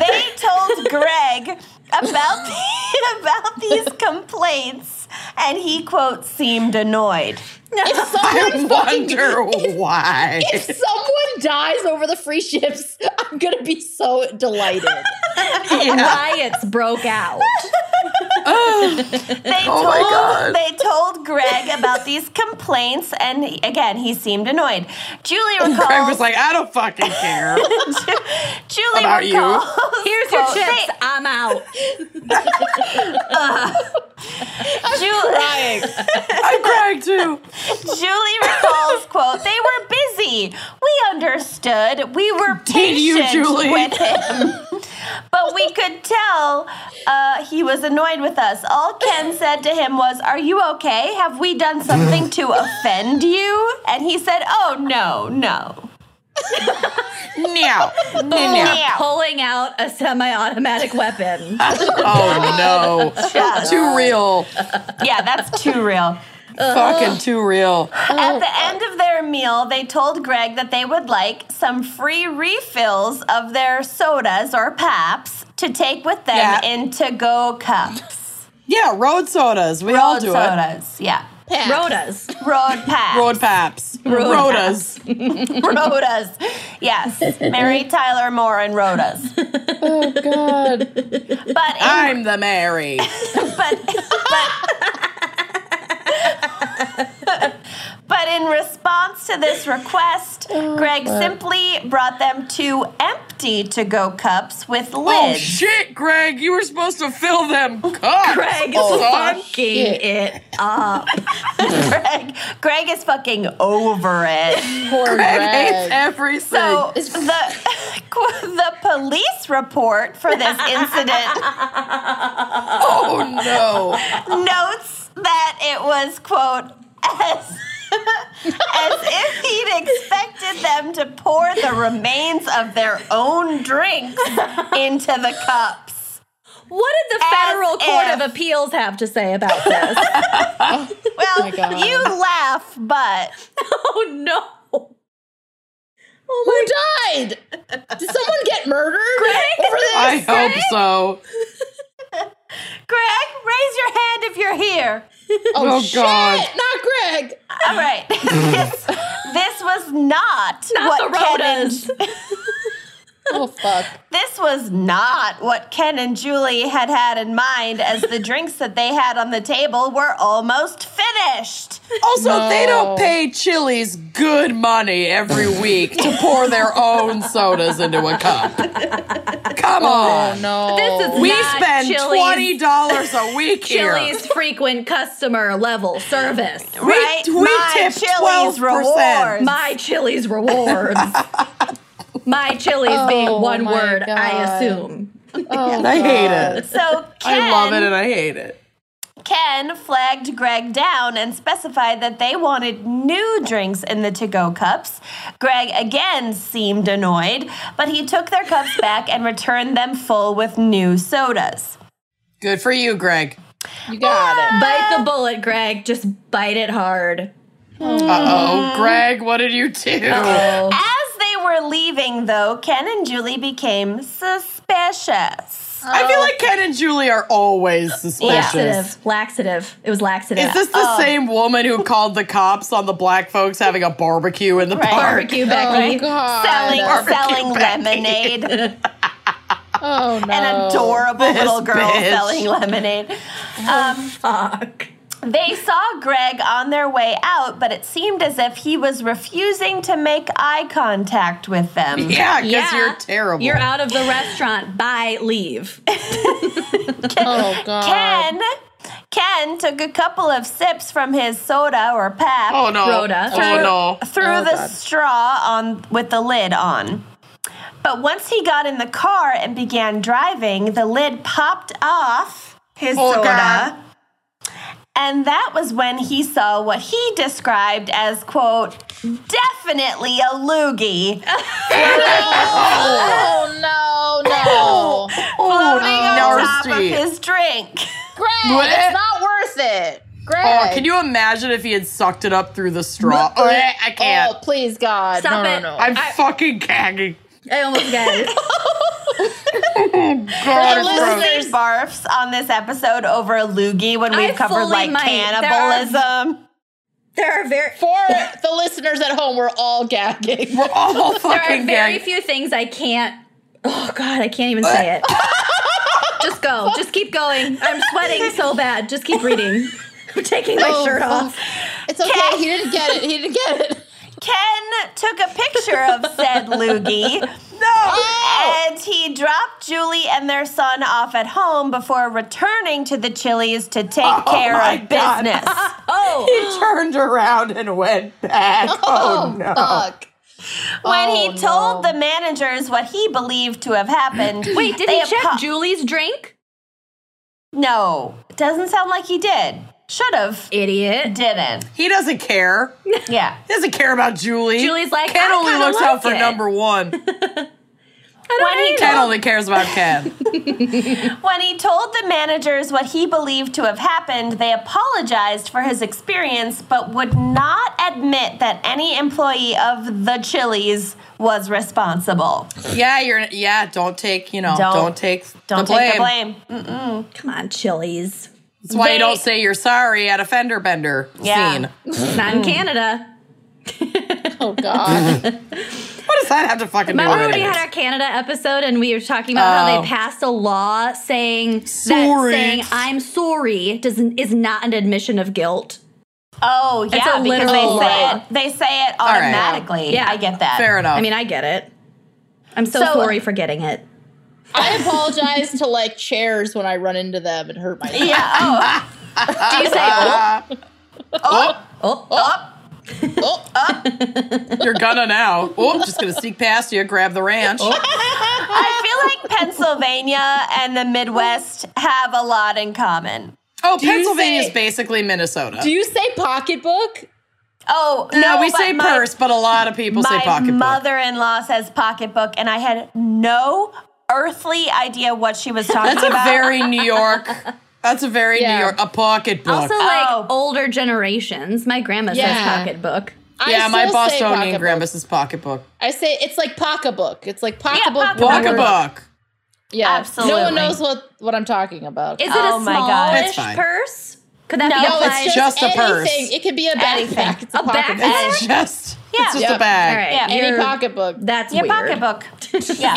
[SPEAKER 1] they told Greg about the, about these complaints, and he quote seemed annoyed.
[SPEAKER 4] If
[SPEAKER 3] I
[SPEAKER 4] someone fucking
[SPEAKER 3] wonder why.
[SPEAKER 4] if someone dies over the free ships, I'm gonna be so delighted.
[SPEAKER 2] Riots broke out.
[SPEAKER 1] They
[SPEAKER 3] Oh my God.
[SPEAKER 1] told they told Greg about these complaints, and he- again he seemed annoyed. Julie recalls.
[SPEAKER 3] Greg was like, I don't fucking care.
[SPEAKER 1] Julie
[SPEAKER 3] about you.
[SPEAKER 1] recalls.
[SPEAKER 2] Here's your
[SPEAKER 1] quote,
[SPEAKER 2] chips. I'm out.
[SPEAKER 1] Julie,
[SPEAKER 4] Dying.
[SPEAKER 3] I'm crying too.
[SPEAKER 1] Julie recalls, quote, they were busy. We understood. We were
[SPEAKER 3] Did you,
[SPEAKER 1] patient
[SPEAKER 3] Julie?
[SPEAKER 1] with him. but we could tell uh, he was annoyed with us. All Ken said to him was, Are you okay? Have we done something to offend you? And he said, Oh, no, no.
[SPEAKER 3] Meow. Meow.
[SPEAKER 1] Yeah.
[SPEAKER 2] Pulling out a semi-automatic weapon.
[SPEAKER 3] Oh no. Too real.
[SPEAKER 1] Yeah, that's too real.
[SPEAKER 3] Fucking too real.
[SPEAKER 1] At
[SPEAKER 3] Oh.
[SPEAKER 1] the end of their meal, they told Greg that they would like some free refills of their sodas or paps to take with them
[SPEAKER 3] Yeah.
[SPEAKER 1] in to-go cups.
[SPEAKER 3] Yeah, road sodas. We all
[SPEAKER 1] Road
[SPEAKER 3] do it.
[SPEAKER 1] sodas, yeah.
[SPEAKER 2] Rodas.
[SPEAKER 1] Road paps.
[SPEAKER 3] Road paps. Rodas.
[SPEAKER 1] Rodas. Yes. Mary Tyler Moore and Rodas.
[SPEAKER 4] Oh God.
[SPEAKER 1] But in
[SPEAKER 3] I'm the Mary.
[SPEAKER 1] but but But in response to this request, Greg simply brought them two empty to go cups with
[SPEAKER 3] Oh
[SPEAKER 1] lids.
[SPEAKER 3] shit, Greg! You were supposed to fill them cups. Oh,
[SPEAKER 2] Greg is
[SPEAKER 3] son.
[SPEAKER 2] fucking it up.
[SPEAKER 1] Greg, Greg is fucking over it.
[SPEAKER 4] Poor
[SPEAKER 3] Greg hates
[SPEAKER 4] Greg.
[SPEAKER 3] everything.
[SPEAKER 1] So the the police report for this incident
[SPEAKER 3] oh no.
[SPEAKER 1] notes that it was quote as as if he'd expected them to pour the remains of their own drinks into the cups.
[SPEAKER 2] What did the
[SPEAKER 1] As
[SPEAKER 2] Federal Court
[SPEAKER 1] if-
[SPEAKER 2] of Appeals have to say about this?
[SPEAKER 1] Well,
[SPEAKER 4] God.
[SPEAKER 1] you laugh, but
[SPEAKER 2] oh no.
[SPEAKER 4] Who died? Did someone get murdered over this?
[SPEAKER 3] I hope so.
[SPEAKER 1] Greg, raise your hand if you're here.
[SPEAKER 4] oh
[SPEAKER 3] Oh,
[SPEAKER 4] shit,
[SPEAKER 3] God.
[SPEAKER 4] not Greg.
[SPEAKER 1] All right. this, this was not,
[SPEAKER 2] Not
[SPEAKER 1] what Ken
[SPEAKER 2] the
[SPEAKER 1] and-
[SPEAKER 2] Rhodas.
[SPEAKER 4] Oh fuck.
[SPEAKER 1] this was not what Ken and Julie had had in mind as the drinks that they had on the table were almost finished.
[SPEAKER 3] Also, they
[SPEAKER 4] No.
[SPEAKER 3] don't pay Chili's good money every week to pour their own sodas into a cup. Come
[SPEAKER 4] Oh
[SPEAKER 3] on.
[SPEAKER 4] no.
[SPEAKER 2] This is
[SPEAKER 3] We
[SPEAKER 2] not
[SPEAKER 3] spend
[SPEAKER 2] Chili's,
[SPEAKER 3] twenty dollars a week here.
[SPEAKER 2] Chili's frequent customer level service.
[SPEAKER 3] we
[SPEAKER 1] right?
[SPEAKER 3] we
[SPEAKER 1] My
[SPEAKER 3] tip
[SPEAKER 1] Chili's
[SPEAKER 3] twelve
[SPEAKER 1] rewards.
[SPEAKER 3] percent.
[SPEAKER 2] My Chili's rewards. My Chili's being
[SPEAKER 4] Oh,
[SPEAKER 2] one
[SPEAKER 4] my
[SPEAKER 2] word, I
[SPEAKER 4] God.
[SPEAKER 2] assume.
[SPEAKER 4] oh,
[SPEAKER 3] I hate
[SPEAKER 4] God.
[SPEAKER 3] it.
[SPEAKER 1] So Ken,
[SPEAKER 3] I love it and I hate it.
[SPEAKER 1] Ken flagged Greg down and specified that they wanted new drinks in the to-go cups. Greg again seemed annoyed, but he took their cups back and returned them full with new sodas.
[SPEAKER 3] Good for you, Greg.
[SPEAKER 4] You got it.
[SPEAKER 2] Bite the bullet, Greg. Just bite it hard.
[SPEAKER 3] Uh oh, Greg, what did you do?
[SPEAKER 2] Oh.
[SPEAKER 1] As they were leaving, though, Ken and Julie became suspicious.
[SPEAKER 3] I feel like Ken and Julie are always suspicious.
[SPEAKER 2] Laxative. Laxative. It was laxative.
[SPEAKER 3] Is this the same woman who called the cops on the black folks having a barbecue in the park?
[SPEAKER 2] barbecue, Becky?
[SPEAKER 4] Oh god.
[SPEAKER 1] Selling,
[SPEAKER 3] Barbecue
[SPEAKER 1] selling
[SPEAKER 3] patty.
[SPEAKER 1] lemonade.
[SPEAKER 4] Oh no.
[SPEAKER 1] An adorable
[SPEAKER 3] This
[SPEAKER 1] little girl
[SPEAKER 3] bitch.
[SPEAKER 1] selling lemonade. Um,
[SPEAKER 2] Fuck.
[SPEAKER 1] They saw Greg on their way out, but it seemed as if he was refusing to make eye contact with them.
[SPEAKER 3] Yeah, because you're terrible.
[SPEAKER 2] You're out of the restaurant. Bye. Leave.
[SPEAKER 4] Oh god.
[SPEAKER 1] Ken Ken took a couple of sips from his soda or pap
[SPEAKER 3] Oh no.
[SPEAKER 2] Rhoda.
[SPEAKER 3] Oh no.
[SPEAKER 1] through the straw on with the lid on. But once he got in the car and began driving, the lid popped off his
[SPEAKER 3] Oh,
[SPEAKER 1] soda.
[SPEAKER 3] God.
[SPEAKER 1] And that was when he saw what he described as, quote, definitely a loogie.
[SPEAKER 4] Oh no, no.
[SPEAKER 1] floating on top of
[SPEAKER 3] nasty.
[SPEAKER 1] his drink.
[SPEAKER 4] Greg,
[SPEAKER 3] What?
[SPEAKER 4] it's not worth it. Greg.
[SPEAKER 3] Oh, can you imagine if he had sucked it up through the straw? Oh, I can't.
[SPEAKER 4] Oh, please God.
[SPEAKER 2] Stop
[SPEAKER 4] no,
[SPEAKER 2] it.
[SPEAKER 4] no, no.
[SPEAKER 3] I'm fucking gagging.
[SPEAKER 2] I almost got it.
[SPEAKER 3] God, it's
[SPEAKER 4] Listen.
[SPEAKER 3] gross.
[SPEAKER 1] Listeners barfs on this episode over a loogie when we've
[SPEAKER 2] I
[SPEAKER 1] covered
[SPEAKER 2] fully
[SPEAKER 1] like
[SPEAKER 2] might.
[SPEAKER 1] cannibalism.
[SPEAKER 2] There are very
[SPEAKER 4] For the listeners at home, we're all gagging.
[SPEAKER 3] We're all
[SPEAKER 2] there are
[SPEAKER 3] fucking
[SPEAKER 2] very
[SPEAKER 3] gagging.
[SPEAKER 2] few things I can't. Oh God, I can't even say it. just go. Just keep going. I'm sweating so bad. Just keep reading. I'm taking my
[SPEAKER 4] Oh,
[SPEAKER 2] shirt
[SPEAKER 4] fuck.
[SPEAKER 2] off.
[SPEAKER 4] It's okay. He didn't get it. He didn't get it.
[SPEAKER 1] Ken took a picture of said loogie.
[SPEAKER 3] Oh.
[SPEAKER 2] Oh.
[SPEAKER 1] No! And he dropped Julie and their son off at home before returning to the Chili's to take care
[SPEAKER 3] Oh my
[SPEAKER 1] of
[SPEAKER 3] God.
[SPEAKER 1] business.
[SPEAKER 2] Oh,
[SPEAKER 3] He turned around and went back. Oh, no.
[SPEAKER 4] Fuck.
[SPEAKER 1] when he
[SPEAKER 4] Oh,
[SPEAKER 1] told
[SPEAKER 4] no.
[SPEAKER 1] the managers what he believed to have happened,
[SPEAKER 2] wait, did
[SPEAKER 1] they
[SPEAKER 2] he check
[SPEAKER 1] apo-
[SPEAKER 2] Julie's drink?
[SPEAKER 1] No, it doesn't sound like he did. Should have.
[SPEAKER 2] Idiot.
[SPEAKER 1] Didn't.
[SPEAKER 3] He doesn't care. He
[SPEAKER 1] Yeah.
[SPEAKER 3] doesn't care about Julie.
[SPEAKER 2] Julie's like,
[SPEAKER 3] Ken
[SPEAKER 2] I
[SPEAKER 3] only
[SPEAKER 2] kinda
[SPEAKER 3] looks
[SPEAKER 2] like
[SPEAKER 3] out for
[SPEAKER 2] it.
[SPEAKER 3] number one.
[SPEAKER 1] When he
[SPEAKER 3] Ken
[SPEAKER 1] told
[SPEAKER 3] only cares about Ken.
[SPEAKER 1] When he told the managers what he believed to have happened, they apologized for his experience but would not admit that any employee of the Chili's was responsible.
[SPEAKER 3] yeah, you're. Yeah, don't take. You know,
[SPEAKER 1] Don't-
[SPEAKER 3] don't, take.
[SPEAKER 1] Don't
[SPEAKER 3] the
[SPEAKER 1] take the
[SPEAKER 3] blame.
[SPEAKER 1] blame.
[SPEAKER 2] Come on, Chili's.
[SPEAKER 3] That's why
[SPEAKER 1] They-
[SPEAKER 3] you don't say you're sorry at a fender bender
[SPEAKER 1] Yeah.
[SPEAKER 3] scene.
[SPEAKER 2] It's not in Canada.
[SPEAKER 4] Oh God.
[SPEAKER 3] What does that have to fucking do
[SPEAKER 2] Remember
[SPEAKER 3] with
[SPEAKER 2] when we
[SPEAKER 3] anything?
[SPEAKER 2] had our Canada episode and we were talking about how
[SPEAKER 3] Oh.
[SPEAKER 2] they passed a law saying
[SPEAKER 3] Sorry.
[SPEAKER 2] that saying I'm sorry doesn't is not an admission of guilt.
[SPEAKER 1] Oh, yeah,
[SPEAKER 2] a
[SPEAKER 1] because
[SPEAKER 2] literal
[SPEAKER 1] they say
[SPEAKER 2] law.
[SPEAKER 1] it, they say it
[SPEAKER 3] right.
[SPEAKER 1] automatically.
[SPEAKER 2] Yeah.
[SPEAKER 1] I get that.
[SPEAKER 3] Fair enough.
[SPEAKER 2] I mean, I get it. I'm Oh. so,
[SPEAKER 1] So-
[SPEAKER 2] sorry for getting it.
[SPEAKER 4] I apologize to like chairs when I run into them and hurt myself.
[SPEAKER 1] Yeah. Oh,
[SPEAKER 2] Do you say, oh,
[SPEAKER 3] oh,
[SPEAKER 2] oh,
[SPEAKER 4] Oh,
[SPEAKER 3] you're gonna now. Oh, just gonna sneak past you, grab the ranch.
[SPEAKER 1] I feel like Pennsylvania and the Midwest have a lot in common.
[SPEAKER 3] Oh,
[SPEAKER 4] you
[SPEAKER 3] Pennsylvania's
[SPEAKER 4] say-
[SPEAKER 3] basically Minnesota.
[SPEAKER 4] do you say pocketbook?
[SPEAKER 1] Oh, no,
[SPEAKER 3] no, Uh, we
[SPEAKER 1] but
[SPEAKER 3] say
[SPEAKER 1] my,
[SPEAKER 3] purse, but a lot of people say
[SPEAKER 1] My
[SPEAKER 3] pocketbook.
[SPEAKER 1] mother-in-law says pocketbook, and I had no earthly idea what she was talking
[SPEAKER 3] That's a
[SPEAKER 1] about.
[SPEAKER 3] very New York. That's a very
[SPEAKER 4] Yeah.
[SPEAKER 3] New York. A pocketbook.
[SPEAKER 2] Also, like
[SPEAKER 1] Oh.
[SPEAKER 2] older generations. My grandma
[SPEAKER 4] Yeah.
[SPEAKER 2] says pocketbook.
[SPEAKER 4] I
[SPEAKER 3] yeah, my
[SPEAKER 4] still say
[SPEAKER 3] Bostonian
[SPEAKER 4] pocketbook.
[SPEAKER 3] grandma says pocketbook.
[SPEAKER 4] I say it's like pocketbook. It's like pocketbook.
[SPEAKER 1] pocketbook.
[SPEAKER 4] but we're-
[SPEAKER 3] Pocketbook.
[SPEAKER 4] Yeah,
[SPEAKER 1] Absolutely.
[SPEAKER 4] No one knows what what I'm talking about.
[SPEAKER 2] Is it
[SPEAKER 1] Oh
[SPEAKER 2] a
[SPEAKER 1] my God.
[SPEAKER 3] That's
[SPEAKER 2] smallish
[SPEAKER 3] fine.
[SPEAKER 2] purse? Could that
[SPEAKER 4] no,
[SPEAKER 2] be
[SPEAKER 4] it's
[SPEAKER 2] applied?
[SPEAKER 4] just,
[SPEAKER 3] Just a purse.
[SPEAKER 4] anything. It could be a
[SPEAKER 1] Anything.
[SPEAKER 4] backpack. It's a,
[SPEAKER 2] A
[SPEAKER 4] pocketbook.
[SPEAKER 2] backpack?
[SPEAKER 3] It's just. It's just
[SPEAKER 4] Yeah.
[SPEAKER 3] a bag.
[SPEAKER 2] All right,
[SPEAKER 1] Yeah.
[SPEAKER 4] Any
[SPEAKER 2] you're-
[SPEAKER 4] pocketbook.
[SPEAKER 2] That's
[SPEAKER 1] Your
[SPEAKER 2] weird.
[SPEAKER 1] pocketbook. Yeah.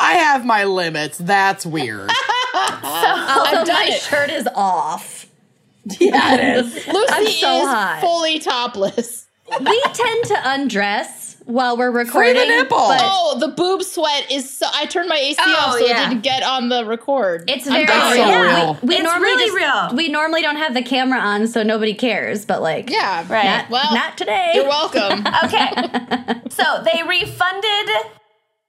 [SPEAKER 3] I have my limits. That's weird.
[SPEAKER 2] Also,
[SPEAKER 4] done
[SPEAKER 2] my
[SPEAKER 4] it.
[SPEAKER 2] shirt is off.
[SPEAKER 4] Lucy
[SPEAKER 2] so
[SPEAKER 4] is
[SPEAKER 2] hot.
[SPEAKER 4] fully topless.
[SPEAKER 2] we tend to undress while we're recording.
[SPEAKER 3] nipple.
[SPEAKER 2] but
[SPEAKER 4] Oh, the boob sweat is so. I turned my AC
[SPEAKER 1] Oh,
[SPEAKER 4] off so
[SPEAKER 1] yeah.
[SPEAKER 4] it didn't get on the record.
[SPEAKER 2] It's very
[SPEAKER 3] That's so real.
[SPEAKER 2] We, we
[SPEAKER 1] It's
[SPEAKER 2] normally
[SPEAKER 1] really
[SPEAKER 2] just-
[SPEAKER 1] real.
[SPEAKER 2] We normally don't have the camera on, so nobody cares. But like,
[SPEAKER 4] yeah,
[SPEAKER 1] Right.
[SPEAKER 2] not,
[SPEAKER 4] Well,
[SPEAKER 2] not today.
[SPEAKER 4] You're welcome.
[SPEAKER 1] Okay. so they refunded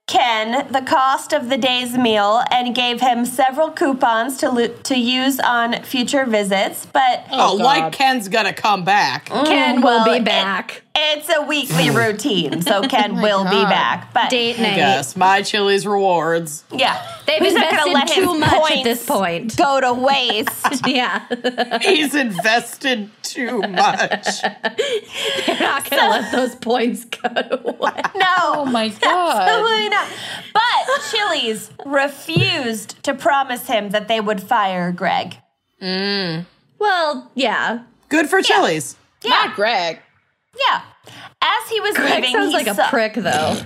[SPEAKER 1] Ken the cost of the day's meal and gave him several coupons to lo- to use on future visits, but
[SPEAKER 3] oh,
[SPEAKER 4] God.
[SPEAKER 3] like Ken's gonna come back.
[SPEAKER 1] Ken
[SPEAKER 2] we'll
[SPEAKER 1] will
[SPEAKER 2] be back.
[SPEAKER 1] It's a weekly routine, so
[SPEAKER 2] Oh
[SPEAKER 1] Ken will be back. But
[SPEAKER 2] Date night.
[SPEAKER 3] Yes, my Chili's rewards.
[SPEAKER 1] yeah,
[SPEAKER 2] They've
[SPEAKER 1] He's not gonna
[SPEAKER 2] invested
[SPEAKER 1] let his
[SPEAKER 2] too much at
[SPEAKER 1] points
[SPEAKER 2] this point.
[SPEAKER 1] Go to waste.
[SPEAKER 2] yeah, they're
[SPEAKER 3] He's invested too much.
[SPEAKER 2] not gonna let those points go to waste.
[SPEAKER 1] No. Oh
[SPEAKER 4] my God.
[SPEAKER 1] Absolutely not. But Chili's refused to promise him that they would fire Greg.
[SPEAKER 2] Well, yeah.
[SPEAKER 3] Good for Chili's.
[SPEAKER 4] Not Greg.
[SPEAKER 1] Yeah. As he was
[SPEAKER 2] Greg
[SPEAKER 1] leaving,
[SPEAKER 2] sounds
[SPEAKER 1] he
[SPEAKER 2] like a
[SPEAKER 1] saw-
[SPEAKER 2] prick, though.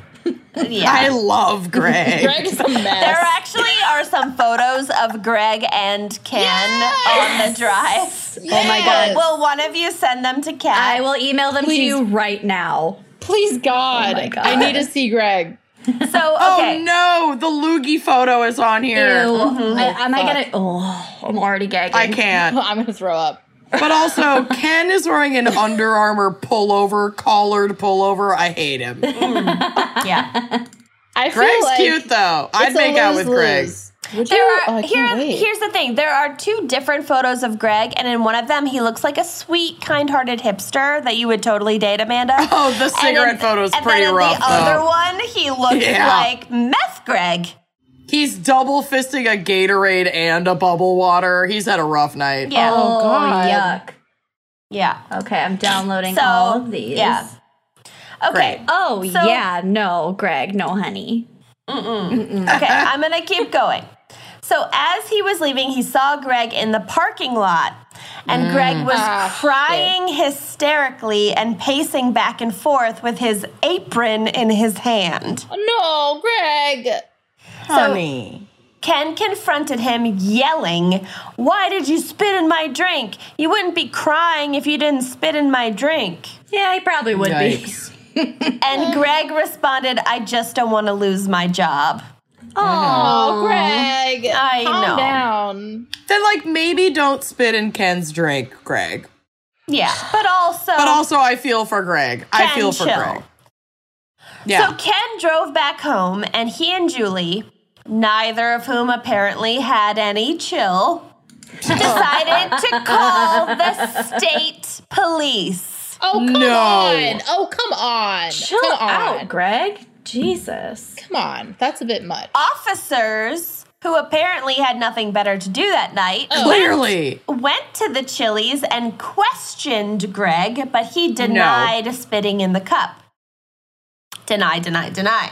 [SPEAKER 1] Yeah.
[SPEAKER 3] I love Greg.
[SPEAKER 4] Greg is a
[SPEAKER 1] there
[SPEAKER 4] mess.
[SPEAKER 1] actually are some photos of Greg and Ken on the drive.
[SPEAKER 4] Oh my
[SPEAKER 1] Will, will one of you send them to Kat?
[SPEAKER 2] I will email them
[SPEAKER 4] Please.
[SPEAKER 2] to you right now.
[SPEAKER 4] Please God.
[SPEAKER 2] my God.
[SPEAKER 4] I need to see Greg.
[SPEAKER 1] So
[SPEAKER 3] Oh
[SPEAKER 1] okay.
[SPEAKER 3] no, the loogie photo is on
[SPEAKER 2] Ew.
[SPEAKER 3] here.
[SPEAKER 2] I, am I gonna? Oh, I'm already gagging.
[SPEAKER 3] I can't.
[SPEAKER 4] I'm gonna throw up.
[SPEAKER 3] But also, Ken is wearing an Under Armour pullover, collared pullover. I hate him.
[SPEAKER 1] Yeah.
[SPEAKER 4] I feel
[SPEAKER 3] Greg's
[SPEAKER 4] like
[SPEAKER 3] cute though. I'd
[SPEAKER 4] it's a
[SPEAKER 3] make out with Greg.
[SPEAKER 4] lose-lose. Would you?
[SPEAKER 1] There
[SPEAKER 4] Oh, I
[SPEAKER 1] are
[SPEAKER 4] can't
[SPEAKER 1] here,
[SPEAKER 4] wait.
[SPEAKER 1] here's the thing. There are two different photos of Greg, and in one of them he looks like a sweet, kind-hearted hipster that you would totally date, Amanda.
[SPEAKER 3] Oh, the cigarette photo's
[SPEAKER 1] and
[SPEAKER 3] pretty
[SPEAKER 1] then in
[SPEAKER 3] rough
[SPEAKER 1] The
[SPEAKER 3] though.
[SPEAKER 1] other one, he looks
[SPEAKER 3] Yeah.
[SPEAKER 1] like meth Greg.
[SPEAKER 3] He's double fisting a Gatorade and a bubble water. He's had a rough night.
[SPEAKER 1] Yeah.
[SPEAKER 2] Oh,
[SPEAKER 4] God.
[SPEAKER 2] yuck.
[SPEAKER 1] Yeah.
[SPEAKER 2] Okay, I'm downloading
[SPEAKER 1] So,
[SPEAKER 2] all of these.
[SPEAKER 1] yeah. Okay.
[SPEAKER 3] Great.
[SPEAKER 2] Oh,
[SPEAKER 1] So-
[SPEAKER 2] yeah. No, Greg. No, honey.
[SPEAKER 1] Okay. I'm going to keep going. So as he was leaving, he saw Greg in the parking lot,
[SPEAKER 3] Mm.
[SPEAKER 1] and Greg was
[SPEAKER 3] Ah,
[SPEAKER 1] crying hysterically and pacing back and forth with his apron in his hand.
[SPEAKER 4] No, Greg.
[SPEAKER 3] Honey.
[SPEAKER 1] Ken confronted him, yelling, Why did you spit in my drink? You wouldn't be crying if you didn't spit in my drink.
[SPEAKER 2] Yeah, he probably would be.
[SPEAKER 3] Yikes.
[SPEAKER 1] And Greg responded, I just don't want to lose my job.
[SPEAKER 4] Oh, Greg.
[SPEAKER 1] I
[SPEAKER 4] calm
[SPEAKER 1] know.
[SPEAKER 4] down.
[SPEAKER 3] Then like maybe don't spit in Ken's drink, Greg.
[SPEAKER 1] Yeah, but also.
[SPEAKER 3] But also I feel for Greg. I
[SPEAKER 1] Oh. Ken,
[SPEAKER 3] feel for
[SPEAKER 1] chill.
[SPEAKER 3] Greg. Yeah.
[SPEAKER 1] So Ken drove back home, and he and Julie, neither of whom apparently had any chill, decided to call the state police.
[SPEAKER 4] Oh, come
[SPEAKER 3] No.
[SPEAKER 4] on. Oh, come on.
[SPEAKER 2] Chill
[SPEAKER 4] come on.
[SPEAKER 2] out, Greg. Jesus.
[SPEAKER 4] Come on. That's a bit much.
[SPEAKER 1] Officers, who apparently had nothing better to do that night,
[SPEAKER 3] Oh. Clearly.
[SPEAKER 1] went to the Chili's and questioned Greg, but he denied spitting in the cup. Deny, deny, deny.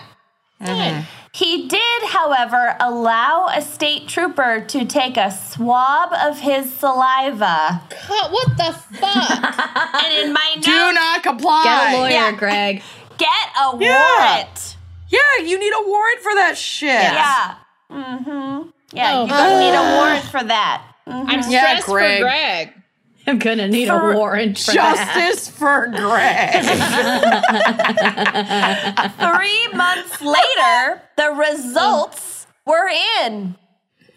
[SPEAKER 1] He did, however, allow a state trooper to take a swab of his saliva.
[SPEAKER 4] Cut- What the fuck?
[SPEAKER 1] And in my
[SPEAKER 3] Do
[SPEAKER 1] notes,
[SPEAKER 3] not comply.
[SPEAKER 2] Get a lawyer,
[SPEAKER 1] Yeah.
[SPEAKER 2] Greg.
[SPEAKER 1] get a
[SPEAKER 3] Yeah.
[SPEAKER 1] warrant.
[SPEAKER 3] Yeah, you need a warrant for that shit.
[SPEAKER 1] Yeah. Mm-hmm. Yeah,
[SPEAKER 4] Oh,
[SPEAKER 1] you don't need a warrant for that. Mhm.
[SPEAKER 4] I'm stressed
[SPEAKER 3] Yeah, Greg.
[SPEAKER 4] for Greg.
[SPEAKER 2] I'm gonna need a warrant for that.
[SPEAKER 3] Justice for Greg.
[SPEAKER 1] Three months later, the results were in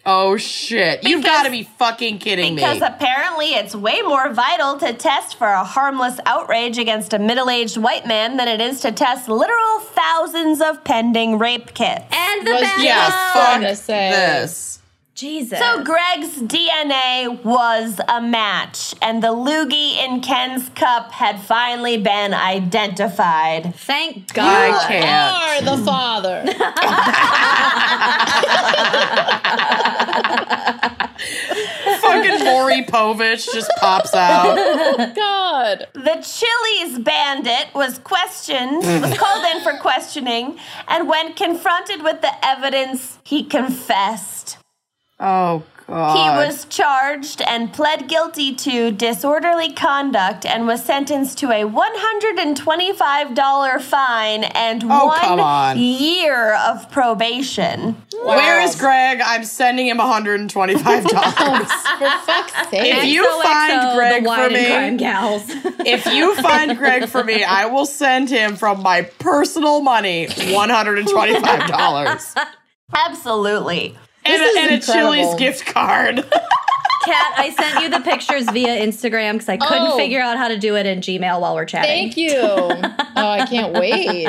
[SPEAKER 3] oh shit! You've got to be fucking kidding
[SPEAKER 1] because
[SPEAKER 3] me.
[SPEAKER 1] apparently it's way more vital to test for a harmless outrage against a middle aged white man than it is to test literal thousands of pending rape kits.
[SPEAKER 2] And the
[SPEAKER 4] Was-
[SPEAKER 2] bad
[SPEAKER 3] yeah,
[SPEAKER 2] one.
[SPEAKER 3] fuck
[SPEAKER 4] gonna say.
[SPEAKER 3] this.
[SPEAKER 2] Jesus.
[SPEAKER 1] So Greg's DNA was a match, and the loogie in Ken's cup had finally been identified.
[SPEAKER 2] Thank
[SPEAKER 3] I
[SPEAKER 2] God.
[SPEAKER 3] can't.
[SPEAKER 4] Are the father.
[SPEAKER 3] fucking Maury Povich just pops out.
[SPEAKER 4] God.
[SPEAKER 1] The Chili's bandit was questioned, was called in for questioning, and when confronted with the evidence, he confessed.
[SPEAKER 3] Oh
[SPEAKER 1] He
[SPEAKER 3] god.
[SPEAKER 1] was charged and pled guilty to disorderly conduct and was sentenced to a $125 fine and
[SPEAKER 3] Oh,
[SPEAKER 1] one
[SPEAKER 3] come on.
[SPEAKER 1] year of probation.
[SPEAKER 3] Where is Greg? I'm sending him $125.
[SPEAKER 4] For fuck's sake.
[SPEAKER 3] if you
[SPEAKER 2] XOXO,
[SPEAKER 3] find Greg
[SPEAKER 2] Oh, the
[SPEAKER 3] for
[SPEAKER 2] wine and crime
[SPEAKER 3] me,
[SPEAKER 2] gals.
[SPEAKER 3] if you find Greg for me, I will send him from my personal money $125
[SPEAKER 1] Absolutely.
[SPEAKER 3] and,
[SPEAKER 4] is
[SPEAKER 3] a, and a Chili's
[SPEAKER 4] incredible.
[SPEAKER 3] gift card.
[SPEAKER 2] Kat, I sent you the pictures via Instagram because I couldn't
[SPEAKER 4] Oh.
[SPEAKER 2] figure out how to do it in Gmail while we're chatting.
[SPEAKER 4] Thank you. Oh, I can't wait.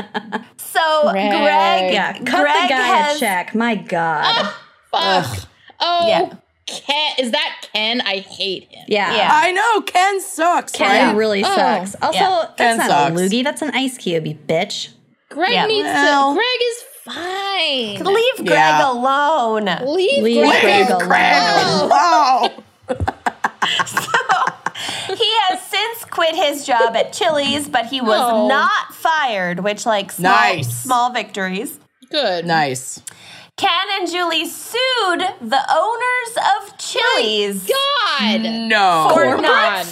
[SPEAKER 1] So Greg,
[SPEAKER 4] Greg.
[SPEAKER 2] Yeah, cut
[SPEAKER 1] Greg
[SPEAKER 2] the Ah, guy
[SPEAKER 1] has
[SPEAKER 2] a check. My God.
[SPEAKER 4] Fuck. Oh,
[SPEAKER 1] Yeah.
[SPEAKER 4] Ken. Is that Ken? I hate him.
[SPEAKER 2] yeah.
[SPEAKER 1] yeah.
[SPEAKER 3] I know, Ken sucks,
[SPEAKER 2] Ken
[SPEAKER 3] right?
[SPEAKER 2] really
[SPEAKER 4] Oh.
[SPEAKER 2] sucks. Also,
[SPEAKER 1] Yeah.
[SPEAKER 2] that's
[SPEAKER 3] Ken
[SPEAKER 2] not
[SPEAKER 3] sucks.
[SPEAKER 2] a loogie. That's an ice cube, you bitch.
[SPEAKER 4] Greg
[SPEAKER 1] Yeah.
[SPEAKER 4] needs
[SPEAKER 3] Well.
[SPEAKER 4] to. Greg is fine.
[SPEAKER 1] Leave Greg
[SPEAKER 3] Yeah.
[SPEAKER 1] alone.
[SPEAKER 4] Leave,
[SPEAKER 2] Leave
[SPEAKER 4] Greg.
[SPEAKER 3] Leave
[SPEAKER 2] Greg
[SPEAKER 3] Greg alone.
[SPEAKER 1] he has since quit his job at Chili's, but he was
[SPEAKER 4] Oh.
[SPEAKER 1] not fired, which like small,
[SPEAKER 3] Nice.
[SPEAKER 1] small victories.
[SPEAKER 4] Good.
[SPEAKER 3] Nice.
[SPEAKER 1] Ken and Julie sued the owners of Chili's.
[SPEAKER 4] God.
[SPEAKER 3] No.
[SPEAKER 1] For
[SPEAKER 4] on.
[SPEAKER 1] not,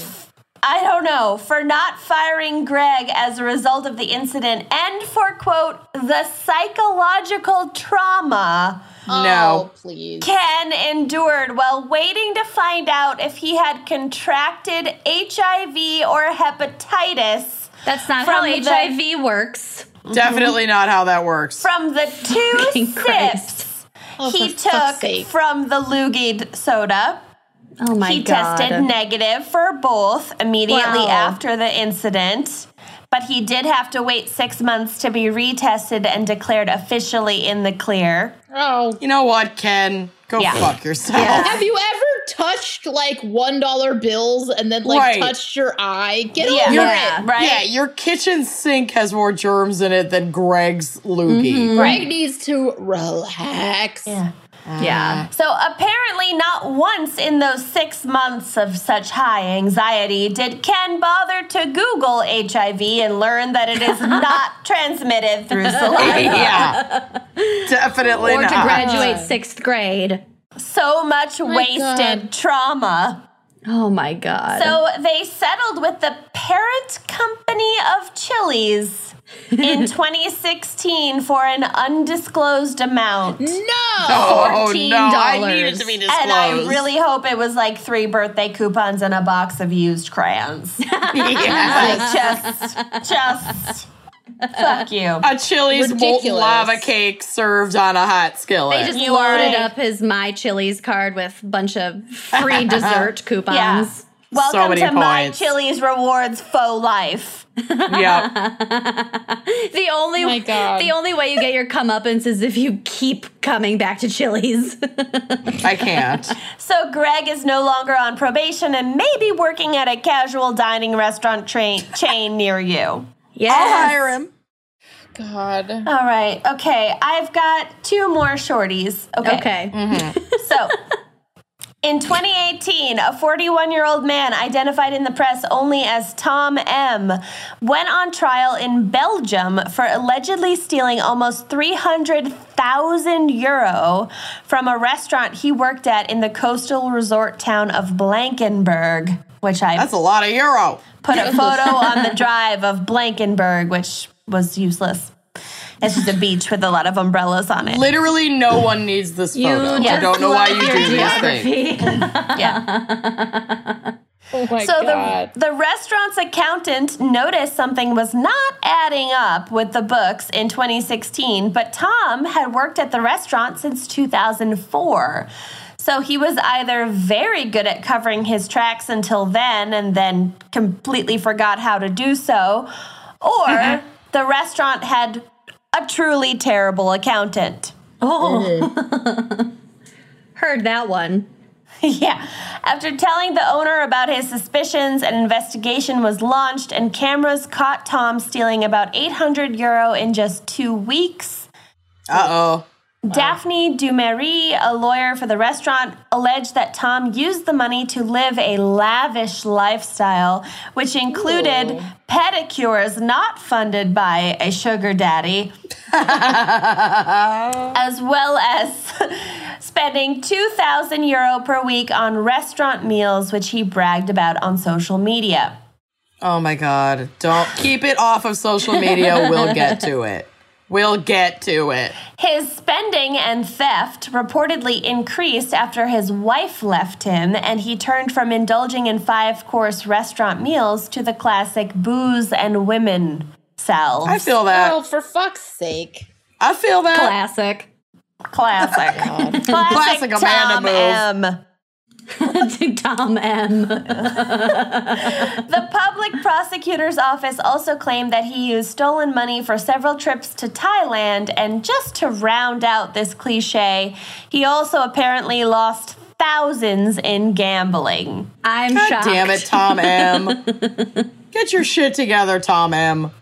[SPEAKER 1] I don't know, for not firing Greg as a result of the incident and for quote the psychological trauma
[SPEAKER 4] Oh, please.
[SPEAKER 1] Ken endured while waiting to find out if he had contracted HIV or hepatitis
[SPEAKER 2] That's not
[SPEAKER 1] From
[SPEAKER 2] how
[SPEAKER 1] the-
[SPEAKER 2] HIV works.
[SPEAKER 3] Oh. Definitely not how that works.
[SPEAKER 1] from the two
[SPEAKER 2] Fucking Christ.
[SPEAKER 1] sips
[SPEAKER 4] Oh,
[SPEAKER 1] he
[SPEAKER 4] for fuck's
[SPEAKER 1] took
[SPEAKER 4] sake.
[SPEAKER 1] from the loogied soda.
[SPEAKER 2] Oh my
[SPEAKER 1] he
[SPEAKER 2] God.
[SPEAKER 1] tested negative for both immediately
[SPEAKER 2] Wow.
[SPEAKER 1] after the incident, but he did have to wait six months to be retested and declared officially in the clear.
[SPEAKER 4] Oh.
[SPEAKER 3] You know what, Ken? Go
[SPEAKER 1] Yeah.
[SPEAKER 3] fuck yourself.
[SPEAKER 4] Have you ever touched like one dollar bills and then like
[SPEAKER 3] Right.
[SPEAKER 4] touched your eye? Get
[SPEAKER 1] Yeah.
[SPEAKER 4] over
[SPEAKER 2] Yeah.
[SPEAKER 4] it.
[SPEAKER 1] Right?
[SPEAKER 3] Yeah, your kitchen sink has more germs in it than Greg's
[SPEAKER 1] Mm-hmm.
[SPEAKER 3] loogie.
[SPEAKER 4] Greg needs to relax.
[SPEAKER 1] Yeah.
[SPEAKER 2] Yeah.
[SPEAKER 1] So apparently, not once in those six months of such high anxiety did Ken bother to Google HIV and learn that it is not transmitted through saliva.
[SPEAKER 3] yeah, definitely
[SPEAKER 2] Or to
[SPEAKER 3] not.
[SPEAKER 2] graduate sixth grade.
[SPEAKER 1] So much wasted
[SPEAKER 4] God.
[SPEAKER 1] trauma.
[SPEAKER 2] Oh my God.
[SPEAKER 1] So they settled with the parent company of Chili's in 2016 for an undisclosed amount.
[SPEAKER 4] No.
[SPEAKER 3] oh no, I
[SPEAKER 2] $14.
[SPEAKER 3] needed to be disclosed.
[SPEAKER 1] And I really hope it was like three birthday coupons and a box of used crayons.
[SPEAKER 3] yeah.
[SPEAKER 1] Like, just, just fuck you.
[SPEAKER 3] a Chili's molten
[SPEAKER 4] Ridiculous.
[SPEAKER 3] lava cake served on a hot skillet.
[SPEAKER 2] They just
[SPEAKER 1] You are
[SPEAKER 2] loaded
[SPEAKER 1] a-
[SPEAKER 2] up his My Chili's card with a bunch of free dessert coupons.
[SPEAKER 1] Welcome
[SPEAKER 3] so many
[SPEAKER 1] to my
[SPEAKER 3] points.
[SPEAKER 1] Chili's rewards faux life.
[SPEAKER 3] yeah,
[SPEAKER 2] The only
[SPEAKER 4] My God.
[SPEAKER 2] the only way you get your comeuppance is if you keep coming back to Chili's.
[SPEAKER 3] I can't.
[SPEAKER 1] So Greg is no longer on probation and may be working at a casual dining restaurant tra- chain near you.
[SPEAKER 2] yeah.
[SPEAKER 3] him.
[SPEAKER 4] God.
[SPEAKER 1] All right. Okay. I've got two more shorties. Okay.
[SPEAKER 2] Okay.
[SPEAKER 1] So. In 2018, a 41 year old man identified in the press only as Tom M. went on trial in Belgium for allegedly stealing almost 300,000 euro from a restaurant he worked at in the coastal resort town of Blankenberg, which I
[SPEAKER 3] That's a lot of euro.
[SPEAKER 1] put a photo on the drive of Blankenberg, which was useless. It's just a beach with a lot of umbrellas on it.
[SPEAKER 3] Literally, no one needs this photo. I
[SPEAKER 2] just
[SPEAKER 3] don't know why
[SPEAKER 2] love
[SPEAKER 3] you
[SPEAKER 2] your
[SPEAKER 3] do this thing.
[SPEAKER 2] geography.
[SPEAKER 1] Yeah.
[SPEAKER 4] Oh my
[SPEAKER 1] so
[SPEAKER 4] god.
[SPEAKER 1] the the restaurant's accountant noticed something was not adding up with the books in 2016, but Tom had worked at the restaurant since 2004. So he was either very good at covering his tracks until then and then completely forgot how to do so, or
[SPEAKER 4] Mm-hmm.
[SPEAKER 1] the restaurant had a truly terrible accountant.
[SPEAKER 2] Heard that one.
[SPEAKER 1] Yeah. After telling the owner about his suspicions, an investigation was launched, and cameras caught Tom stealing about 800 euro in just two weeks.
[SPEAKER 3] Uh oh.
[SPEAKER 1] Daphne Dumery, a lawyer for the restaurant, alleged that Tom used the money to live a lavish lifestyle, which included pedicures not funded by a sugar daddy, as well as spending 2,000 euro per week on restaurant meals, which he bragged about on social media.
[SPEAKER 3] Oh my god. Don't keep it off of social media. We'll get to it. We'll get to it.
[SPEAKER 1] His spending and theft reportedly increased after his wife left him, and he turned from indulging in five course restaurant meals to the classic booze and women salves.
[SPEAKER 3] I feel
[SPEAKER 4] Oh,
[SPEAKER 3] that.
[SPEAKER 4] for fuck's sake.
[SPEAKER 3] I feel that.
[SPEAKER 2] Classic.
[SPEAKER 1] classic.
[SPEAKER 3] Oh
[SPEAKER 1] classic.
[SPEAKER 3] Classic Amanda
[SPEAKER 1] Tom
[SPEAKER 3] move.
[SPEAKER 1] M.
[SPEAKER 2] Tom M.
[SPEAKER 1] The public prosecutor's office also claimed that he used stolen money for several trips to Thailand. And just to round out this cliche, he also apparently lost thousands in gambling.
[SPEAKER 2] I'm
[SPEAKER 3] God
[SPEAKER 2] shocked.
[SPEAKER 3] damn it, Tom M. Get your shit together, Tom M.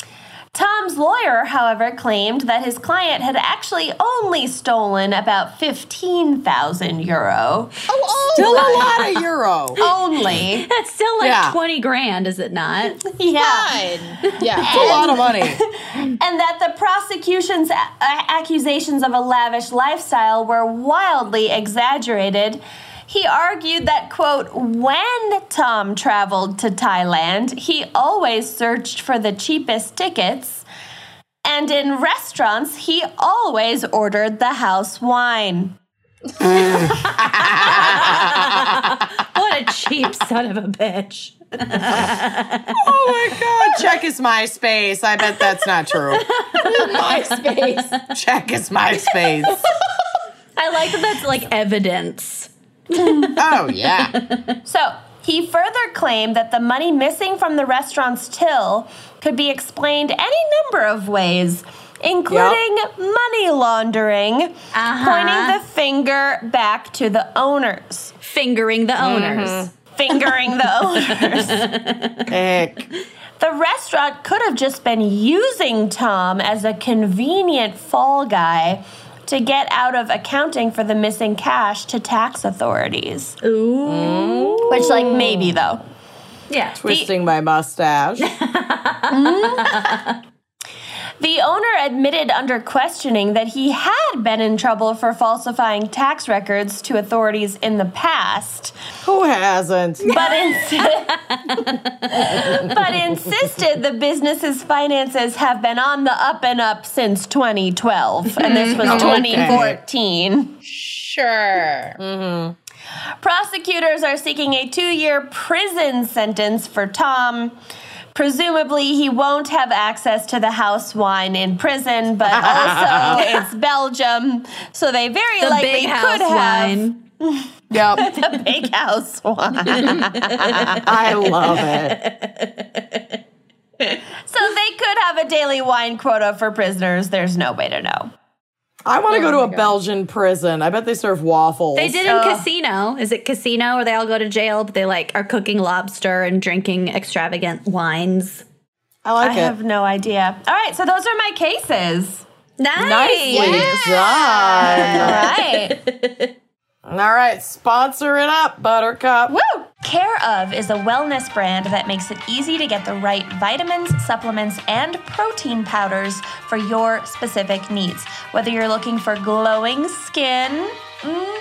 [SPEAKER 1] Tom's lawyer, however, claimed that his client had actually only stolen about 15,000 euro.
[SPEAKER 4] Oh,
[SPEAKER 3] Still a lot of euro.
[SPEAKER 1] Only.
[SPEAKER 2] That's still like
[SPEAKER 3] Yeah.
[SPEAKER 2] 20 grand, is it not?
[SPEAKER 1] yeah.
[SPEAKER 4] fine. Yeah.
[SPEAKER 3] That's a lot of money.
[SPEAKER 1] And that the prosecution's a- a- accusations of a lavish lifestyle were wildly exaggerated. He argued that, quote, when Tom traveled to Thailand, he always searched for the cheapest tickets. And in restaurants, he always ordered the house wine.
[SPEAKER 2] What a cheap son of a bitch.
[SPEAKER 3] Oh my god. Check his MySpace. I bet that's not true.
[SPEAKER 4] MySpace.
[SPEAKER 3] Check his MySpace.
[SPEAKER 2] I like that that's like evidence.
[SPEAKER 3] Oh yeah.
[SPEAKER 1] So he further claimed that the money missing from the restaurant's till could be explained any number of ways, including money laundering, pointing the finger back to the owners,
[SPEAKER 2] Fingering the owners.
[SPEAKER 1] fingering the owners.
[SPEAKER 3] Heck.
[SPEAKER 1] The restaurant could have just been using Tom as a convenient fall guy to get out of accounting for the missing cash to tax authorities. Ooh. Which, like, maybe though.
[SPEAKER 2] Yeah.
[SPEAKER 3] Twisting my mustache.
[SPEAKER 1] The owner admitted under questioning that he had been in trouble for falsifying tax records to authorities in the past,
[SPEAKER 3] Who hasn't?
[SPEAKER 1] but, insi- but insisted the business's finances have been on the up and up since 2012, and this was 2014.
[SPEAKER 4] Sure.
[SPEAKER 1] Prosecutors are seeking a two year prison sentence for Tom. Presumably, he won't have access to the house wine in prison, but also it's Belgium, so they very
[SPEAKER 2] The
[SPEAKER 1] likely
[SPEAKER 2] big
[SPEAKER 1] could
[SPEAKER 2] house
[SPEAKER 1] have
[SPEAKER 2] wine.
[SPEAKER 3] Yep.
[SPEAKER 1] the big house wine.
[SPEAKER 3] I love it.
[SPEAKER 1] so they could have a daily wine quota for prisoners. There's no way to know.
[SPEAKER 3] I want to go to a Belgian prison. I bet they serve waffles.
[SPEAKER 2] They did in
[SPEAKER 3] uh,
[SPEAKER 2] Casino. Is it Casino where they all go to jail, but they like are cooking lobster and drinking extravagant wines?
[SPEAKER 3] I like
[SPEAKER 1] I
[SPEAKER 3] it.
[SPEAKER 1] have no idea. All right, so those are my cases.
[SPEAKER 2] Nice.
[SPEAKER 3] Nicely
[SPEAKER 1] All
[SPEAKER 3] done.
[SPEAKER 1] right.
[SPEAKER 3] All right, sponsor it up, Buttercup.
[SPEAKER 1] Woo! Care of is a wellness brand that makes it easy to get the right vitamins, supplements, and protein powders for your specific needs. Whether you're looking for glowing skin, mm,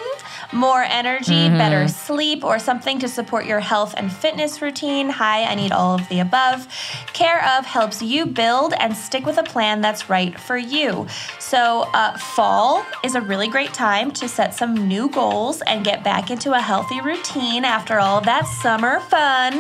[SPEAKER 1] more energy, better sleep, or something to support your health and fitness routine. Hi, I need all of the above. Care of helps you build and stick with a plan that's right for you. So, uh, fall is a really great time to set some new goals and get back into a healthy routine after all that summer fun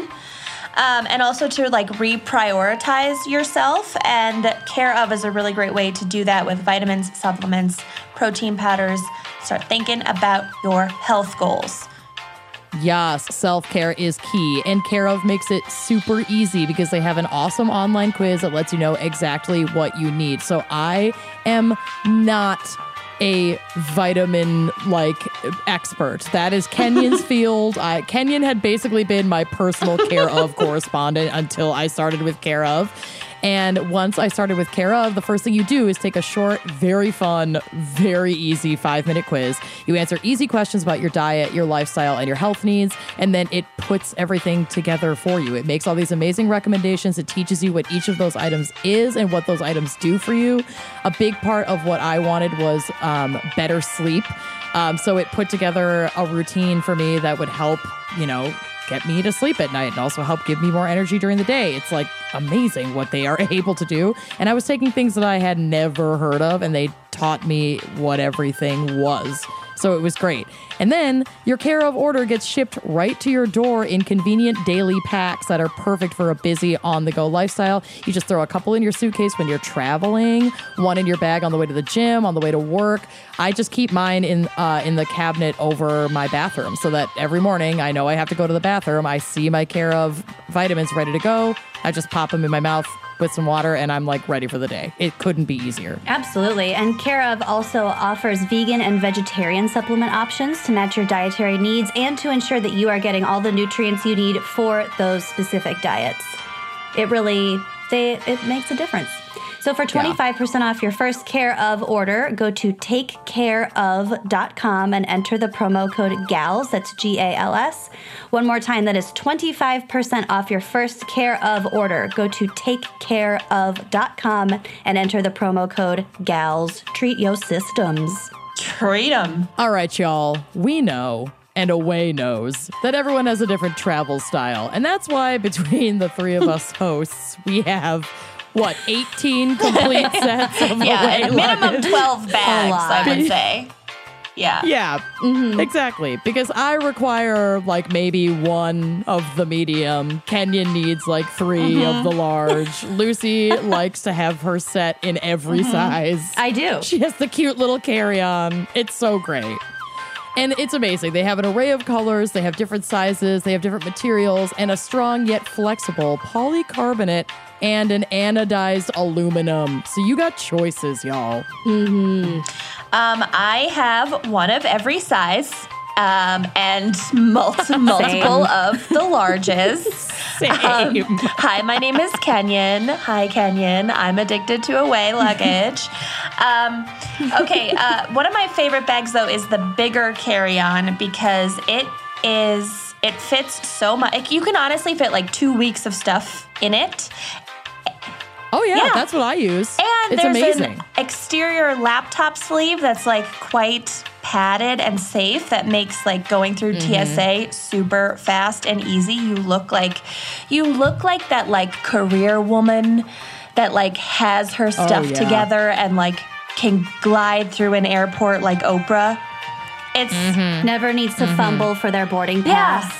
[SPEAKER 1] um, and also to like reprioritize yourself and care of is a really great way to do that with vitamins supplements protein powders start thinking about your health goals
[SPEAKER 3] Yes, self care is key, and Care of makes it super easy because they have an awesome online quiz that lets you know exactly what you need. So I am not a vitamin like expert. That is Kenyon's field. I, Kenyon had basically been my personal Care of correspondent until I started with Care of. And once I started with Care of, the first thing you do is take a short, very fun, very easy five minute quiz. You answer easy questions about your diet, your lifestyle, and your health needs, and then it puts everything together for you. It makes all these amazing recommendations. It teaches you what each of those items is and what those items do for you. A big part of what I wanted was um, better sleep. Um, so it put together a routine for me that would help, you know, get me to sleep at night and also help give me more energy during the day. It's like amazing what they are able to do. And I was taking things that I had never heard of and they taught me what everything was. So it was great. And then your care of order gets shipped right to your door in convenient daily packs that are perfect for a busy on the go lifestyle. You just throw a couple in your suitcase when you're traveling, one in your bag on the way to the gym, on the way to work. I just keep mine in uh, in the cabinet over my bathroom so that every morning I know I have to go to the bathroom. I see my care of vitamins ready to go. I just pop them in my mouth with some water and I'm like ready for the day. It couldn't be easier.
[SPEAKER 2] Absolutely. And Care of also offers vegan and vegetarian supplement options to match your dietary needs and to ensure that you are getting all the nutrients you need for those specific diets. It really they it makes a difference. So for 25% off your first Care of order, go to takecareof.com and enter the promo code GALS, that's G A L S. One more time, that is 25% off your first Care of order. Go to takecareof.com and enter the promo code GALS. Treat your systems.
[SPEAKER 1] treat them
[SPEAKER 3] All right, y'all, we know. And away knows that everyone has a different travel style. And that's why, between the three of us hosts, we have what, 18 complete sets of away
[SPEAKER 1] yeah and minimum
[SPEAKER 3] luggage?
[SPEAKER 1] 12 bags
[SPEAKER 2] lot.
[SPEAKER 1] i would say yeah
[SPEAKER 3] Yeah,
[SPEAKER 2] Mm-hmm.
[SPEAKER 3] exactly. Because I require like maybe one of the medium. Kenyon needs like 3
[SPEAKER 2] Mm-hmm.
[SPEAKER 3] of the large. Lucy likes to have her set in every size.
[SPEAKER 2] Mm-hmm. I do.
[SPEAKER 3] She has the cute little carry on. It's so great. And it's amazing. They have an array of colors, they have different sizes, they have different materials, and a strong yet flexible polycarbonate and an anodized aluminum. So you got choices, y'all.
[SPEAKER 1] Um, I have one of every size um, and mul- multiple of the larges. Um, hi, my name is Kenyon. Hi, Kenyon. I'm addicted to away luggage. Um, okay, uh, one of my favorite bags though is the bigger carry-on because it is it fits so much. Like, you can honestly fit like two weeks of stuff in it.
[SPEAKER 3] Oh, yeah,
[SPEAKER 1] Yeah.
[SPEAKER 3] that's what I use.
[SPEAKER 1] And
[SPEAKER 3] it's
[SPEAKER 1] there's
[SPEAKER 3] amazing.
[SPEAKER 1] an exterior laptop sleeve that's like quite padded and safe that makes like going through
[SPEAKER 3] Mm-hmm.
[SPEAKER 1] TSA super fast and easy. You look like you look like that like career woman that like has her stuff
[SPEAKER 3] Oh, yeah.
[SPEAKER 1] together and like can glide through an airport like Oprah. It's
[SPEAKER 3] Mm-hmm.
[SPEAKER 2] Never needs to fumble for their boarding
[SPEAKER 1] Yeah.
[SPEAKER 2] pass.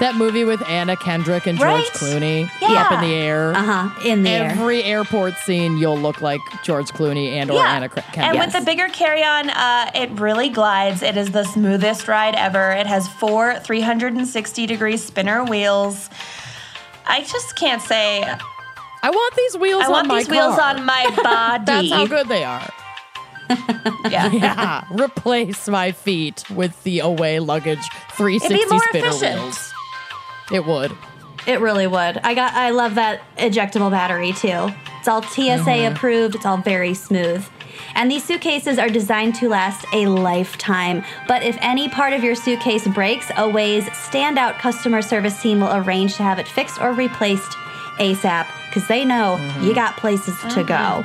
[SPEAKER 3] That movie with Anna Kendrick and George
[SPEAKER 1] Right?
[SPEAKER 3] Clooney
[SPEAKER 1] Yeah. Uh-huh.
[SPEAKER 3] up in the air.
[SPEAKER 2] Uh huh. In the air.
[SPEAKER 3] Every airport scene, you'll look like George Clooney and or
[SPEAKER 1] Yeah.
[SPEAKER 3] Anna Cr- Kendrick.
[SPEAKER 1] And with the bigger carry on, uh, it really glides. It is the smoothest ride ever. It has four 360 degree spinner wheels. I just can't say.
[SPEAKER 3] I want these wheels
[SPEAKER 1] I
[SPEAKER 3] on
[SPEAKER 1] want
[SPEAKER 3] my
[SPEAKER 1] these wheels
[SPEAKER 3] car.
[SPEAKER 1] on my body.
[SPEAKER 3] That's how good they are.
[SPEAKER 1] Yeah.
[SPEAKER 3] Yeah, replace my feet with the away luggage 360
[SPEAKER 1] It'd be more
[SPEAKER 3] spinner
[SPEAKER 1] efficient.
[SPEAKER 3] wheels. It would.
[SPEAKER 2] It really would. I got. I love that ejectable battery too. It's all TSA approved. It's all very smooth. And these suitcases are designed to last a lifetime. But if any part of your suitcase breaks, Away's standout customer service team will arrange to have it fixed or replaced ASAP because they know you got places to go.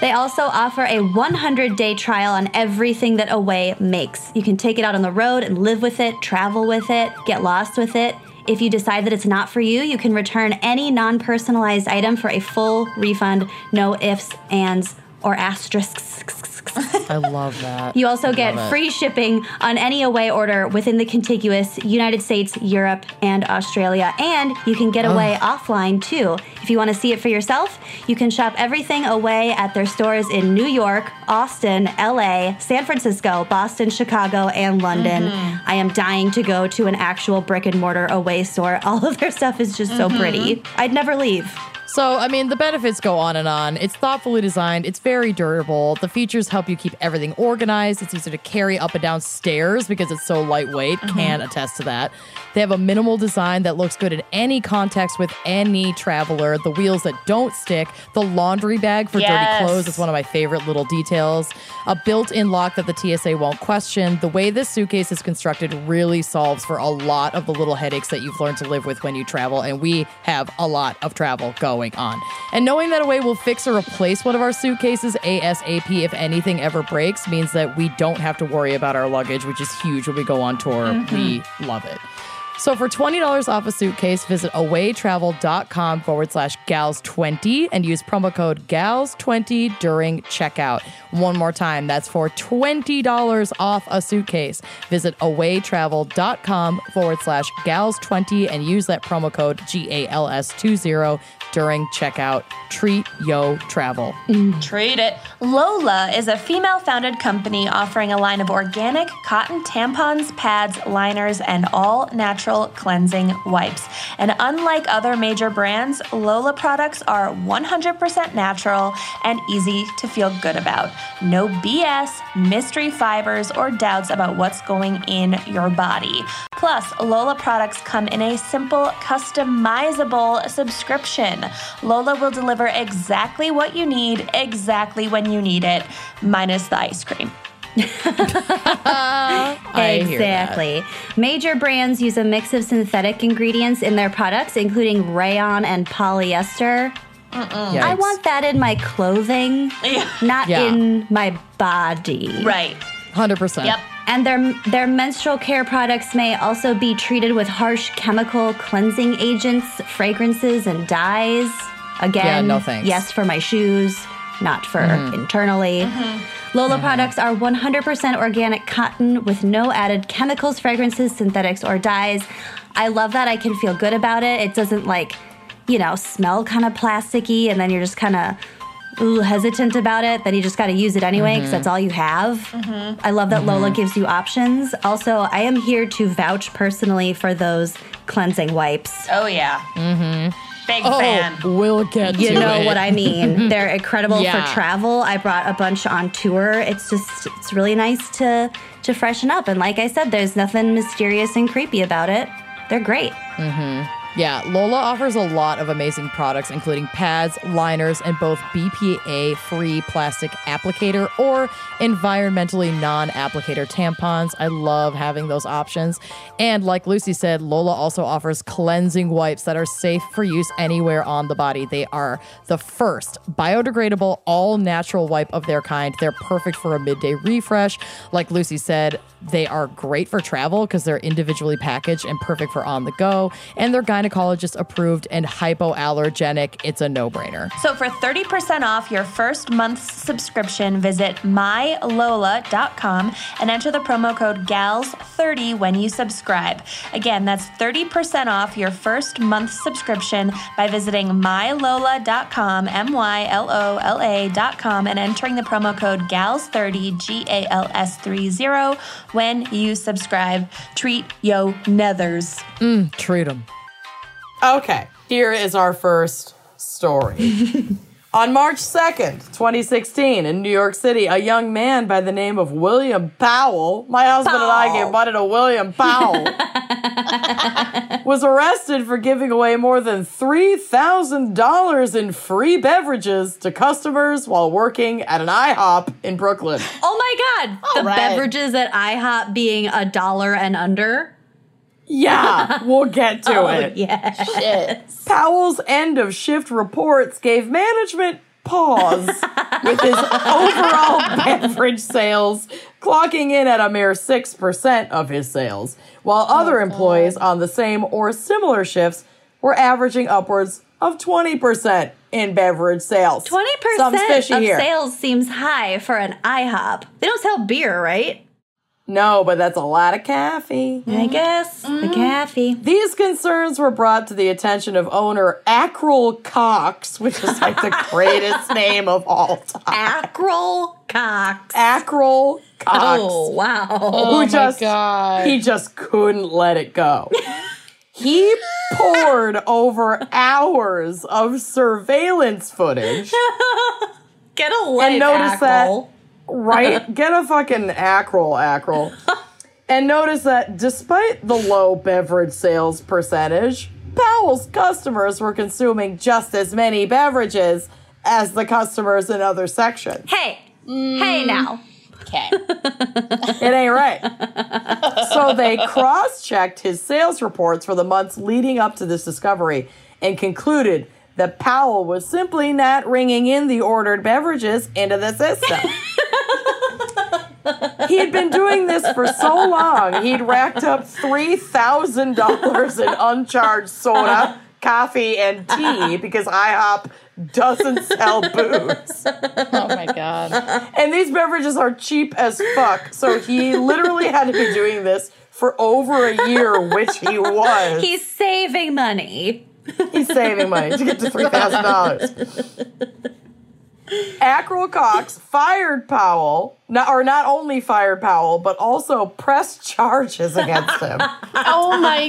[SPEAKER 2] They also offer a 100 day trial on everything that Away makes. You can take it out on the road and live with it, travel with it, get lost with it. If you decide that it's not for you, you can return any non personalized item for a full refund, no ifs, ands, or asterisks.
[SPEAKER 3] I love that.
[SPEAKER 2] You also get free shipping on any away order within the contiguous United States, Europe, and Australia. And you can get away offline too. If you want to see it for yourself, you can shop everything away at their stores in New York, Austin, LA, San Francisco, Boston, Chicago, and London.
[SPEAKER 3] Mm-hmm.
[SPEAKER 2] I am dying to go to an actual brick and mortar away store. All of their stuff is just
[SPEAKER 3] Mm-hmm.
[SPEAKER 2] so pretty. I'd never leave.
[SPEAKER 3] So, I mean, the benefits go on and on. It's thoughtfully designed, it's very durable. The features help you keep everything organized. It's easier to carry up and down stairs because it's so lightweight. Can attest to that. They have a minimal design that looks good in any context with any traveler. The wheels that don't stick, the laundry bag for
[SPEAKER 1] Yes.
[SPEAKER 3] dirty clothes is one of my favorite little details. A built in lock that the TSA won't question. The way this suitcase is constructed really solves for a lot of the little headaches that you've learned to live with when you travel. And we have a lot of travel going on. And knowing that Away will fix or replace one of our suitcases ASAP if anything ever breaks means that we don't have to worry about our luggage, which is huge when we go on tour. We love it. So for $20 off a suitcase, visit awaytravel.com forward slash gals20 and use promo code gals20 during checkout. One more time, that's for $20 off a suitcase. Visit awaytravel.com forward slash gals20 and use that promo code GALS20 during checkout. Treat yo travel.
[SPEAKER 1] Treat it. Lola is a female founded company offering a line of organic cotton tampons, pads, liners, and all natural cleansing wipes. And unlike other major brands, Lola products are 100% natural and easy to feel good about. No BS, mystery fibers, or doubts about what's going in your body. Plus, Lola products come in a simple, customizable subscription. Lola will deliver exactly what you need, exactly when you need it, minus the ice cream.
[SPEAKER 3] I hear that.
[SPEAKER 2] Exactly. Major brands use a mix of synthetic ingredients in their products, including rayon and polyester. I
[SPEAKER 3] Yikes.
[SPEAKER 2] want that in my clothing, not
[SPEAKER 3] Yeah.
[SPEAKER 2] in my body.
[SPEAKER 1] Right.
[SPEAKER 3] 100%.
[SPEAKER 1] Yep.
[SPEAKER 2] And their their menstrual care products may also be treated with harsh chemical cleansing agents, fragrances, and dyes. Again,
[SPEAKER 3] Yeah, no thanks. Mm-hmm.
[SPEAKER 2] yes for my shoes, not for internally. Lola products are 100% organic cotton with no added chemicals, fragrances, synthetics, or dyes. I love that I can feel good about it. It doesn't like, you know, smell kind of plasticky, and then you're just kind of ooh, hesitant about it, then you just got to use it anyway
[SPEAKER 3] Mm-hmm.
[SPEAKER 2] because that's all you have. I love that Lola gives you options. Also, I am here to vouch personally for those cleansing wipes.
[SPEAKER 1] Oh, yeah. Mm-hmm. Big fan.
[SPEAKER 3] Oh, we'll get
[SPEAKER 2] You
[SPEAKER 3] to
[SPEAKER 2] know
[SPEAKER 3] it.
[SPEAKER 2] what I mean. They're incredible
[SPEAKER 3] Yeah.
[SPEAKER 2] for travel. I brought a bunch on tour. It's just it's really nice to to freshen up. And like I said, there's nothing mysterious and creepy about it. They're great.
[SPEAKER 3] Yeah, Lola offers a lot of amazing products, including pads, liners, and both BPA free plastic applicator or environmentally non applicator tampons. I love having those options. And like Lucy said, Lola also offers cleansing wipes that are safe for use anywhere on the body. They are the first biodegradable, all natural wipe of their kind. They're perfect for a midday refresh. Like Lucy said, they are great for travel because they're individually packaged and perfect for on the go. And they're gynecologist approved and hypoallergenic. It's a no brainer.
[SPEAKER 1] So for 30% off your first month's subscription, visit mylola.com and enter the promo code GALS30 when you subscribe. Again, that's 30% off your first month's subscription by visiting mylola.com, M Y L O L A.com, and entering the promo code GALS30, G A L S 30, when you subscribe. Treat yo nethers.
[SPEAKER 3] Treat them.
[SPEAKER 6] Okay, here is our first story. On March 2nd, 2016, in New York City, a young man by the name of William Powell, my husband and I get butted a William Powell, was arrested for giving away more than $3,000 in free beverages to customers while working at an IHOP in Brooklyn.
[SPEAKER 2] Oh my god, the
[SPEAKER 4] right.
[SPEAKER 2] beverages at IHOP being a dollar and under.
[SPEAKER 6] Yeah, we'll get to it.
[SPEAKER 2] Yeah.
[SPEAKER 4] Shit.
[SPEAKER 6] Powell's end of shift reports gave management
[SPEAKER 3] pause with his overall beverage sales clocking in at a mere 6% of his sales, while
[SPEAKER 2] Oh,
[SPEAKER 3] other employees on the same or similar shifts were averaging upwards of 20% in beverage sales.
[SPEAKER 2] Twenty
[SPEAKER 3] Something's
[SPEAKER 2] percent
[SPEAKER 3] fishy
[SPEAKER 2] of
[SPEAKER 3] here.
[SPEAKER 2] sales seems high for an IHOP. They don't sell beer, right?
[SPEAKER 3] No, but that's a lot of caffeine.
[SPEAKER 2] I guess the caffeine.
[SPEAKER 3] These concerns were brought to the attention of owner Ackrell Cox, which is like the greatest name of all time.
[SPEAKER 2] Ackrel Cox.
[SPEAKER 3] Ackrell Cox.
[SPEAKER 2] Oh wow!
[SPEAKER 3] who
[SPEAKER 4] my
[SPEAKER 3] just
[SPEAKER 4] God.
[SPEAKER 3] he just couldn't let it go. he poured over hours of surveillance footage.
[SPEAKER 2] Get a life,
[SPEAKER 3] notice that-
[SPEAKER 2] Ackrel.
[SPEAKER 3] Right? Get a fucking ackrol, ackrol. and notice that despite the low beverage sales percentage, Powell's customers were consuming just as many beverages as the customers in other sections.
[SPEAKER 2] Hey,
[SPEAKER 1] Mm.
[SPEAKER 2] hey now.
[SPEAKER 4] Okay.
[SPEAKER 3] It ain't right. so they cross checked his sales reports for the months leading up to this discovery and concluded that Powell was simply not ringing in the ordered beverages into the system. he had been doing this for so long, he'd racked up $3,000 in uncharged soda, coffee, and tea because IHOP doesn't sell booze.
[SPEAKER 4] Oh my god.
[SPEAKER 3] And these beverages are cheap as fuck. So he literally had to be doing this for over a year, which he was.
[SPEAKER 2] He's saving money.
[SPEAKER 3] He's saving money to get to three thousand dollars. Ackrell Cox fired Powell, not, or not only fired Powell, but also pressed charges against him.
[SPEAKER 4] Oh my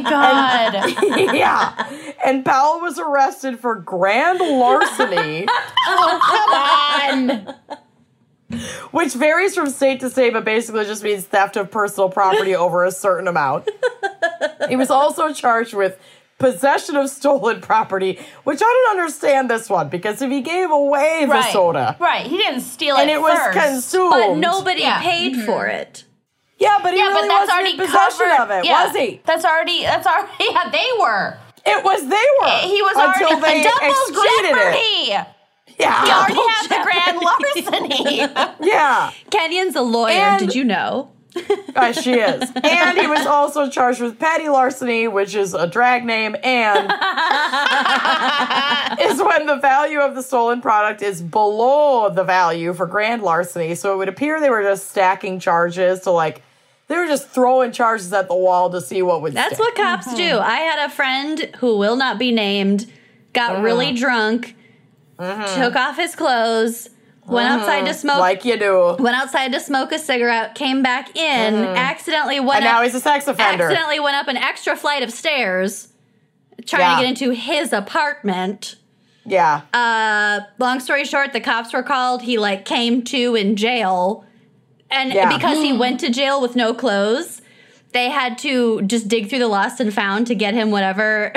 [SPEAKER 4] god.
[SPEAKER 3] yeah, and Powell was arrested for grand larceny.
[SPEAKER 4] Come on.
[SPEAKER 3] which varies from state to state, but basically just means theft of personal property over a certain amount. he was also charged with possession of stolen property, which I don't understand this one because if he gave away the
[SPEAKER 1] Right.
[SPEAKER 3] soda
[SPEAKER 1] Right. He didn't steal
[SPEAKER 3] and
[SPEAKER 1] it,
[SPEAKER 3] it was
[SPEAKER 1] first.
[SPEAKER 3] consumed,
[SPEAKER 2] But nobody
[SPEAKER 1] Yeah.
[SPEAKER 2] paid
[SPEAKER 3] Mm-hmm.
[SPEAKER 2] for it.
[SPEAKER 3] yeah, but he
[SPEAKER 1] yeah, but
[SPEAKER 3] really
[SPEAKER 1] that's
[SPEAKER 3] wasn't
[SPEAKER 1] already
[SPEAKER 3] in possession
[SPEAKER 1] covered.
[SPEAKER 3] of it,
[SPEAKER 1] Yeah.
[SPEAKER 3] was he?
[SPEAKER 1] That's already. That's already. Yeah, they were.
[SPEAKER 3] It was they were.
[SPEAKER 1] He was
[SPEAKER 3] until
[SPEAKER 1] already
[SPEAKER 3] they
[SPEAKER 1] double
[SPEAKER 3] excreted it.
[SPEAKER 1] jeopardy.
[SPEAKER 3] Yeah,
[SPEAKER 1] He already had the grand larceny.
[SPEAKER 3] yeah.
[SPEAKER 2] Kenyon's a lawyer.
[SPEAKER 3] And-
[SPEAKER 2] did you know?
[SPEAKER 3] Uh, she is. And he was also charged with petty larceny, which is a drag name, and is when the value of the stolen product is below the value for grand larceny. So it would appear they were just stacking charges to like, they were just throwing charges at the wall to see what would
[SPEAKER 2] That's
[SPEAKER 3] stick.
[SPEAKER 2] what cops do.
[SPEAKER 3] Mm-hmm.
[SPEAKER 2] I had a friend who will not be named, got
[SPEAKER 3] Mm-hmm.
[SPEAKER 2] really drunk, took off his clothes, went outside to smoke.
[SPEAKER 3] Mm-hmm. like you do. Mm-hmm.
[SPEAKER 2] went outside to smoke a cigarette, came back in, accidentally went
[SPEAKER 3] And now
[SPEAKER 2] up,
[SPEAKER 3] he's a sex offender.
[SPEAKER 2] accidentally went up an extra flight of stairs, trying
[SPEAKER 3] Yeah.
[SPEAKER 2] to get into his apartment.
[SPEAKER 3] Yeah.
[SPEAKER 2] Uh, long story short, the cops were called. He like came to in jail, and
[SPEAKER 3] Yeah.
[SPEAKER 2] because he went to jail with no clothes, they had to just dig through the lost and found to get him whatever.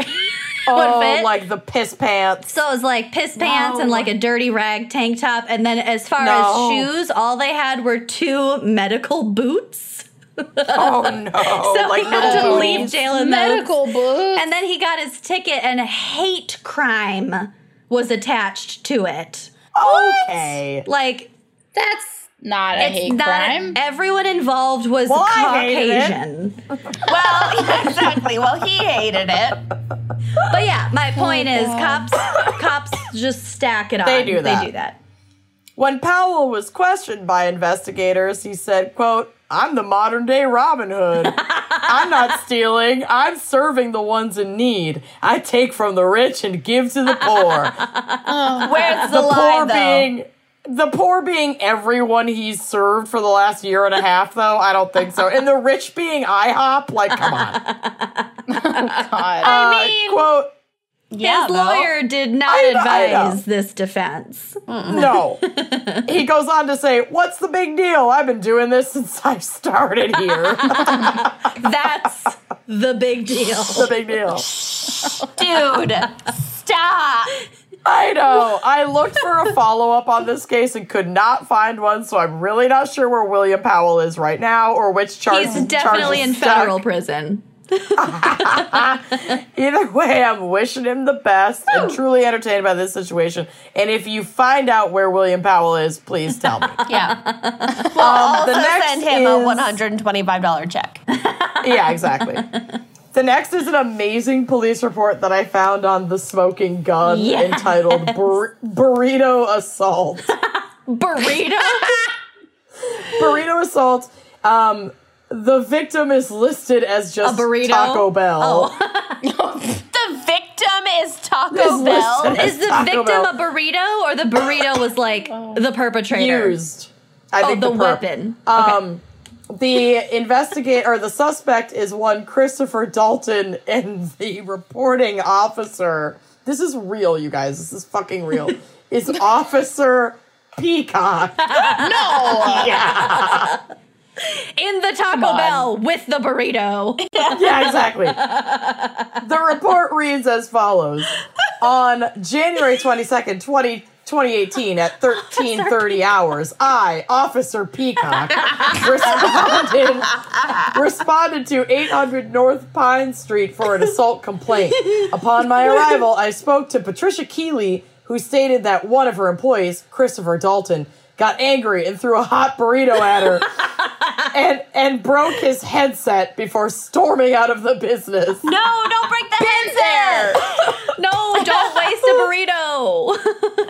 [SPEAKER 3] oh,
[SPEAKER 2] fit.
[SPEAKER 3] like the piss pants.
[SPEAKER 2] so it was like piss pants and like a dirty rag tank top, and then as far
[SPEAKER 3] No.
[SPEAKER 2] as shoes, all they had were two medical boots.
[SPEAKER 3] Oh no.
[SPEAKER 2] So
[SPEAKER 3] like
[SPEAKER 2] he had
[SPEAKER 3] little
[SPEAKER 2] to
[SPEAKER 3] booties.
[SPEAKER 2] leave jail in
[SPEAKER 4] Medical book.
[SPEAKER 2] And then he got his ticket, and hate crime was attached to it.
[SPEAKER 3] Okay.
[SPEAKER 2] Like
[SPEAKER 4] That's not a hate
[SPEAKER 2] it's not
[SPEAKER 4] crime.
[SPEAKER 2] everyone involved was
[SPEAKER 3] Well, I hated
[SPEAKER 2] Caucasian.
[SPEAKER 3] it.
[SPEAKER 1] well, yeah, exactly. Well, he hated it.
[SPEAKER 2] But yeah, my point is, cops cops just stack it on.
[SPEAKER 3] They do that.
[SPEAKER 2] They do that.
[SPEAKER 3] When Powell was questioned by investigators, he said, quote, I'm the modern day Robin Hood. I'm not stealing. I'm serving the ones in need. I take from the rich and give to the poor.
[SPEAKER 1] Where's the,
[SPEAKER 3] The
[SPEAKER 1] line,
[SPEAKER 3] poor
[SPEAKER 1] though?
[SPEAKER 3] being the poor being everyone he's served for the last year and a half, though, I don't think so. And the rich being IHOP, like, come on.
[SPEAKER 4] God.
[SPEAKER 3] Uh, quote,
[SPEAKER 1] yeah,
[SPEAKER 2] His lawyer did not
[SPEAKER 3] I know, I know.
[SPEAKER 2] advise this defense.
[SPEAKER 3] No. he goes on to say, What's the big deal? I've been doing this since I started here.
[SPEAKER 2] That's the big deal.
[SPEAKER 3] the big deal.
[SPEAKER 1] dude. Stop.
[SPEAKER 3] I know. I looked for a follow up on this case and could not find one, so I'm really not sure where William Powell is right now or which charge.
[SPEAKER 2] He's definitely in federal prison.
[SPEAKER 3] Either way, I'm wishing him the best and truly entertained by this situation. And if you find out where William Powell is, please tell me.
[SPEAKER 1] Yeah.
[SPEAKER 3] Um,
[SPEAKER 1] Also send him a
[SPEAKER 3] is-
[SPEAKER 1] $125 check.
[SPEAKER 3] Yeah, exactly. The next is an amazing police report that I found on the smoking gun
[SPEAKER 2] Yes.
[SPEAKER 3] entitled Bur- Burrito Assault.
[SPEAKER 2] Burrito.
[SPEAKER 3] burrito assault. Um, the victim is listed as just
[SPEAKER 2] A burrito? Oh,
[SPEAKER 3] Taco Bell.
[SPEAKER 1] The victim is Taco
[SPEAKER 3] Is
[SPEAKER 1] Bell.
[SPEAKER 3] listed as
[SPEAKER 2] Is the
[SPEAKER 3] Taco
[SPEAKER 2] victim
[SPEAKER 3] Bell.
[SPEAKER 2] a burrito or the burrito was like the perpetrator?
[SPEAKER 3] used? I
[SPEAKER 2] Oh,
[SPEAKER 3] think
[SPEAKER 2] the,
[SPEAKER 3] perp.
[SPEAKER 2] weapon.
[SPEAKER 3] Um, the investigate or the suspect is one Christopher Dalton, and the reporting officer. This is real, you guys. This is fucking real. is Officer Peacock?
[SPEAKER 4] No.
[SPEAKER 2] In the Taco Bell
[SPEAKER 1] Um,
[SPEAKER 2] with the burrito.
[SPEAKER 3] yeah, exactly. The report reads as follows. On January 22nd, 20, 2018 at 13:30 hours, I, Officer Peacock, responded responded to 800 North Pine Street for an assault complaint. Upon my arrival, I spoke to Patricia Keeley, who stated that one of her employees, Christopher Dalton, got angry and threw a hot burrito at her and and broke his headset before storming out of the business.
[SPEAKER 1] No, don't break the headset.
[SPEAKER 2] No, don't waste a burrito.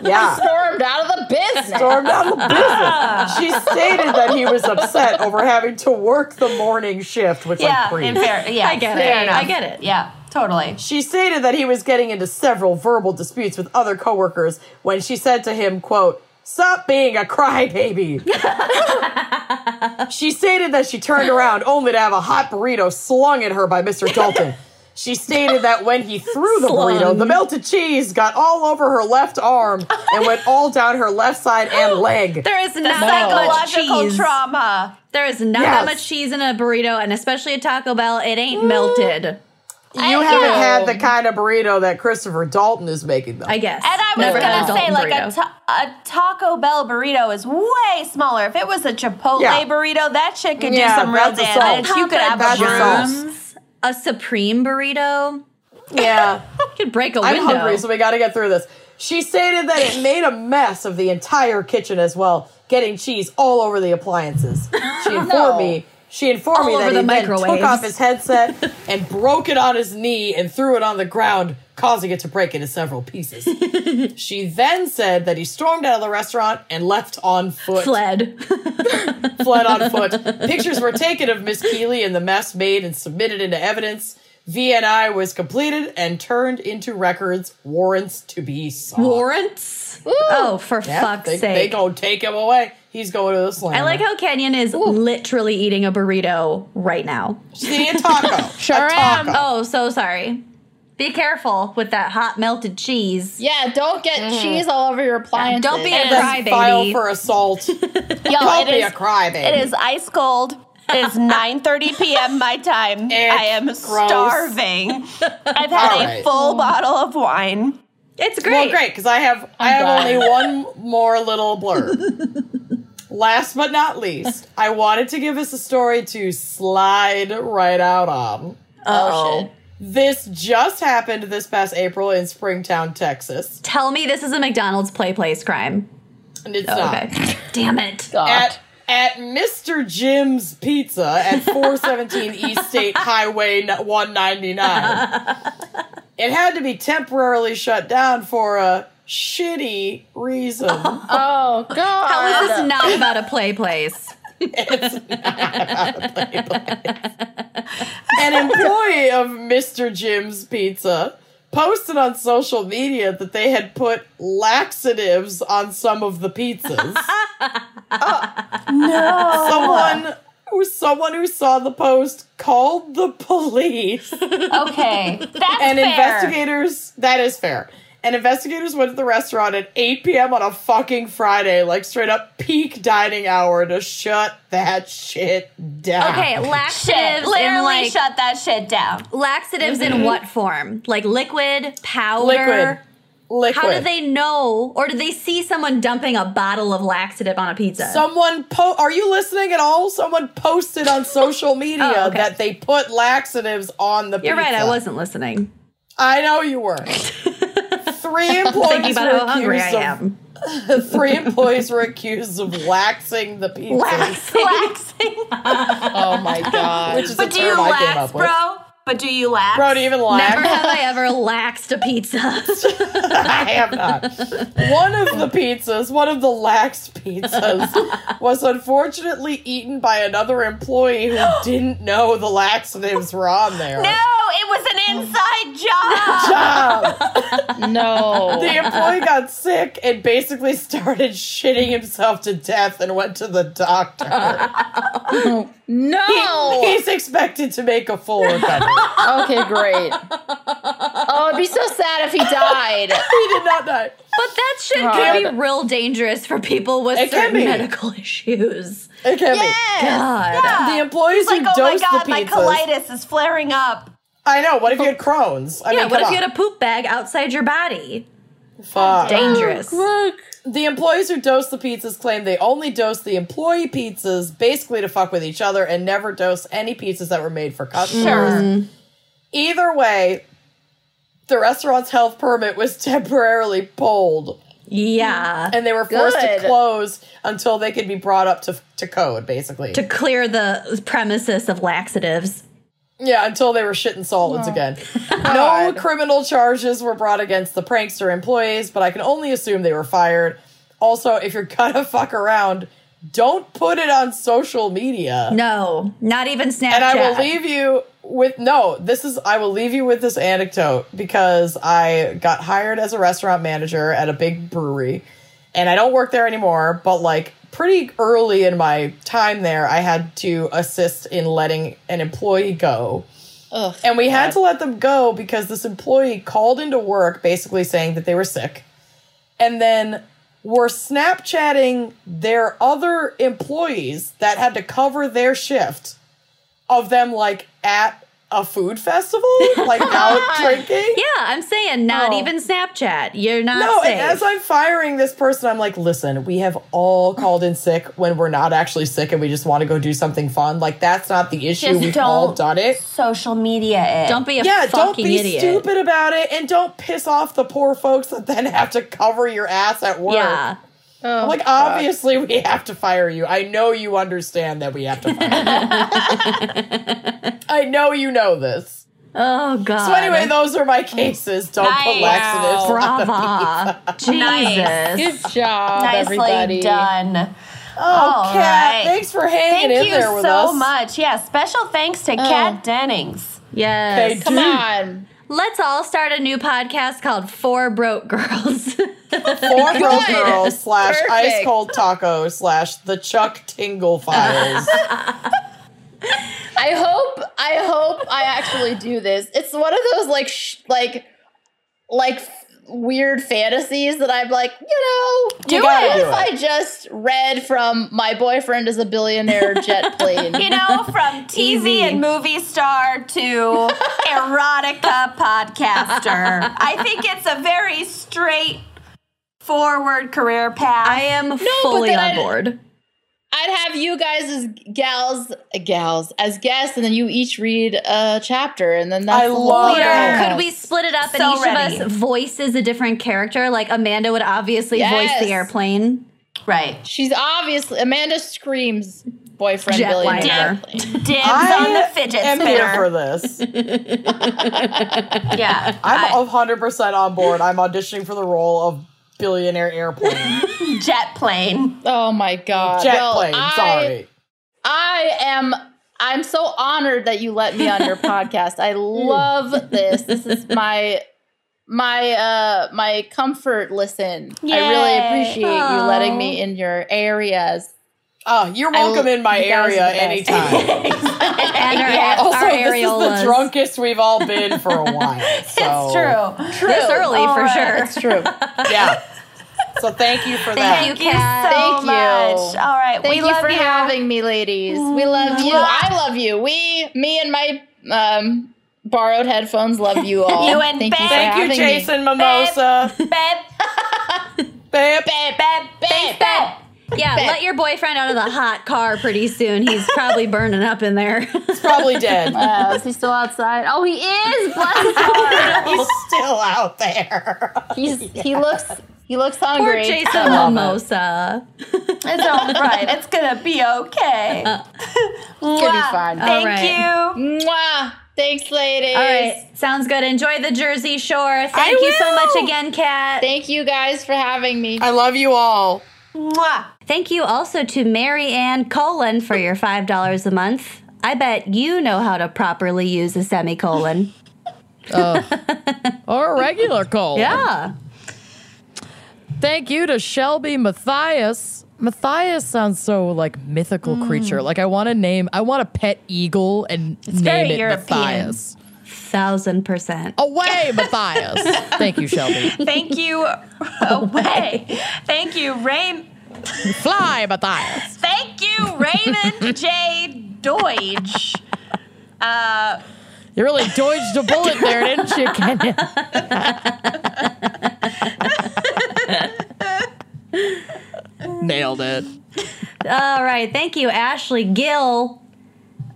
[SPEAKER 3] Yeah.
[SPEAKER 4] Stormed out of the business.
[SPEAKER 3] Stormed out of the business. She stated that he was upset over having to work the morning shift, which
[SPEAKER 1] Yeah,
[SPEAKER 3] I'm pre.
[SPEAKER 1] and fair, yeah,
[SPEAKER 2] I get
[SPEAKER 1] fair
[SPEAKER 2] it.
[SPEAKER 1] enough.
[SPEAKER 2] I get it.
[SPEAKER 1] Yeah, totally.
[SPEAKER 3] She stated that he was getting into several verbal disputes with other coworkers when she said to him, quote, Stop being a crybaby. she stated that she turned around only to have a hot burrito slung at her by Mr. Dalton. She stated that when he threw the burrito, the melted cheese got all over her left arm and went all down her left side and leg.
[SPEAKER 2] There is not that much
[SPEAKER 1] Psychological
[SPEAKER 2] cheese.
[SPEAKER 1] trauma.
[SPEAKER 2] There is not that
[SPEAKER 3] Yes.
[SPEAKER 2] much cheese in a burrito, and especially a Taco Bell. It ain't
[SPEAKER 1] Mm.
[SPEAKER 2] melted.
[SPEAKER 3] You haven't had the kind of burrito that Christopher Dalton is making, though.
[SPEAKER 2] I guess.
[SPEAKER 1] And I was
[SPEAKER 2] Never had
[SPEAKER 1] gonna
[SPEAKER 2] a
[SPEAKER 1] say,
[SPEAKER 2] Dalton
[SPEAKER 1] like a,
[SPEAKER 2] burrito.
[SPEAKER 1] ta- a Taco Bell burrito is way smaller. If it was a Chipotle
[SPEAKER 3] Yeah.
[SPEAKER 1] burrito, that shit could
[SPEAKER 3] Yeah,
[SPEAKER 1] do some real
[SPEAKER 3] that's assault.
[SPEAKER 1] damage. You could have
[SPEAKER 3] That's
[SPEAKER 1] a
[SPEAKER 3] assault.
[SPEAKER 1] broom.
[SPEAKER 2] Drums, a supreme burrito.
[SPEAKER 3] Yeah.
[SPEAKER 2] You could break a
[SPEAKER 3] I'm
[SPEAKER 2] window.
[SPEAKER 3] hungry, so we got to get through this. She stated that it made a mess of the entire kitchen as well, getting cheese all over the appliances. She informed
[SPEAKER 4] No.
[SPEAKER 3] me. She informed
[SPEAKER 2] All
[SPEAKER 3] me
[SPEAKER 2] over
[SPEAKER 3] that
[SPEAKER 2] the
[SPEAKER 3] he then took
[SPEAKER 2] microwaves.
[SPEAKER 3] off his headset and broke it on his knee and threw it on the ground, causing it to break into several pieces. she then said that he stormed out of the restaurant and left on foot
[SPEAKER 2] Fled.
[SPEAKER 3] fled on foot. Pictures were taken of Miss Keeley and the mess made and submitted into evidence. VNI was completed and turned into records, warrants to be sought.
[SPEAKER 2] Warrants. Oh, for
[SPEAKER 3] Yeah,
[SPEAKER 2] fuck's
[SPEAKER 3] they, They
[SPEAKER 2] sake!
[SPEAKER 3] gonna take him away. He's going to the slammer.
[SPEAKER 2] I like how Kenyon is literally eating a burrito right now.
[SPEAKER 3] She's eating a taco. sure a taco.
[SPEAKER 2] Oh, so sorry. Be careful with that hot melted cheese.
[SPEAKER 4] Yeah, don't get cheese all over your appliances.
[SPEAKER 2] Don't be a
[SPEAKER 1] And then
[SPEAKER 3] Then file
[SPEAKER 2] crybaby.
[SPEAKER 3] for assault.
[SPEAKER 1] Y'all,
[SPEAKER 3] Don't
[SPEAKER 1] it
[SPEAKER 3] be a
[SPEAKER 1] is,
[SPEAKER 3] crybaby.
[SPEAKER 1] it is ice cold. It is 9.30 p.m. my time. I am
[SPEAKER 3] gross.
[SPEAKER 1] starving. I've had
[SPEAKER 3] All
[SPEAKER 1] a
[SPEAKER 3] right.
[SPEAKER 1] full bottle of wine.
[SPEAKER 2] it's great.
[SPEAKER 3] Well, great because I have i have only one more little blurb. Last but not least, I wanted to give us a story to slide right out on.
[SPEAKER 2] Oh, shit.
[SPEAKER 3] This just happened this past April in Springtown, Texas,
[SPEAKER 2] Tell me this is a McDonald's play place crime. Oh,
[SPEAKER 3] and it's not.
[SPEAKER 2] Okay. Damn it.
[SPEAKER 3] At at Mr. Jim's Pizza at 417 East State Highway n- 199. It had to be temporarily shut down for a shitty reason.
[SPEAKER 4] Oh god.
[SPEAKER 2] How is this not about a play place?
[SPEAKER 3] an employee of Mr. Jim's Pizza posted on social media that they had put laxatives on some of the pizzas. no. Someone who someone who saw the post called the police
[SPEAKER 1] Okay, that's
[SPEAKER 3] and
[SPEAKER 1] fair.
[SPEAKER 3] investigators that is fair. And investigators went to the restaurant at 8 p.m. on a fucking Friday, like straight up peak dining hour to shut that shit down.
[SPEAKER 2] Okay,
[SPEAKER 1] Shit,
[SPEAKER 2] laxatives in
[SPEAKER 1] literally
[SPEAKER 2] like
[SPEAKER 1] shut that shit down.
[SPEAKER 2] laxatives in what form? Like liquid, powder,
[SPEAKER 3] Liquid. liquid.
[SPEAKER 2] How do they know, or did they see someone dumping a bottle of laxative on a pizza?
[SPEAKER 3] Someone po- are you listening at all? Someone posted on social media
[SPEAKER 2] Oh, okay.
[SPEAKER 3] that they put laxatives on the
[SPEAKER 2] You're right. I
[SPEAKER 3] pizza.
[SPEAKER 2] wasn't listening.
[SPEAKER 3] I know you were. Three
[SPEAKER 2] Thinking
[SPEAKER 3] employees
[SPEAKER 2] about
[SPEAKER 3] were
[SPEAKER 2] how hungry I
[SPEAKER 3] accused of
[SPEAKER 2] am.
[SPEAKER 3] three employees were accused of waxing the pizza.
[SPEAKER 1] Laxing.
[SPEAKER 4] Oh my god.
[SPEAKER 3] Which is a
[SPEAKER 1] But do you
[SPEAKER 3] term I came
[SPEAKER 1] lax,
[SPEAKER 3] up with.
[SPEAKER 1] bro? But do you lax?
[SPEAKER 3] Bro, do you even lax?
[SPEAKER 2] Never have I ever laxed a pizza.
[SPEAKER 3] I have not. One of the pizzas, one of the lax pizzas, was unfortunately eaten by another employee who didn't know the laxatives were on there.
[SPEAKER 1] No, it was an inside job.
[SPEAKER 3] Job.
[SPEAKER 4] no.
[SPEAKER 3] The employee got sick and basically started shitting himself to death and went to the doctor.
[SPEAKER 4] no.
[SPEAKER 3] He's expected to make a full recovery.
[SPEAKER 4] okay, great. Oh, it'd be so sad if he died.
[SPEAKER 3] he did not die.
[SPEAKER 2] But that shit could be real dangerous for people with
[SPEAKER 3] Uh-huh. It can
[SPEAKER 2] certain
[SPEAKER 3] be.
[SPEAKER 2] medical issues.
[SPEAKER 3] It can
[SPEAKER 2] God.
[SPEAKER 3] be. The employees
[SPEAKER 1] Like,
[SPEAKER 3] who
[SPEAKER 1] oh my
[SPEAKER 3] dosed
[SPEAKER 1] god,
[SPEAKER 3] the
[SPEAKER 1] my
[SPEAKER 3] pizzas.
[SPEAKER 1] colitis is flaring up.
[SPEAKER 3] I know. What if you had Crohn's? I
[SPEAKER 2] Yeah,
[SPEAKER 3] mean,
[SPEAKER 2] what if
[SPEAKER 3] come
[SPEAKER 2] you
[SPEAKER 3] on. Oh,
[SPEAKER 2] had a poop bag outside your body?
[SPEAKER 3] Fuck.
[SPEAKER 2] Dangerous.
[SPEAKER 3] The employees who dose the pizzas claim they only dose the employee pizzas basically to fuck with each other and never dose any pizzas that were made for customers. Either way, the restaurant's health permit was temporarily pulled
[SPEAKER 2] yeah.
[SPEAKER 3] and they were forced
[SPEAKER 4] Good.
[SPEAKER 3] to close until they could be brought up to, to code, basically.
[SPEAKER 2] To clear the premises of laxatives.
[SPEAKER 3] Yeah, until they were shitting solids again. No criminal charges were brought against the prankster employees, but I can only assume they were fired. Also, if you're gonna fuck around, don't put it on social media.
[SPEAKER 2] No, not even Snapchat.
[SPEAKER 3] and I will leave you with no, this is I will leave you with this anecdote because I got hired as a restaurant manager at a big brewery and I don't work there anymore, but like pretty early in my time there, I had to assist in letting an employee go.
[SPEAKER 4] Ugh.
[SPEAKER 3] And we had to let them go because this employee called into work basically saying that they were sick. And then were Snapchatting their other employees that had to cover their shift of them like at a food festival, like out drinking.
[SPEAKER 2] Yeah, I'm saying not
[SPEAKER 3] No.
[SPEAKER 2] even Snapchat. You're not
[SPEAKER 3] Oh. No,
[SPEAKER 2] safe.
[SPEAKER 3] and as I'm firing this person, I'm like, listen, we have all called in sick when we're not actually sick and we just want to go do something fun. Like, that's not the issue.
[SPEAKER 1] Just
[SPEAKER 3] We've
[SPEAKER 1] don't
[SPEAKER 3] all done it.
[SPEAKER 1] Social media it.
[SPEAKER 2] don't be a
[SPEAKER 3] yeah, don't
[SPEAKER 2] fucking
[SPEAKER 3] be
[SPEAKER 2] idiot.
[SPEAKER 3] stupid about it, and don't piss off the poor folks that then have to cover your ass at work.
[SPEAKER 2] Yeah.
[SPEAKER 3] I'm like, obviously, we have to fire you. I know you understand that we have to fire you. I know you know this.
[SPEAKER 2] Oh god.
[SPEAKER 3] So anyway, those are my cases. Don't put
[SPEAKER 1] Nice.
[SPEAKER 3] laxatives. on them.
[SPEAKER 2] brava. Jesus.
[SPEAKER 4] Good job,
[SPEAKER 1] Nicely
[SPEAKER 4] everybody.
[SPEAKER 1] done.
[SPEAKER 3] Oh,
[SPEAKER 1] All
[SPEAKER 3] Kat,
[SPEAKER 1] right.
[SPEAKER 3] thanks for
[SPEAKER 1] Thank
[SPEAKER 3] hanging in
[SPEAKER 1] you
[SPEAKER 3] there with
[SPEAKER 1] so
[SPEAKER 3] us.
[SPEAKER 1] much. Yeah, special thanks to Kat Dennings.
[SPEAKER 2] Yes.
[SPEAKER 3] Hey,
[SPEAKER 4] Come on.
[SPEAKER 2] Let's all start a new podcast called Four Broke Girls.
[SPEAKER 3] Four Broke
[SPEAKER 4] Good.
[SPEAKER 3] Girls slash
[SPEAKER 4] Perfect.
[SPEAKER 3] Ice Cold Taco slash The Chuck Tingle Files.
[SPEAKER 4] I hope I hope I actually do this. It's one of those like sh- like like f- weird fantasies that I'm like, you know,
[SPEAKER 3] You
[SPEAKER 4] do
[SPEAKER 3] gotta
[SPEAKER 4] it
[SPEAKER 3] do
[SPEAKER 4] if
[SPEAKER 3] it.
[SPEAKER 4] I just read from my boyfriend is a billionaire jet plane.
[SPEAKER 1] You know, from TV
[SPEAKER 2] Easy.
[SPEAKER 1] and movie star to erotica podcaster. I think it's a very straightforward career path.
[SPEAKER 2] I am fully
[SPEAKER 4] then
[SPEAKER 2] on
[SPEAKER 4] I-
[SPEAKER 2] board.
[SPEAKER 4] I'd have you guys as gals gals as guests and then you each read a chapter and then that's
[SPEAKER 3] I
[SPEAKER 4] the whole
[SPEAKER 3] love
[SPEAKER 4] podcast.
[SPEAKER 3] that.
[SPEAKER 2] Could we split it up
[SPEAKER 1] So
[SPEAKER 2] and each
[SPEAKER 1] ready.
[SPEAKER 2] of us voices a different character? Like Amanda would obviously
[SPEAKER 4] Yes.
[SPEAKER 2] voice the airplane.
[SPEAKER 1] right.
[SPEAKER 4] She's obviously Amanda screams boyfriend
[SPEAKER 2] Jetliner.
[SPEAKER 4] billionaire.
[SPEAKER 1] Dibs
[SPEAKER 3] I
[SPEAKER 1] on the fidget
[SPEAKER 3] am here for
[SPEAKER 1] spinner.
[SPEAKER 3] this.
[SPEAKER 1] yeah. I-
[SPEAKER 3] I'm 100% on board. I'm auditioning for the role of billionaire airplane.
[SPEAKER 1] jet plane.
[SPEAKER 4] Oh my god.
[SPEAKER 3] Jet
[SPEAKER 4] Well,
[SPEAKER 3] plane,
[SPEAKER 4] I-
[SPEAKER 3] sorry.
[SPEAKER 4] I am I'm so honored that you let me on your podcast. I
[SPEAKER 1] Mm.
[SPEAKER 4] love this. This is my my uh my comfort listen. I really
[SPEAKER 1] Yay.
[SPEAKER 4] appreciate you
[SPEAKER 2] Aw.
[SPEAKER 4] letting me in your areas.
[SPEAKER 3] Oh, you're
[SPEAKER 4] I
[SPEAKER 3] welcome
[SPEAKER 4] lo-
[SPEAKER 3] in my
[SPEAKER 4] you guys are
[SPEAKER 3] area
[SPEAKER 4] the best.
[SPEAKER 3] anytime.
[SPEAKER 2] And our,
[SPEAKER 3] also,
[SPEAKER 2] our
[SPEAKER 3] this is
[SPEAKER 2] areolas.
[SPEAKER 3] the drunkest we've all been for a while. So,
[SPEAKER 1] It's true.
[SPEAKER 2] This early
[SPEAKER 1] All
[SPEAKER 2] for
[SPEAKER 1] right.
[SPEAKER 2] sure.
[SPEAKER 4] It's true.
[SPEAKER 3] Yeah. So thank you for that.
[SPEAKER 2] Thank you,
[SPEAKER 1] Thank
[SPEAKER 2] Kat.
[SPEAKER 1] you so
[SPEAKER 4] Thank you.
[SPEAKER 1] much. All right.
[SPEAKER 4] Thank
[SPEAKER 1] we
[SPEAKER 4] you
[SPEAKER 1] love Mm,
[SPEAKER 4] for
[SPEAKER 1] you.
[SPEAKER 4] having me, ladies. We love you. I love you. We me and my um borrowed headphones. Love you all.
[SPEAKER 1] You and
[SPEAKER 4] Thank you,
[SPEAKER 1] Babe.
[SPEAKER 4] for
[SPEAKER 1] Thank
[SPEAKER 4] having
[SPEAKER 7] Thank you,
[SPEAKER 4] me.
[SPEAKER 7] Jason Mimosa.
[SPEAKER 1] Babe,
[SPEAKER 7] Babe.
[SPEAKER 4] Babe,
[SPEAKER 1] babe,
[SPEAKER 4] babe,
[SPEAKER 1] babe.
[SPEAKER 2] Yeah, let your boyfriend out of the hot car pretty soon. He's probably burning up in there.
[SPEAKER 7] He's probably dead.
[SPEAKER 4] Uh, is he still outside? Oh, he is. Bless his
[SPEAKER 7] He's still out there.
[SPEAKER 4] He's he looks he looks
[SPEAKER 2] Poor
[SPEAKER 4] hungry.
[SPEAKER 2] Jason Mimosa.
[SPEAKER 1] It's all right. It's gonna be okay.
[SPEAKER 4] Could be fine.
[SPEAKER 1] Thank
[SPEAKER 2] right.
[SPEAKER 1] you.
[SPEAKER 4] Mwah. Thanks, ladies.
[SPEAKER 2] All right, sounds good. Enjoy the Jersey Shore. Thank you so much again, Kat.
[SPEAKER 4] Thank you guys for having me.
[SPEAKER 7] I love you all.
[SPEAKER 1] Mwah.
[SPEAKER 2] Thank you also to Mary Ann Colon for your $5 a month. I bet you know how to properly use a semicolon.
[SPEAKER 3] Or a regular cold.
[SPEAKER 2] Yeah.
[SPEAKER 3] Thank you to Shelby Matthias. Matthias sounds so like mythical
[SPEAKER 1] Mm.
[SPEAKER 3] creature. Like I want to name, I want a pet eagle and name
[SPEAKER 1] very
[SPEAKER 3] it
[SPEAKER 1] European.
[SPEAKER 3] Matthias.
[SPEAKER 2] Thousand percent.
[SPEAKER 3] Away, Matthias. Thank you, Shelby.
[SPEAKER 1] Thank you. away. Thank you, Raymond.
[SPEAKER 3] Fly, Matthias.
[SPEAKER 1] Thank you, Raymond J. Deutsch. Uh,
[SPEAKER 3] You really dodged a bullet there, didn't you, Kenya? Nailed it.
[SPEAKER 2] All right. Thank you, Ashley Gill.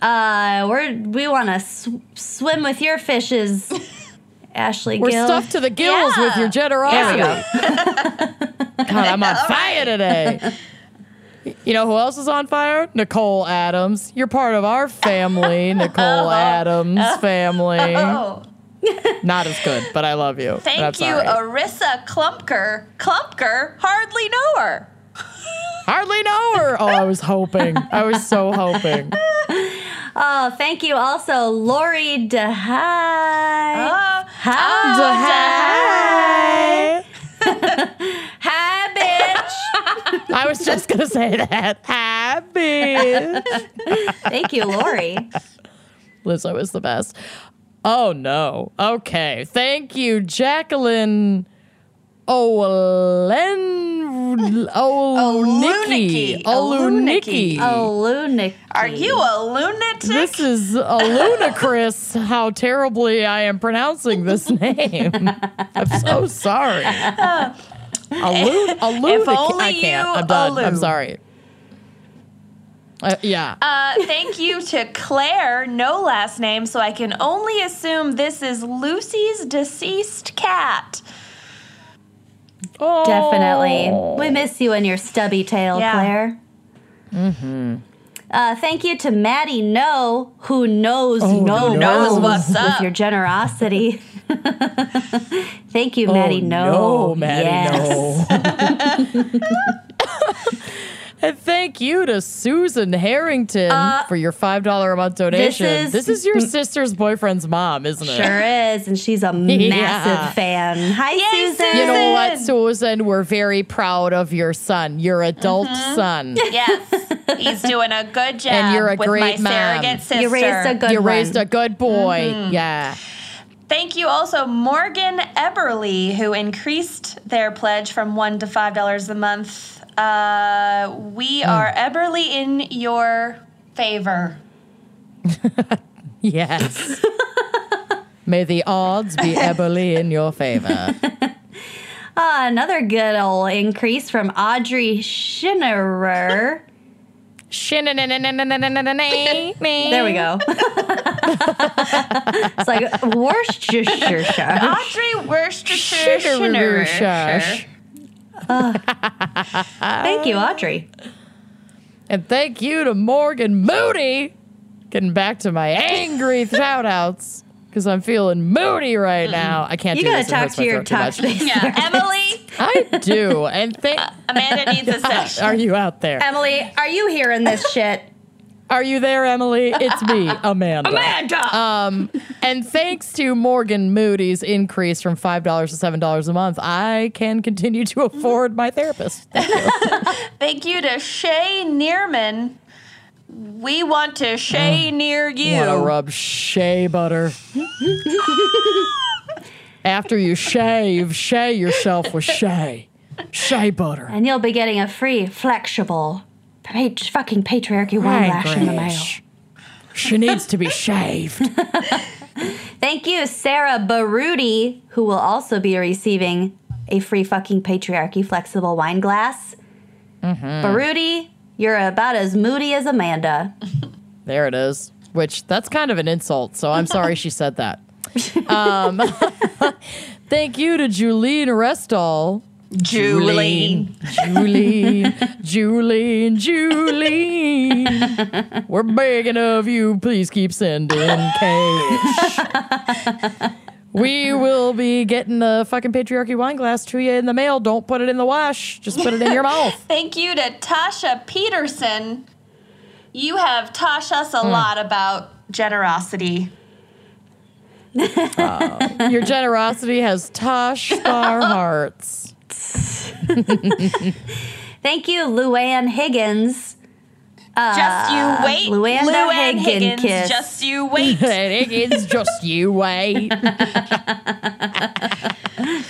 [SPEAKER 2] Uh, we're we want to sw- swim with your fishes, Ashley
[SPEAKER 3] We're
[SPEAKER 2] Gill.
[SPEAKER 3] stuffed to the gills with your generosity. God, I'm on fire today. You know who else is on fire? Nicole Adams. You're part of our family, Nicole Adams family.
[SPEAKER 1] oh,
[SPEAKER 3] Not as good, but I love you. and I'm
[SPEAKER 1] thank you,
[SPEAKER 3] sorry.
[SPEAKER 1] Arissa Klumpker. Klumpker, hardly know her.
[SPEAKER 3] Hardly know her. Oh, I was hoping. I was so hoping.
[SPEAKER 2] Oh, thank you also, Lori DeHai.
[SPEAKER 3] Oh.
[SPEAKER 1] Uh,
[SPEAKER 2] Hi.
[SPEAKER 3] Hi.
[SPEAKER 2] Hi, bitch.
[SPEAKER 3] I was just gonna say that. Hi, bitch.
[SPEAKER 2] thank you, Lori.
[SPEAKER 3] Lizzo is the best. Oh no. Okay. Thank you, Jacqueline. Olen. Olunicki.
[SPEAKER 1] Olunicki.
[SPEAKER 3] Olunicki.
[SPEAKER 2] Oh, Lunic.
[SPEAKER 1] are you a lunatic?
[SPEAKER 3] This is a ludicrous how terribly I am pronouncing this name. I'm so sorry. A lu- a lunatic. I
[SPEAKER 1] only
[SPEAKER 3] can't.
[SPEAKER 1] you
[SPEAKER 3] I'm done. I'm
[SPEAKER 1] aloo.
[SPEAKER 3] sorry. Uh, yeah.
[SPEAKER 1] Uh, thank you to Claire, no last name, so I can only assume this is Lucy's deceased cat. Uh,
[SPEAKER 3] Oh.
[SPEAKER 2] Definitely. We miss you and your stubby tail,
[SPEAKER 1] Yeah.
[SPEAKER 2] Claire. Mm-hmm.
[SPEAKER 3] Mm-hmm.
[SPEAKER 2] Uh, thank you to Maddie No, who knows
[SPEAKER 3] Oh,
[SPEAKER 2] no
[SPEAKER 1] knows
[SPEAKER 2] knows
[SPEAKER 1] what's
[SPEAKER 2] with
[SPEAKER 1] up.
[SPEAKER 2] your generosity. thank you, Maddie No.
[SPEAKER 3] Oh, No, Maddie,
[SPEAKER 2] Yes.
[SPEAKER 3] no. and thank you to Susan Harrington for your five dollar a month donation. This
[SPEAKER 2] is-
[SPEAKER 3] is, your sister's boyfriend's mom, isn't it?
[SPEAKER 2] Sure is, and she's a massive
[SPEAKER 3] Yeah.
[SPEAKER 2] fan. Hi, Susan.
[SPEAKER 3] You know what,
[SPEAKER 1] Susan!
[SPEAKER 3] Susan? We're very proud of your son, your adult son.
[SPEAKER 1] Yes, he's doing a good job.
[SPEAKER 3] And you're a
[SPEAKER 1] with
[SPEAKER 3] great
[SPEAKER 1] my
[SPEAKER 3] mom.
[SPEAKER 1] surrogate sister.
[SPEAKER 2] you raised a good
[SPEAKER 3] You
[SPEAKER 2] one.
[SPEAKER 3] raised a good boy. Yeah.
[SPEAKER 1] Thank you also Morgan Eberly, who increased their pledge from one to five dollars a month. Uh, we are Eberly in your favor.
[SPEAKER 3] Yes. May the odds be ebony in your favor.
[SPEAKER 2] Ah, another good old increase from Audrey Schinnerer. There
[SPEAKER 3] there
[SPEAKER 2] we go. it's like Worcestershire.
[SPEAKER 1] Audrey Worcestershire Schinnerer.
[SPEAKER 2] Thank you, Audrey.
[SPEAKER 3] And thank you to Morgan Moody. Getting back to my angry shout outs because I'm feeling moody right now. I can't
[SPEAKER 2] You
[SPEAKER 3] do
[SPEAKER 2] gotta
[SPEAKER 3] this. it
[SPEAKER 2] talk
[SPEAKER 3] hurts
[SPEAKER 2] to
[SPEAKER 3] my
[SPEAKER 2] your
[SPEAKER 3] throat too
[SPEAKER 2] talk
[SPEAKER 3] much.
[SPEAKER 2] space.
[SPEAKER 1] Yeah, Emily.
[SPEAKER 3] I do. And thank.
[SPEAKER 1] Amanda needs a section.
[SPEAKER 3] Are you out there?
[SPEAKER 2] Emily, are you hearing this shit?
[SPEAKER 3] Are you there, Emily? It's me, Amanda.
[SPEAKER 2] Amanda!
[SPEAKER 3] Um, and thanks to Morgan Moody's increase from $5 to $7 a month, I can continue to afford my therapist.
[SPEAKER 1] Thank you to Shay Nearman. We want to Shay near you.
[SPEAKER 3] Want to rub shea butter. After you shave, shea yourself with shea. Shea butter.
[SPEAKER 2] and you'll be getting a free, flexible, pat- fucking patriarchy one lash in the mail.
[SPEAKER 3] She needs to be shaved.
[SPEAKER 2] Thank you, Sarah Baruti, who will also be receiving a free fucking patriarchy flexible wine glass. Mm-hmm. Baruti, you're about as moody as Amanda.
[SPEAKER 3] There it is. Which that's kind of an insult. So I'm sorry she said that. Um, thank you to Julene Restall.
[SPEAKER 1] Julie.
[SPEAKER 3] Julene, Julene, Julene. We're begging of you, please keep sending cash. We will be getting the fucking patriarchy wine glass to you in the mail. Don't put it in the wash. Just put it in your mouth.
[SPEAKER 1] Thank you to Tasha Peterson. You have taught us a lot about generosity.
[SPEAKER 3] Your generosity has touched our hearts.
[SPEAKER 2] Thank you, Luann Higgins.
[SPEAKER 1] just you wait.
[SPEAKER 2] Luann Higgin
[SPEAKER 1] Higgins,
[SPEAKER 2] kiss.
[SPEAKER 1] just you wait.
[SPEAKER 3] It is just you wait.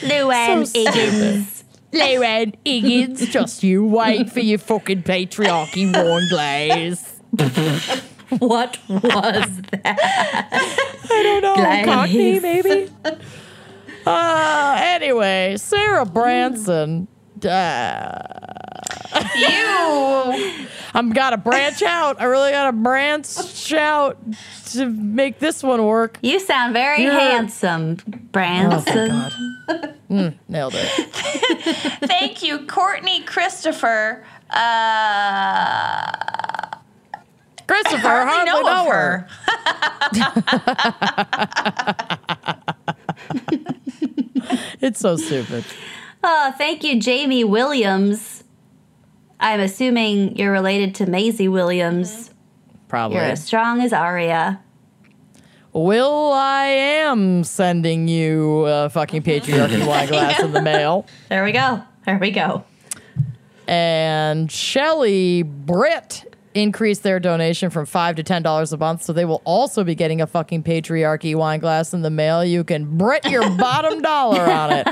[SPEAKER 2] Luann Higgins.
[SPEAKER 3] Lewin Higgins, just you wait for your fucking patriarchy worn glaze.
[SPEAKER 2] What was that?
[SPEAKER 3] I don't know,
[SPEAKER 2] Glaze.
[SPEAKER 3] Cockney maybe? Uh, anyway, Sarah Branson. Uh,
[SPEAKER 1] You
[SPEAKER 3] I'm gotta branch out. I really gotta branch out to make this one work.
[SPEAKER 2] You sound very handsome, Branson.
[SPEAKER 3] Mm, Nailed it.
[SPEAKER 1] Thank you, Courtney Christopher. Uh,
[SPEAKER 3] Christopher,
[SPEAKER 1] I
[SPEAKER 3] hardly
[SPEAKER 1] know of her.
[SPEAKER 3] It's so stupid.
[SPEAKER 2] Oh, thank you, Jamie Williams. I'm assuming you're related to Maisie Williams.
[SPEAKER 3] Probably.
[SPEAKER 2] You're as strong as Aria.
[SPEAKER 3] Will I am sending you a fucking patriarchy wine glass in the mail.
[SPEAKER 2] There we go. There we go.
[SPEAKER 3] And Shelly Britt increased their donation from five to ten dollars a month, so they will also be getting a fucking patriarchy wine glass in the mail. You can Brit your bottom dollar on it.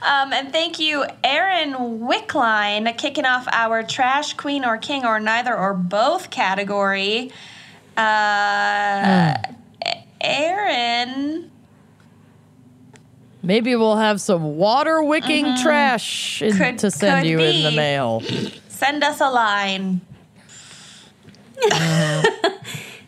[SPEAKER 1] Um, and thank you, Aaron Wickline, kicking off our trash queen or king or neither or both category. E-, Uh, Aaron,
[SPEAKER 3] Maybe we'll have some water wicking trash in-
[SPEAKER 1] Mm-hmm. Could-
[SPEAKER 3] to send
[SPEAKER 1] could
[SPEAKER 3] you in the
[SPEAKER 1] be.
[SPEAKER 3] mail.
[SPEAKER 1] send us a line.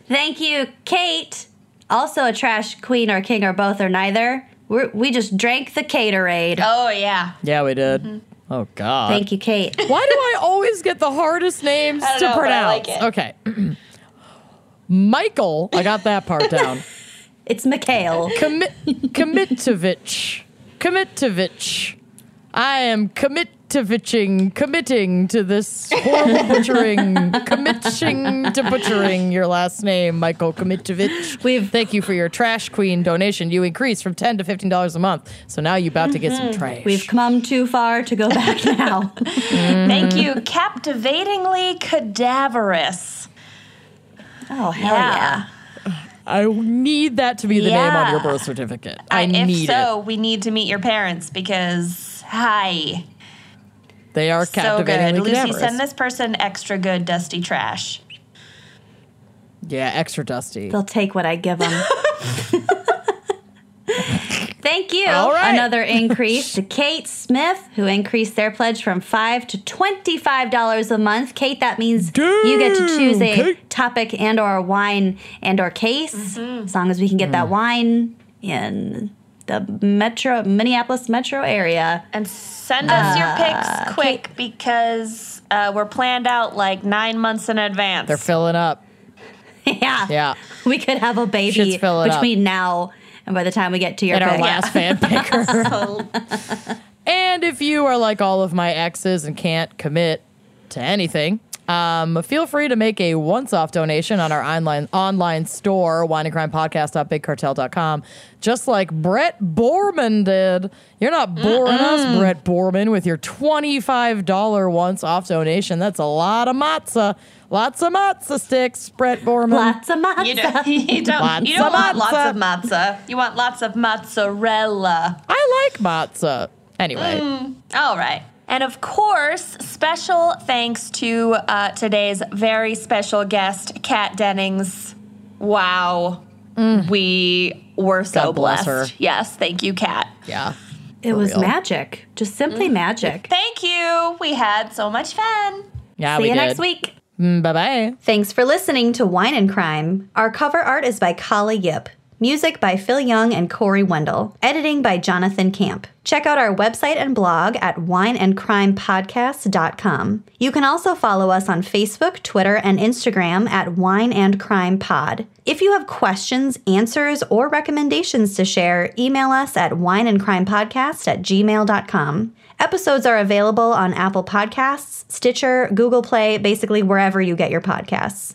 [SPEAKER 2] Thank you, Kate. Also a trash queen or king or both or neither. We're, we just drank the Caterade.
[SPEAKER 1] Oh yeah,
[SPEAKER 3] Yeah, we did.
[SPEAKER 1] Mm-hmm.
[SPEAKER 3] Oh God.
[SPEAKER 2] Thank you, Kate.
[SPEAKER 3] Why do I always get the hardest names
[SPEAKER 1] I don't
[SPEAKER 3] to
[SPEAKER 1] know, but I
[SPEAKER 3] pronounce?
[SPEAKER 1] like it.
[SPEAKER 3] Okay. Michael, I got that part down.
[SPEAKER 2] It's Mikhail.
[SPEAKER 3] Commit Commitovich. Commitovich. I am committiviching, committing to this horrible butchering, committing to butchering your last name, Michael Commitovich.
[SPEAKER 2] We've-
[SPEAKER 3] Thank you for your trash queen donation. You increased from ten to fifteen dollars a month, so now you're about to get
[SPEAKER 1] Mm-hmm.
[SPEAKER 3] some trash.
[SPEAKER 2] We've come too far to go back now.
[SPEAKER 3] Mm-hmm.
[SPEAKER 1] thank you, captivatingly cadaverous. Ah,
[SPEAKER 2] oh, hell yeah.
[SPEAKER 3] I need that to be the name on your
[SPEAKER 1] Yeah.
[SPEAKER 3] birth certificate. I,
[SPEAKER 1] And
[SPEAKER 3] need
[SPEAKER 1] if
[SPEAKER 3] it.
[SPEAKER 1] so, we need to meet your parents because hi,
[SPEAKER 3] They are
[SPEAKER 1] so good.
[SPEAKER 3] captivatingly
[SPEAKER 1] Lucy,
[SPEAKER 3] cadaverous.
[SPEAKER 1] send this person extra good dusty trash.
[SPEAKER 3] yeah, extra dusty.
[SPEAKER 2] They'll take what I give them. Thank you.
[SPEAKER 3] All right.
[SPEAKER 2] Another increase to Kate Smith, who increased their pledge from five to twenty-five dollars a month. Kate, that means you get to choose a
[SPEAKER 3] Kate.
[SPEAKER 2] topic and/or wine and/or case, as long as we can get that wine in the metro Minneapolis metro area.
[SPEAKER 1] And send us
[SPEAKER 3] Ah,
[SPEAKER 1] your pics quick because uh, we're planned out like nine months in advance.
[SPEAKER 3] They're filling up.
[SPEAKER 2] yeah,
[SPEAKER 3] Yeah.
[SPEAKER 2] we could have a baby
[SPEAKER 3] Shit's filling up.
[SPEAKER 2] between now and by the time we get to your
[SPEAKER 3] And our
[SPEAKER 2] pick.
[SPEAKER 3] last fan picker.
[SPEAKER 1] So-
[SPEAKER 3] and if you are like all of my exes and can't commit to anything, um, feel free to make a once-off donation on our online online store, wineandcrimepodcast.bigcartel.com, just like Brett Borman did. You're not boring us, Brett Borman, with your $25 once-off donation. That's a lot of matzah. Lots of matzah sticks, Brett Borman.
[SPEAKER 2] Lots of months.
[SPEAKER 1] you don't, you don't,
[SPEAKER 3] Lots
[SPEAKER 1] you don't
[SPEAKER 3] of
[SPEAKER 1] want lots of matzah. You want lots of mozzarella.
[SPEAKER 3] I like matzah. Anyway,
[SPEAKER 2] Mm.
[SPEAKER 1] All right. And of course, special thanks to uh, today's very special guest, Kat Dennings. Wow. we were so
[SPEAKER 5] Mm. God bless
[SPEAKER 1] blessed.
[SPEAKER 5] her.
[SPEAKER 1] Yes, thank you, Kat.
[SPEAKER 5] Yeah.
[SPEAKER 2] It was
[SPEAKER 5] real.
[SPEAKER 2] magic, just simply magic.
[SPEAKER 1] Thank you. We had so much fun.
[SPEAKER 5] Yeah,
[SPEAKER 2] See
[SPEAKER 5] we
[SPEAKER 2] you
[SPEAKER 5] did.
[SPEAKER 2] next week.
[SPEAKER 3] Mm,
[SPEAKER 5] Bye bye.
[SPEAKER 2] Thanks for listening to Wine and Crime. Our cover art is by Kala Yip. Music by Phil Young and Corey Wendell. Editing by Jonathan Camp. Check out our website and blog at wineandcrimepodcast.com. You can also follow us on Facebook, Twitter, and Instagram at Wine and Crime Pod. If you have questions, answers, or recommendations to share, email us at wineandcrimepodcast at gmail.com. Episodes are available on Apple Podcasts, Stitcher, Google Play, basically wherever you get your podcasts.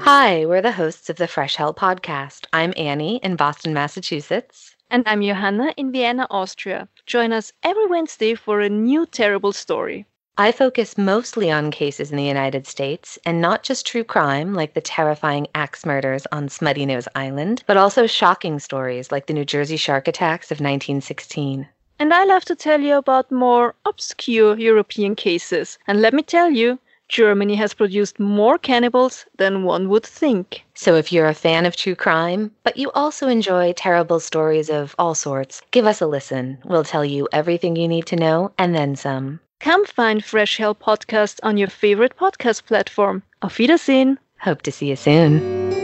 [SPEAKER 8] Hi, we're the hosts of the Fresh Hell podcast. I'm Annie in Boston, Massachusetts.
[SPEAKER 9] And I'm Johanna in Vienna, Austria. Join us every Wednesday for a new terrible story.
[SPEAKER 8] I focus mostly on cases in the United States and not just true crime like the terrifying axe murders on Smutty Nose Island, but also shocking stories like the New Jersey shark attacks of 1916.
[SPEAKER 9] And I love to tell you about more obscure European cases. And let me tell you, Germany has produced more cannibals than one would think.
[SPEAKER 8] So if you're a fan of true crime, but you also enjoy terrible stories of all sorts, give us a listen. We'll tell you everything you need to know and then some.
[SPEAKER 9] Come find Fresh Hell Podcast on your favorite podcast platform. Auf Wiedersehen!
[SPEAKER 8] Hope to see you soon.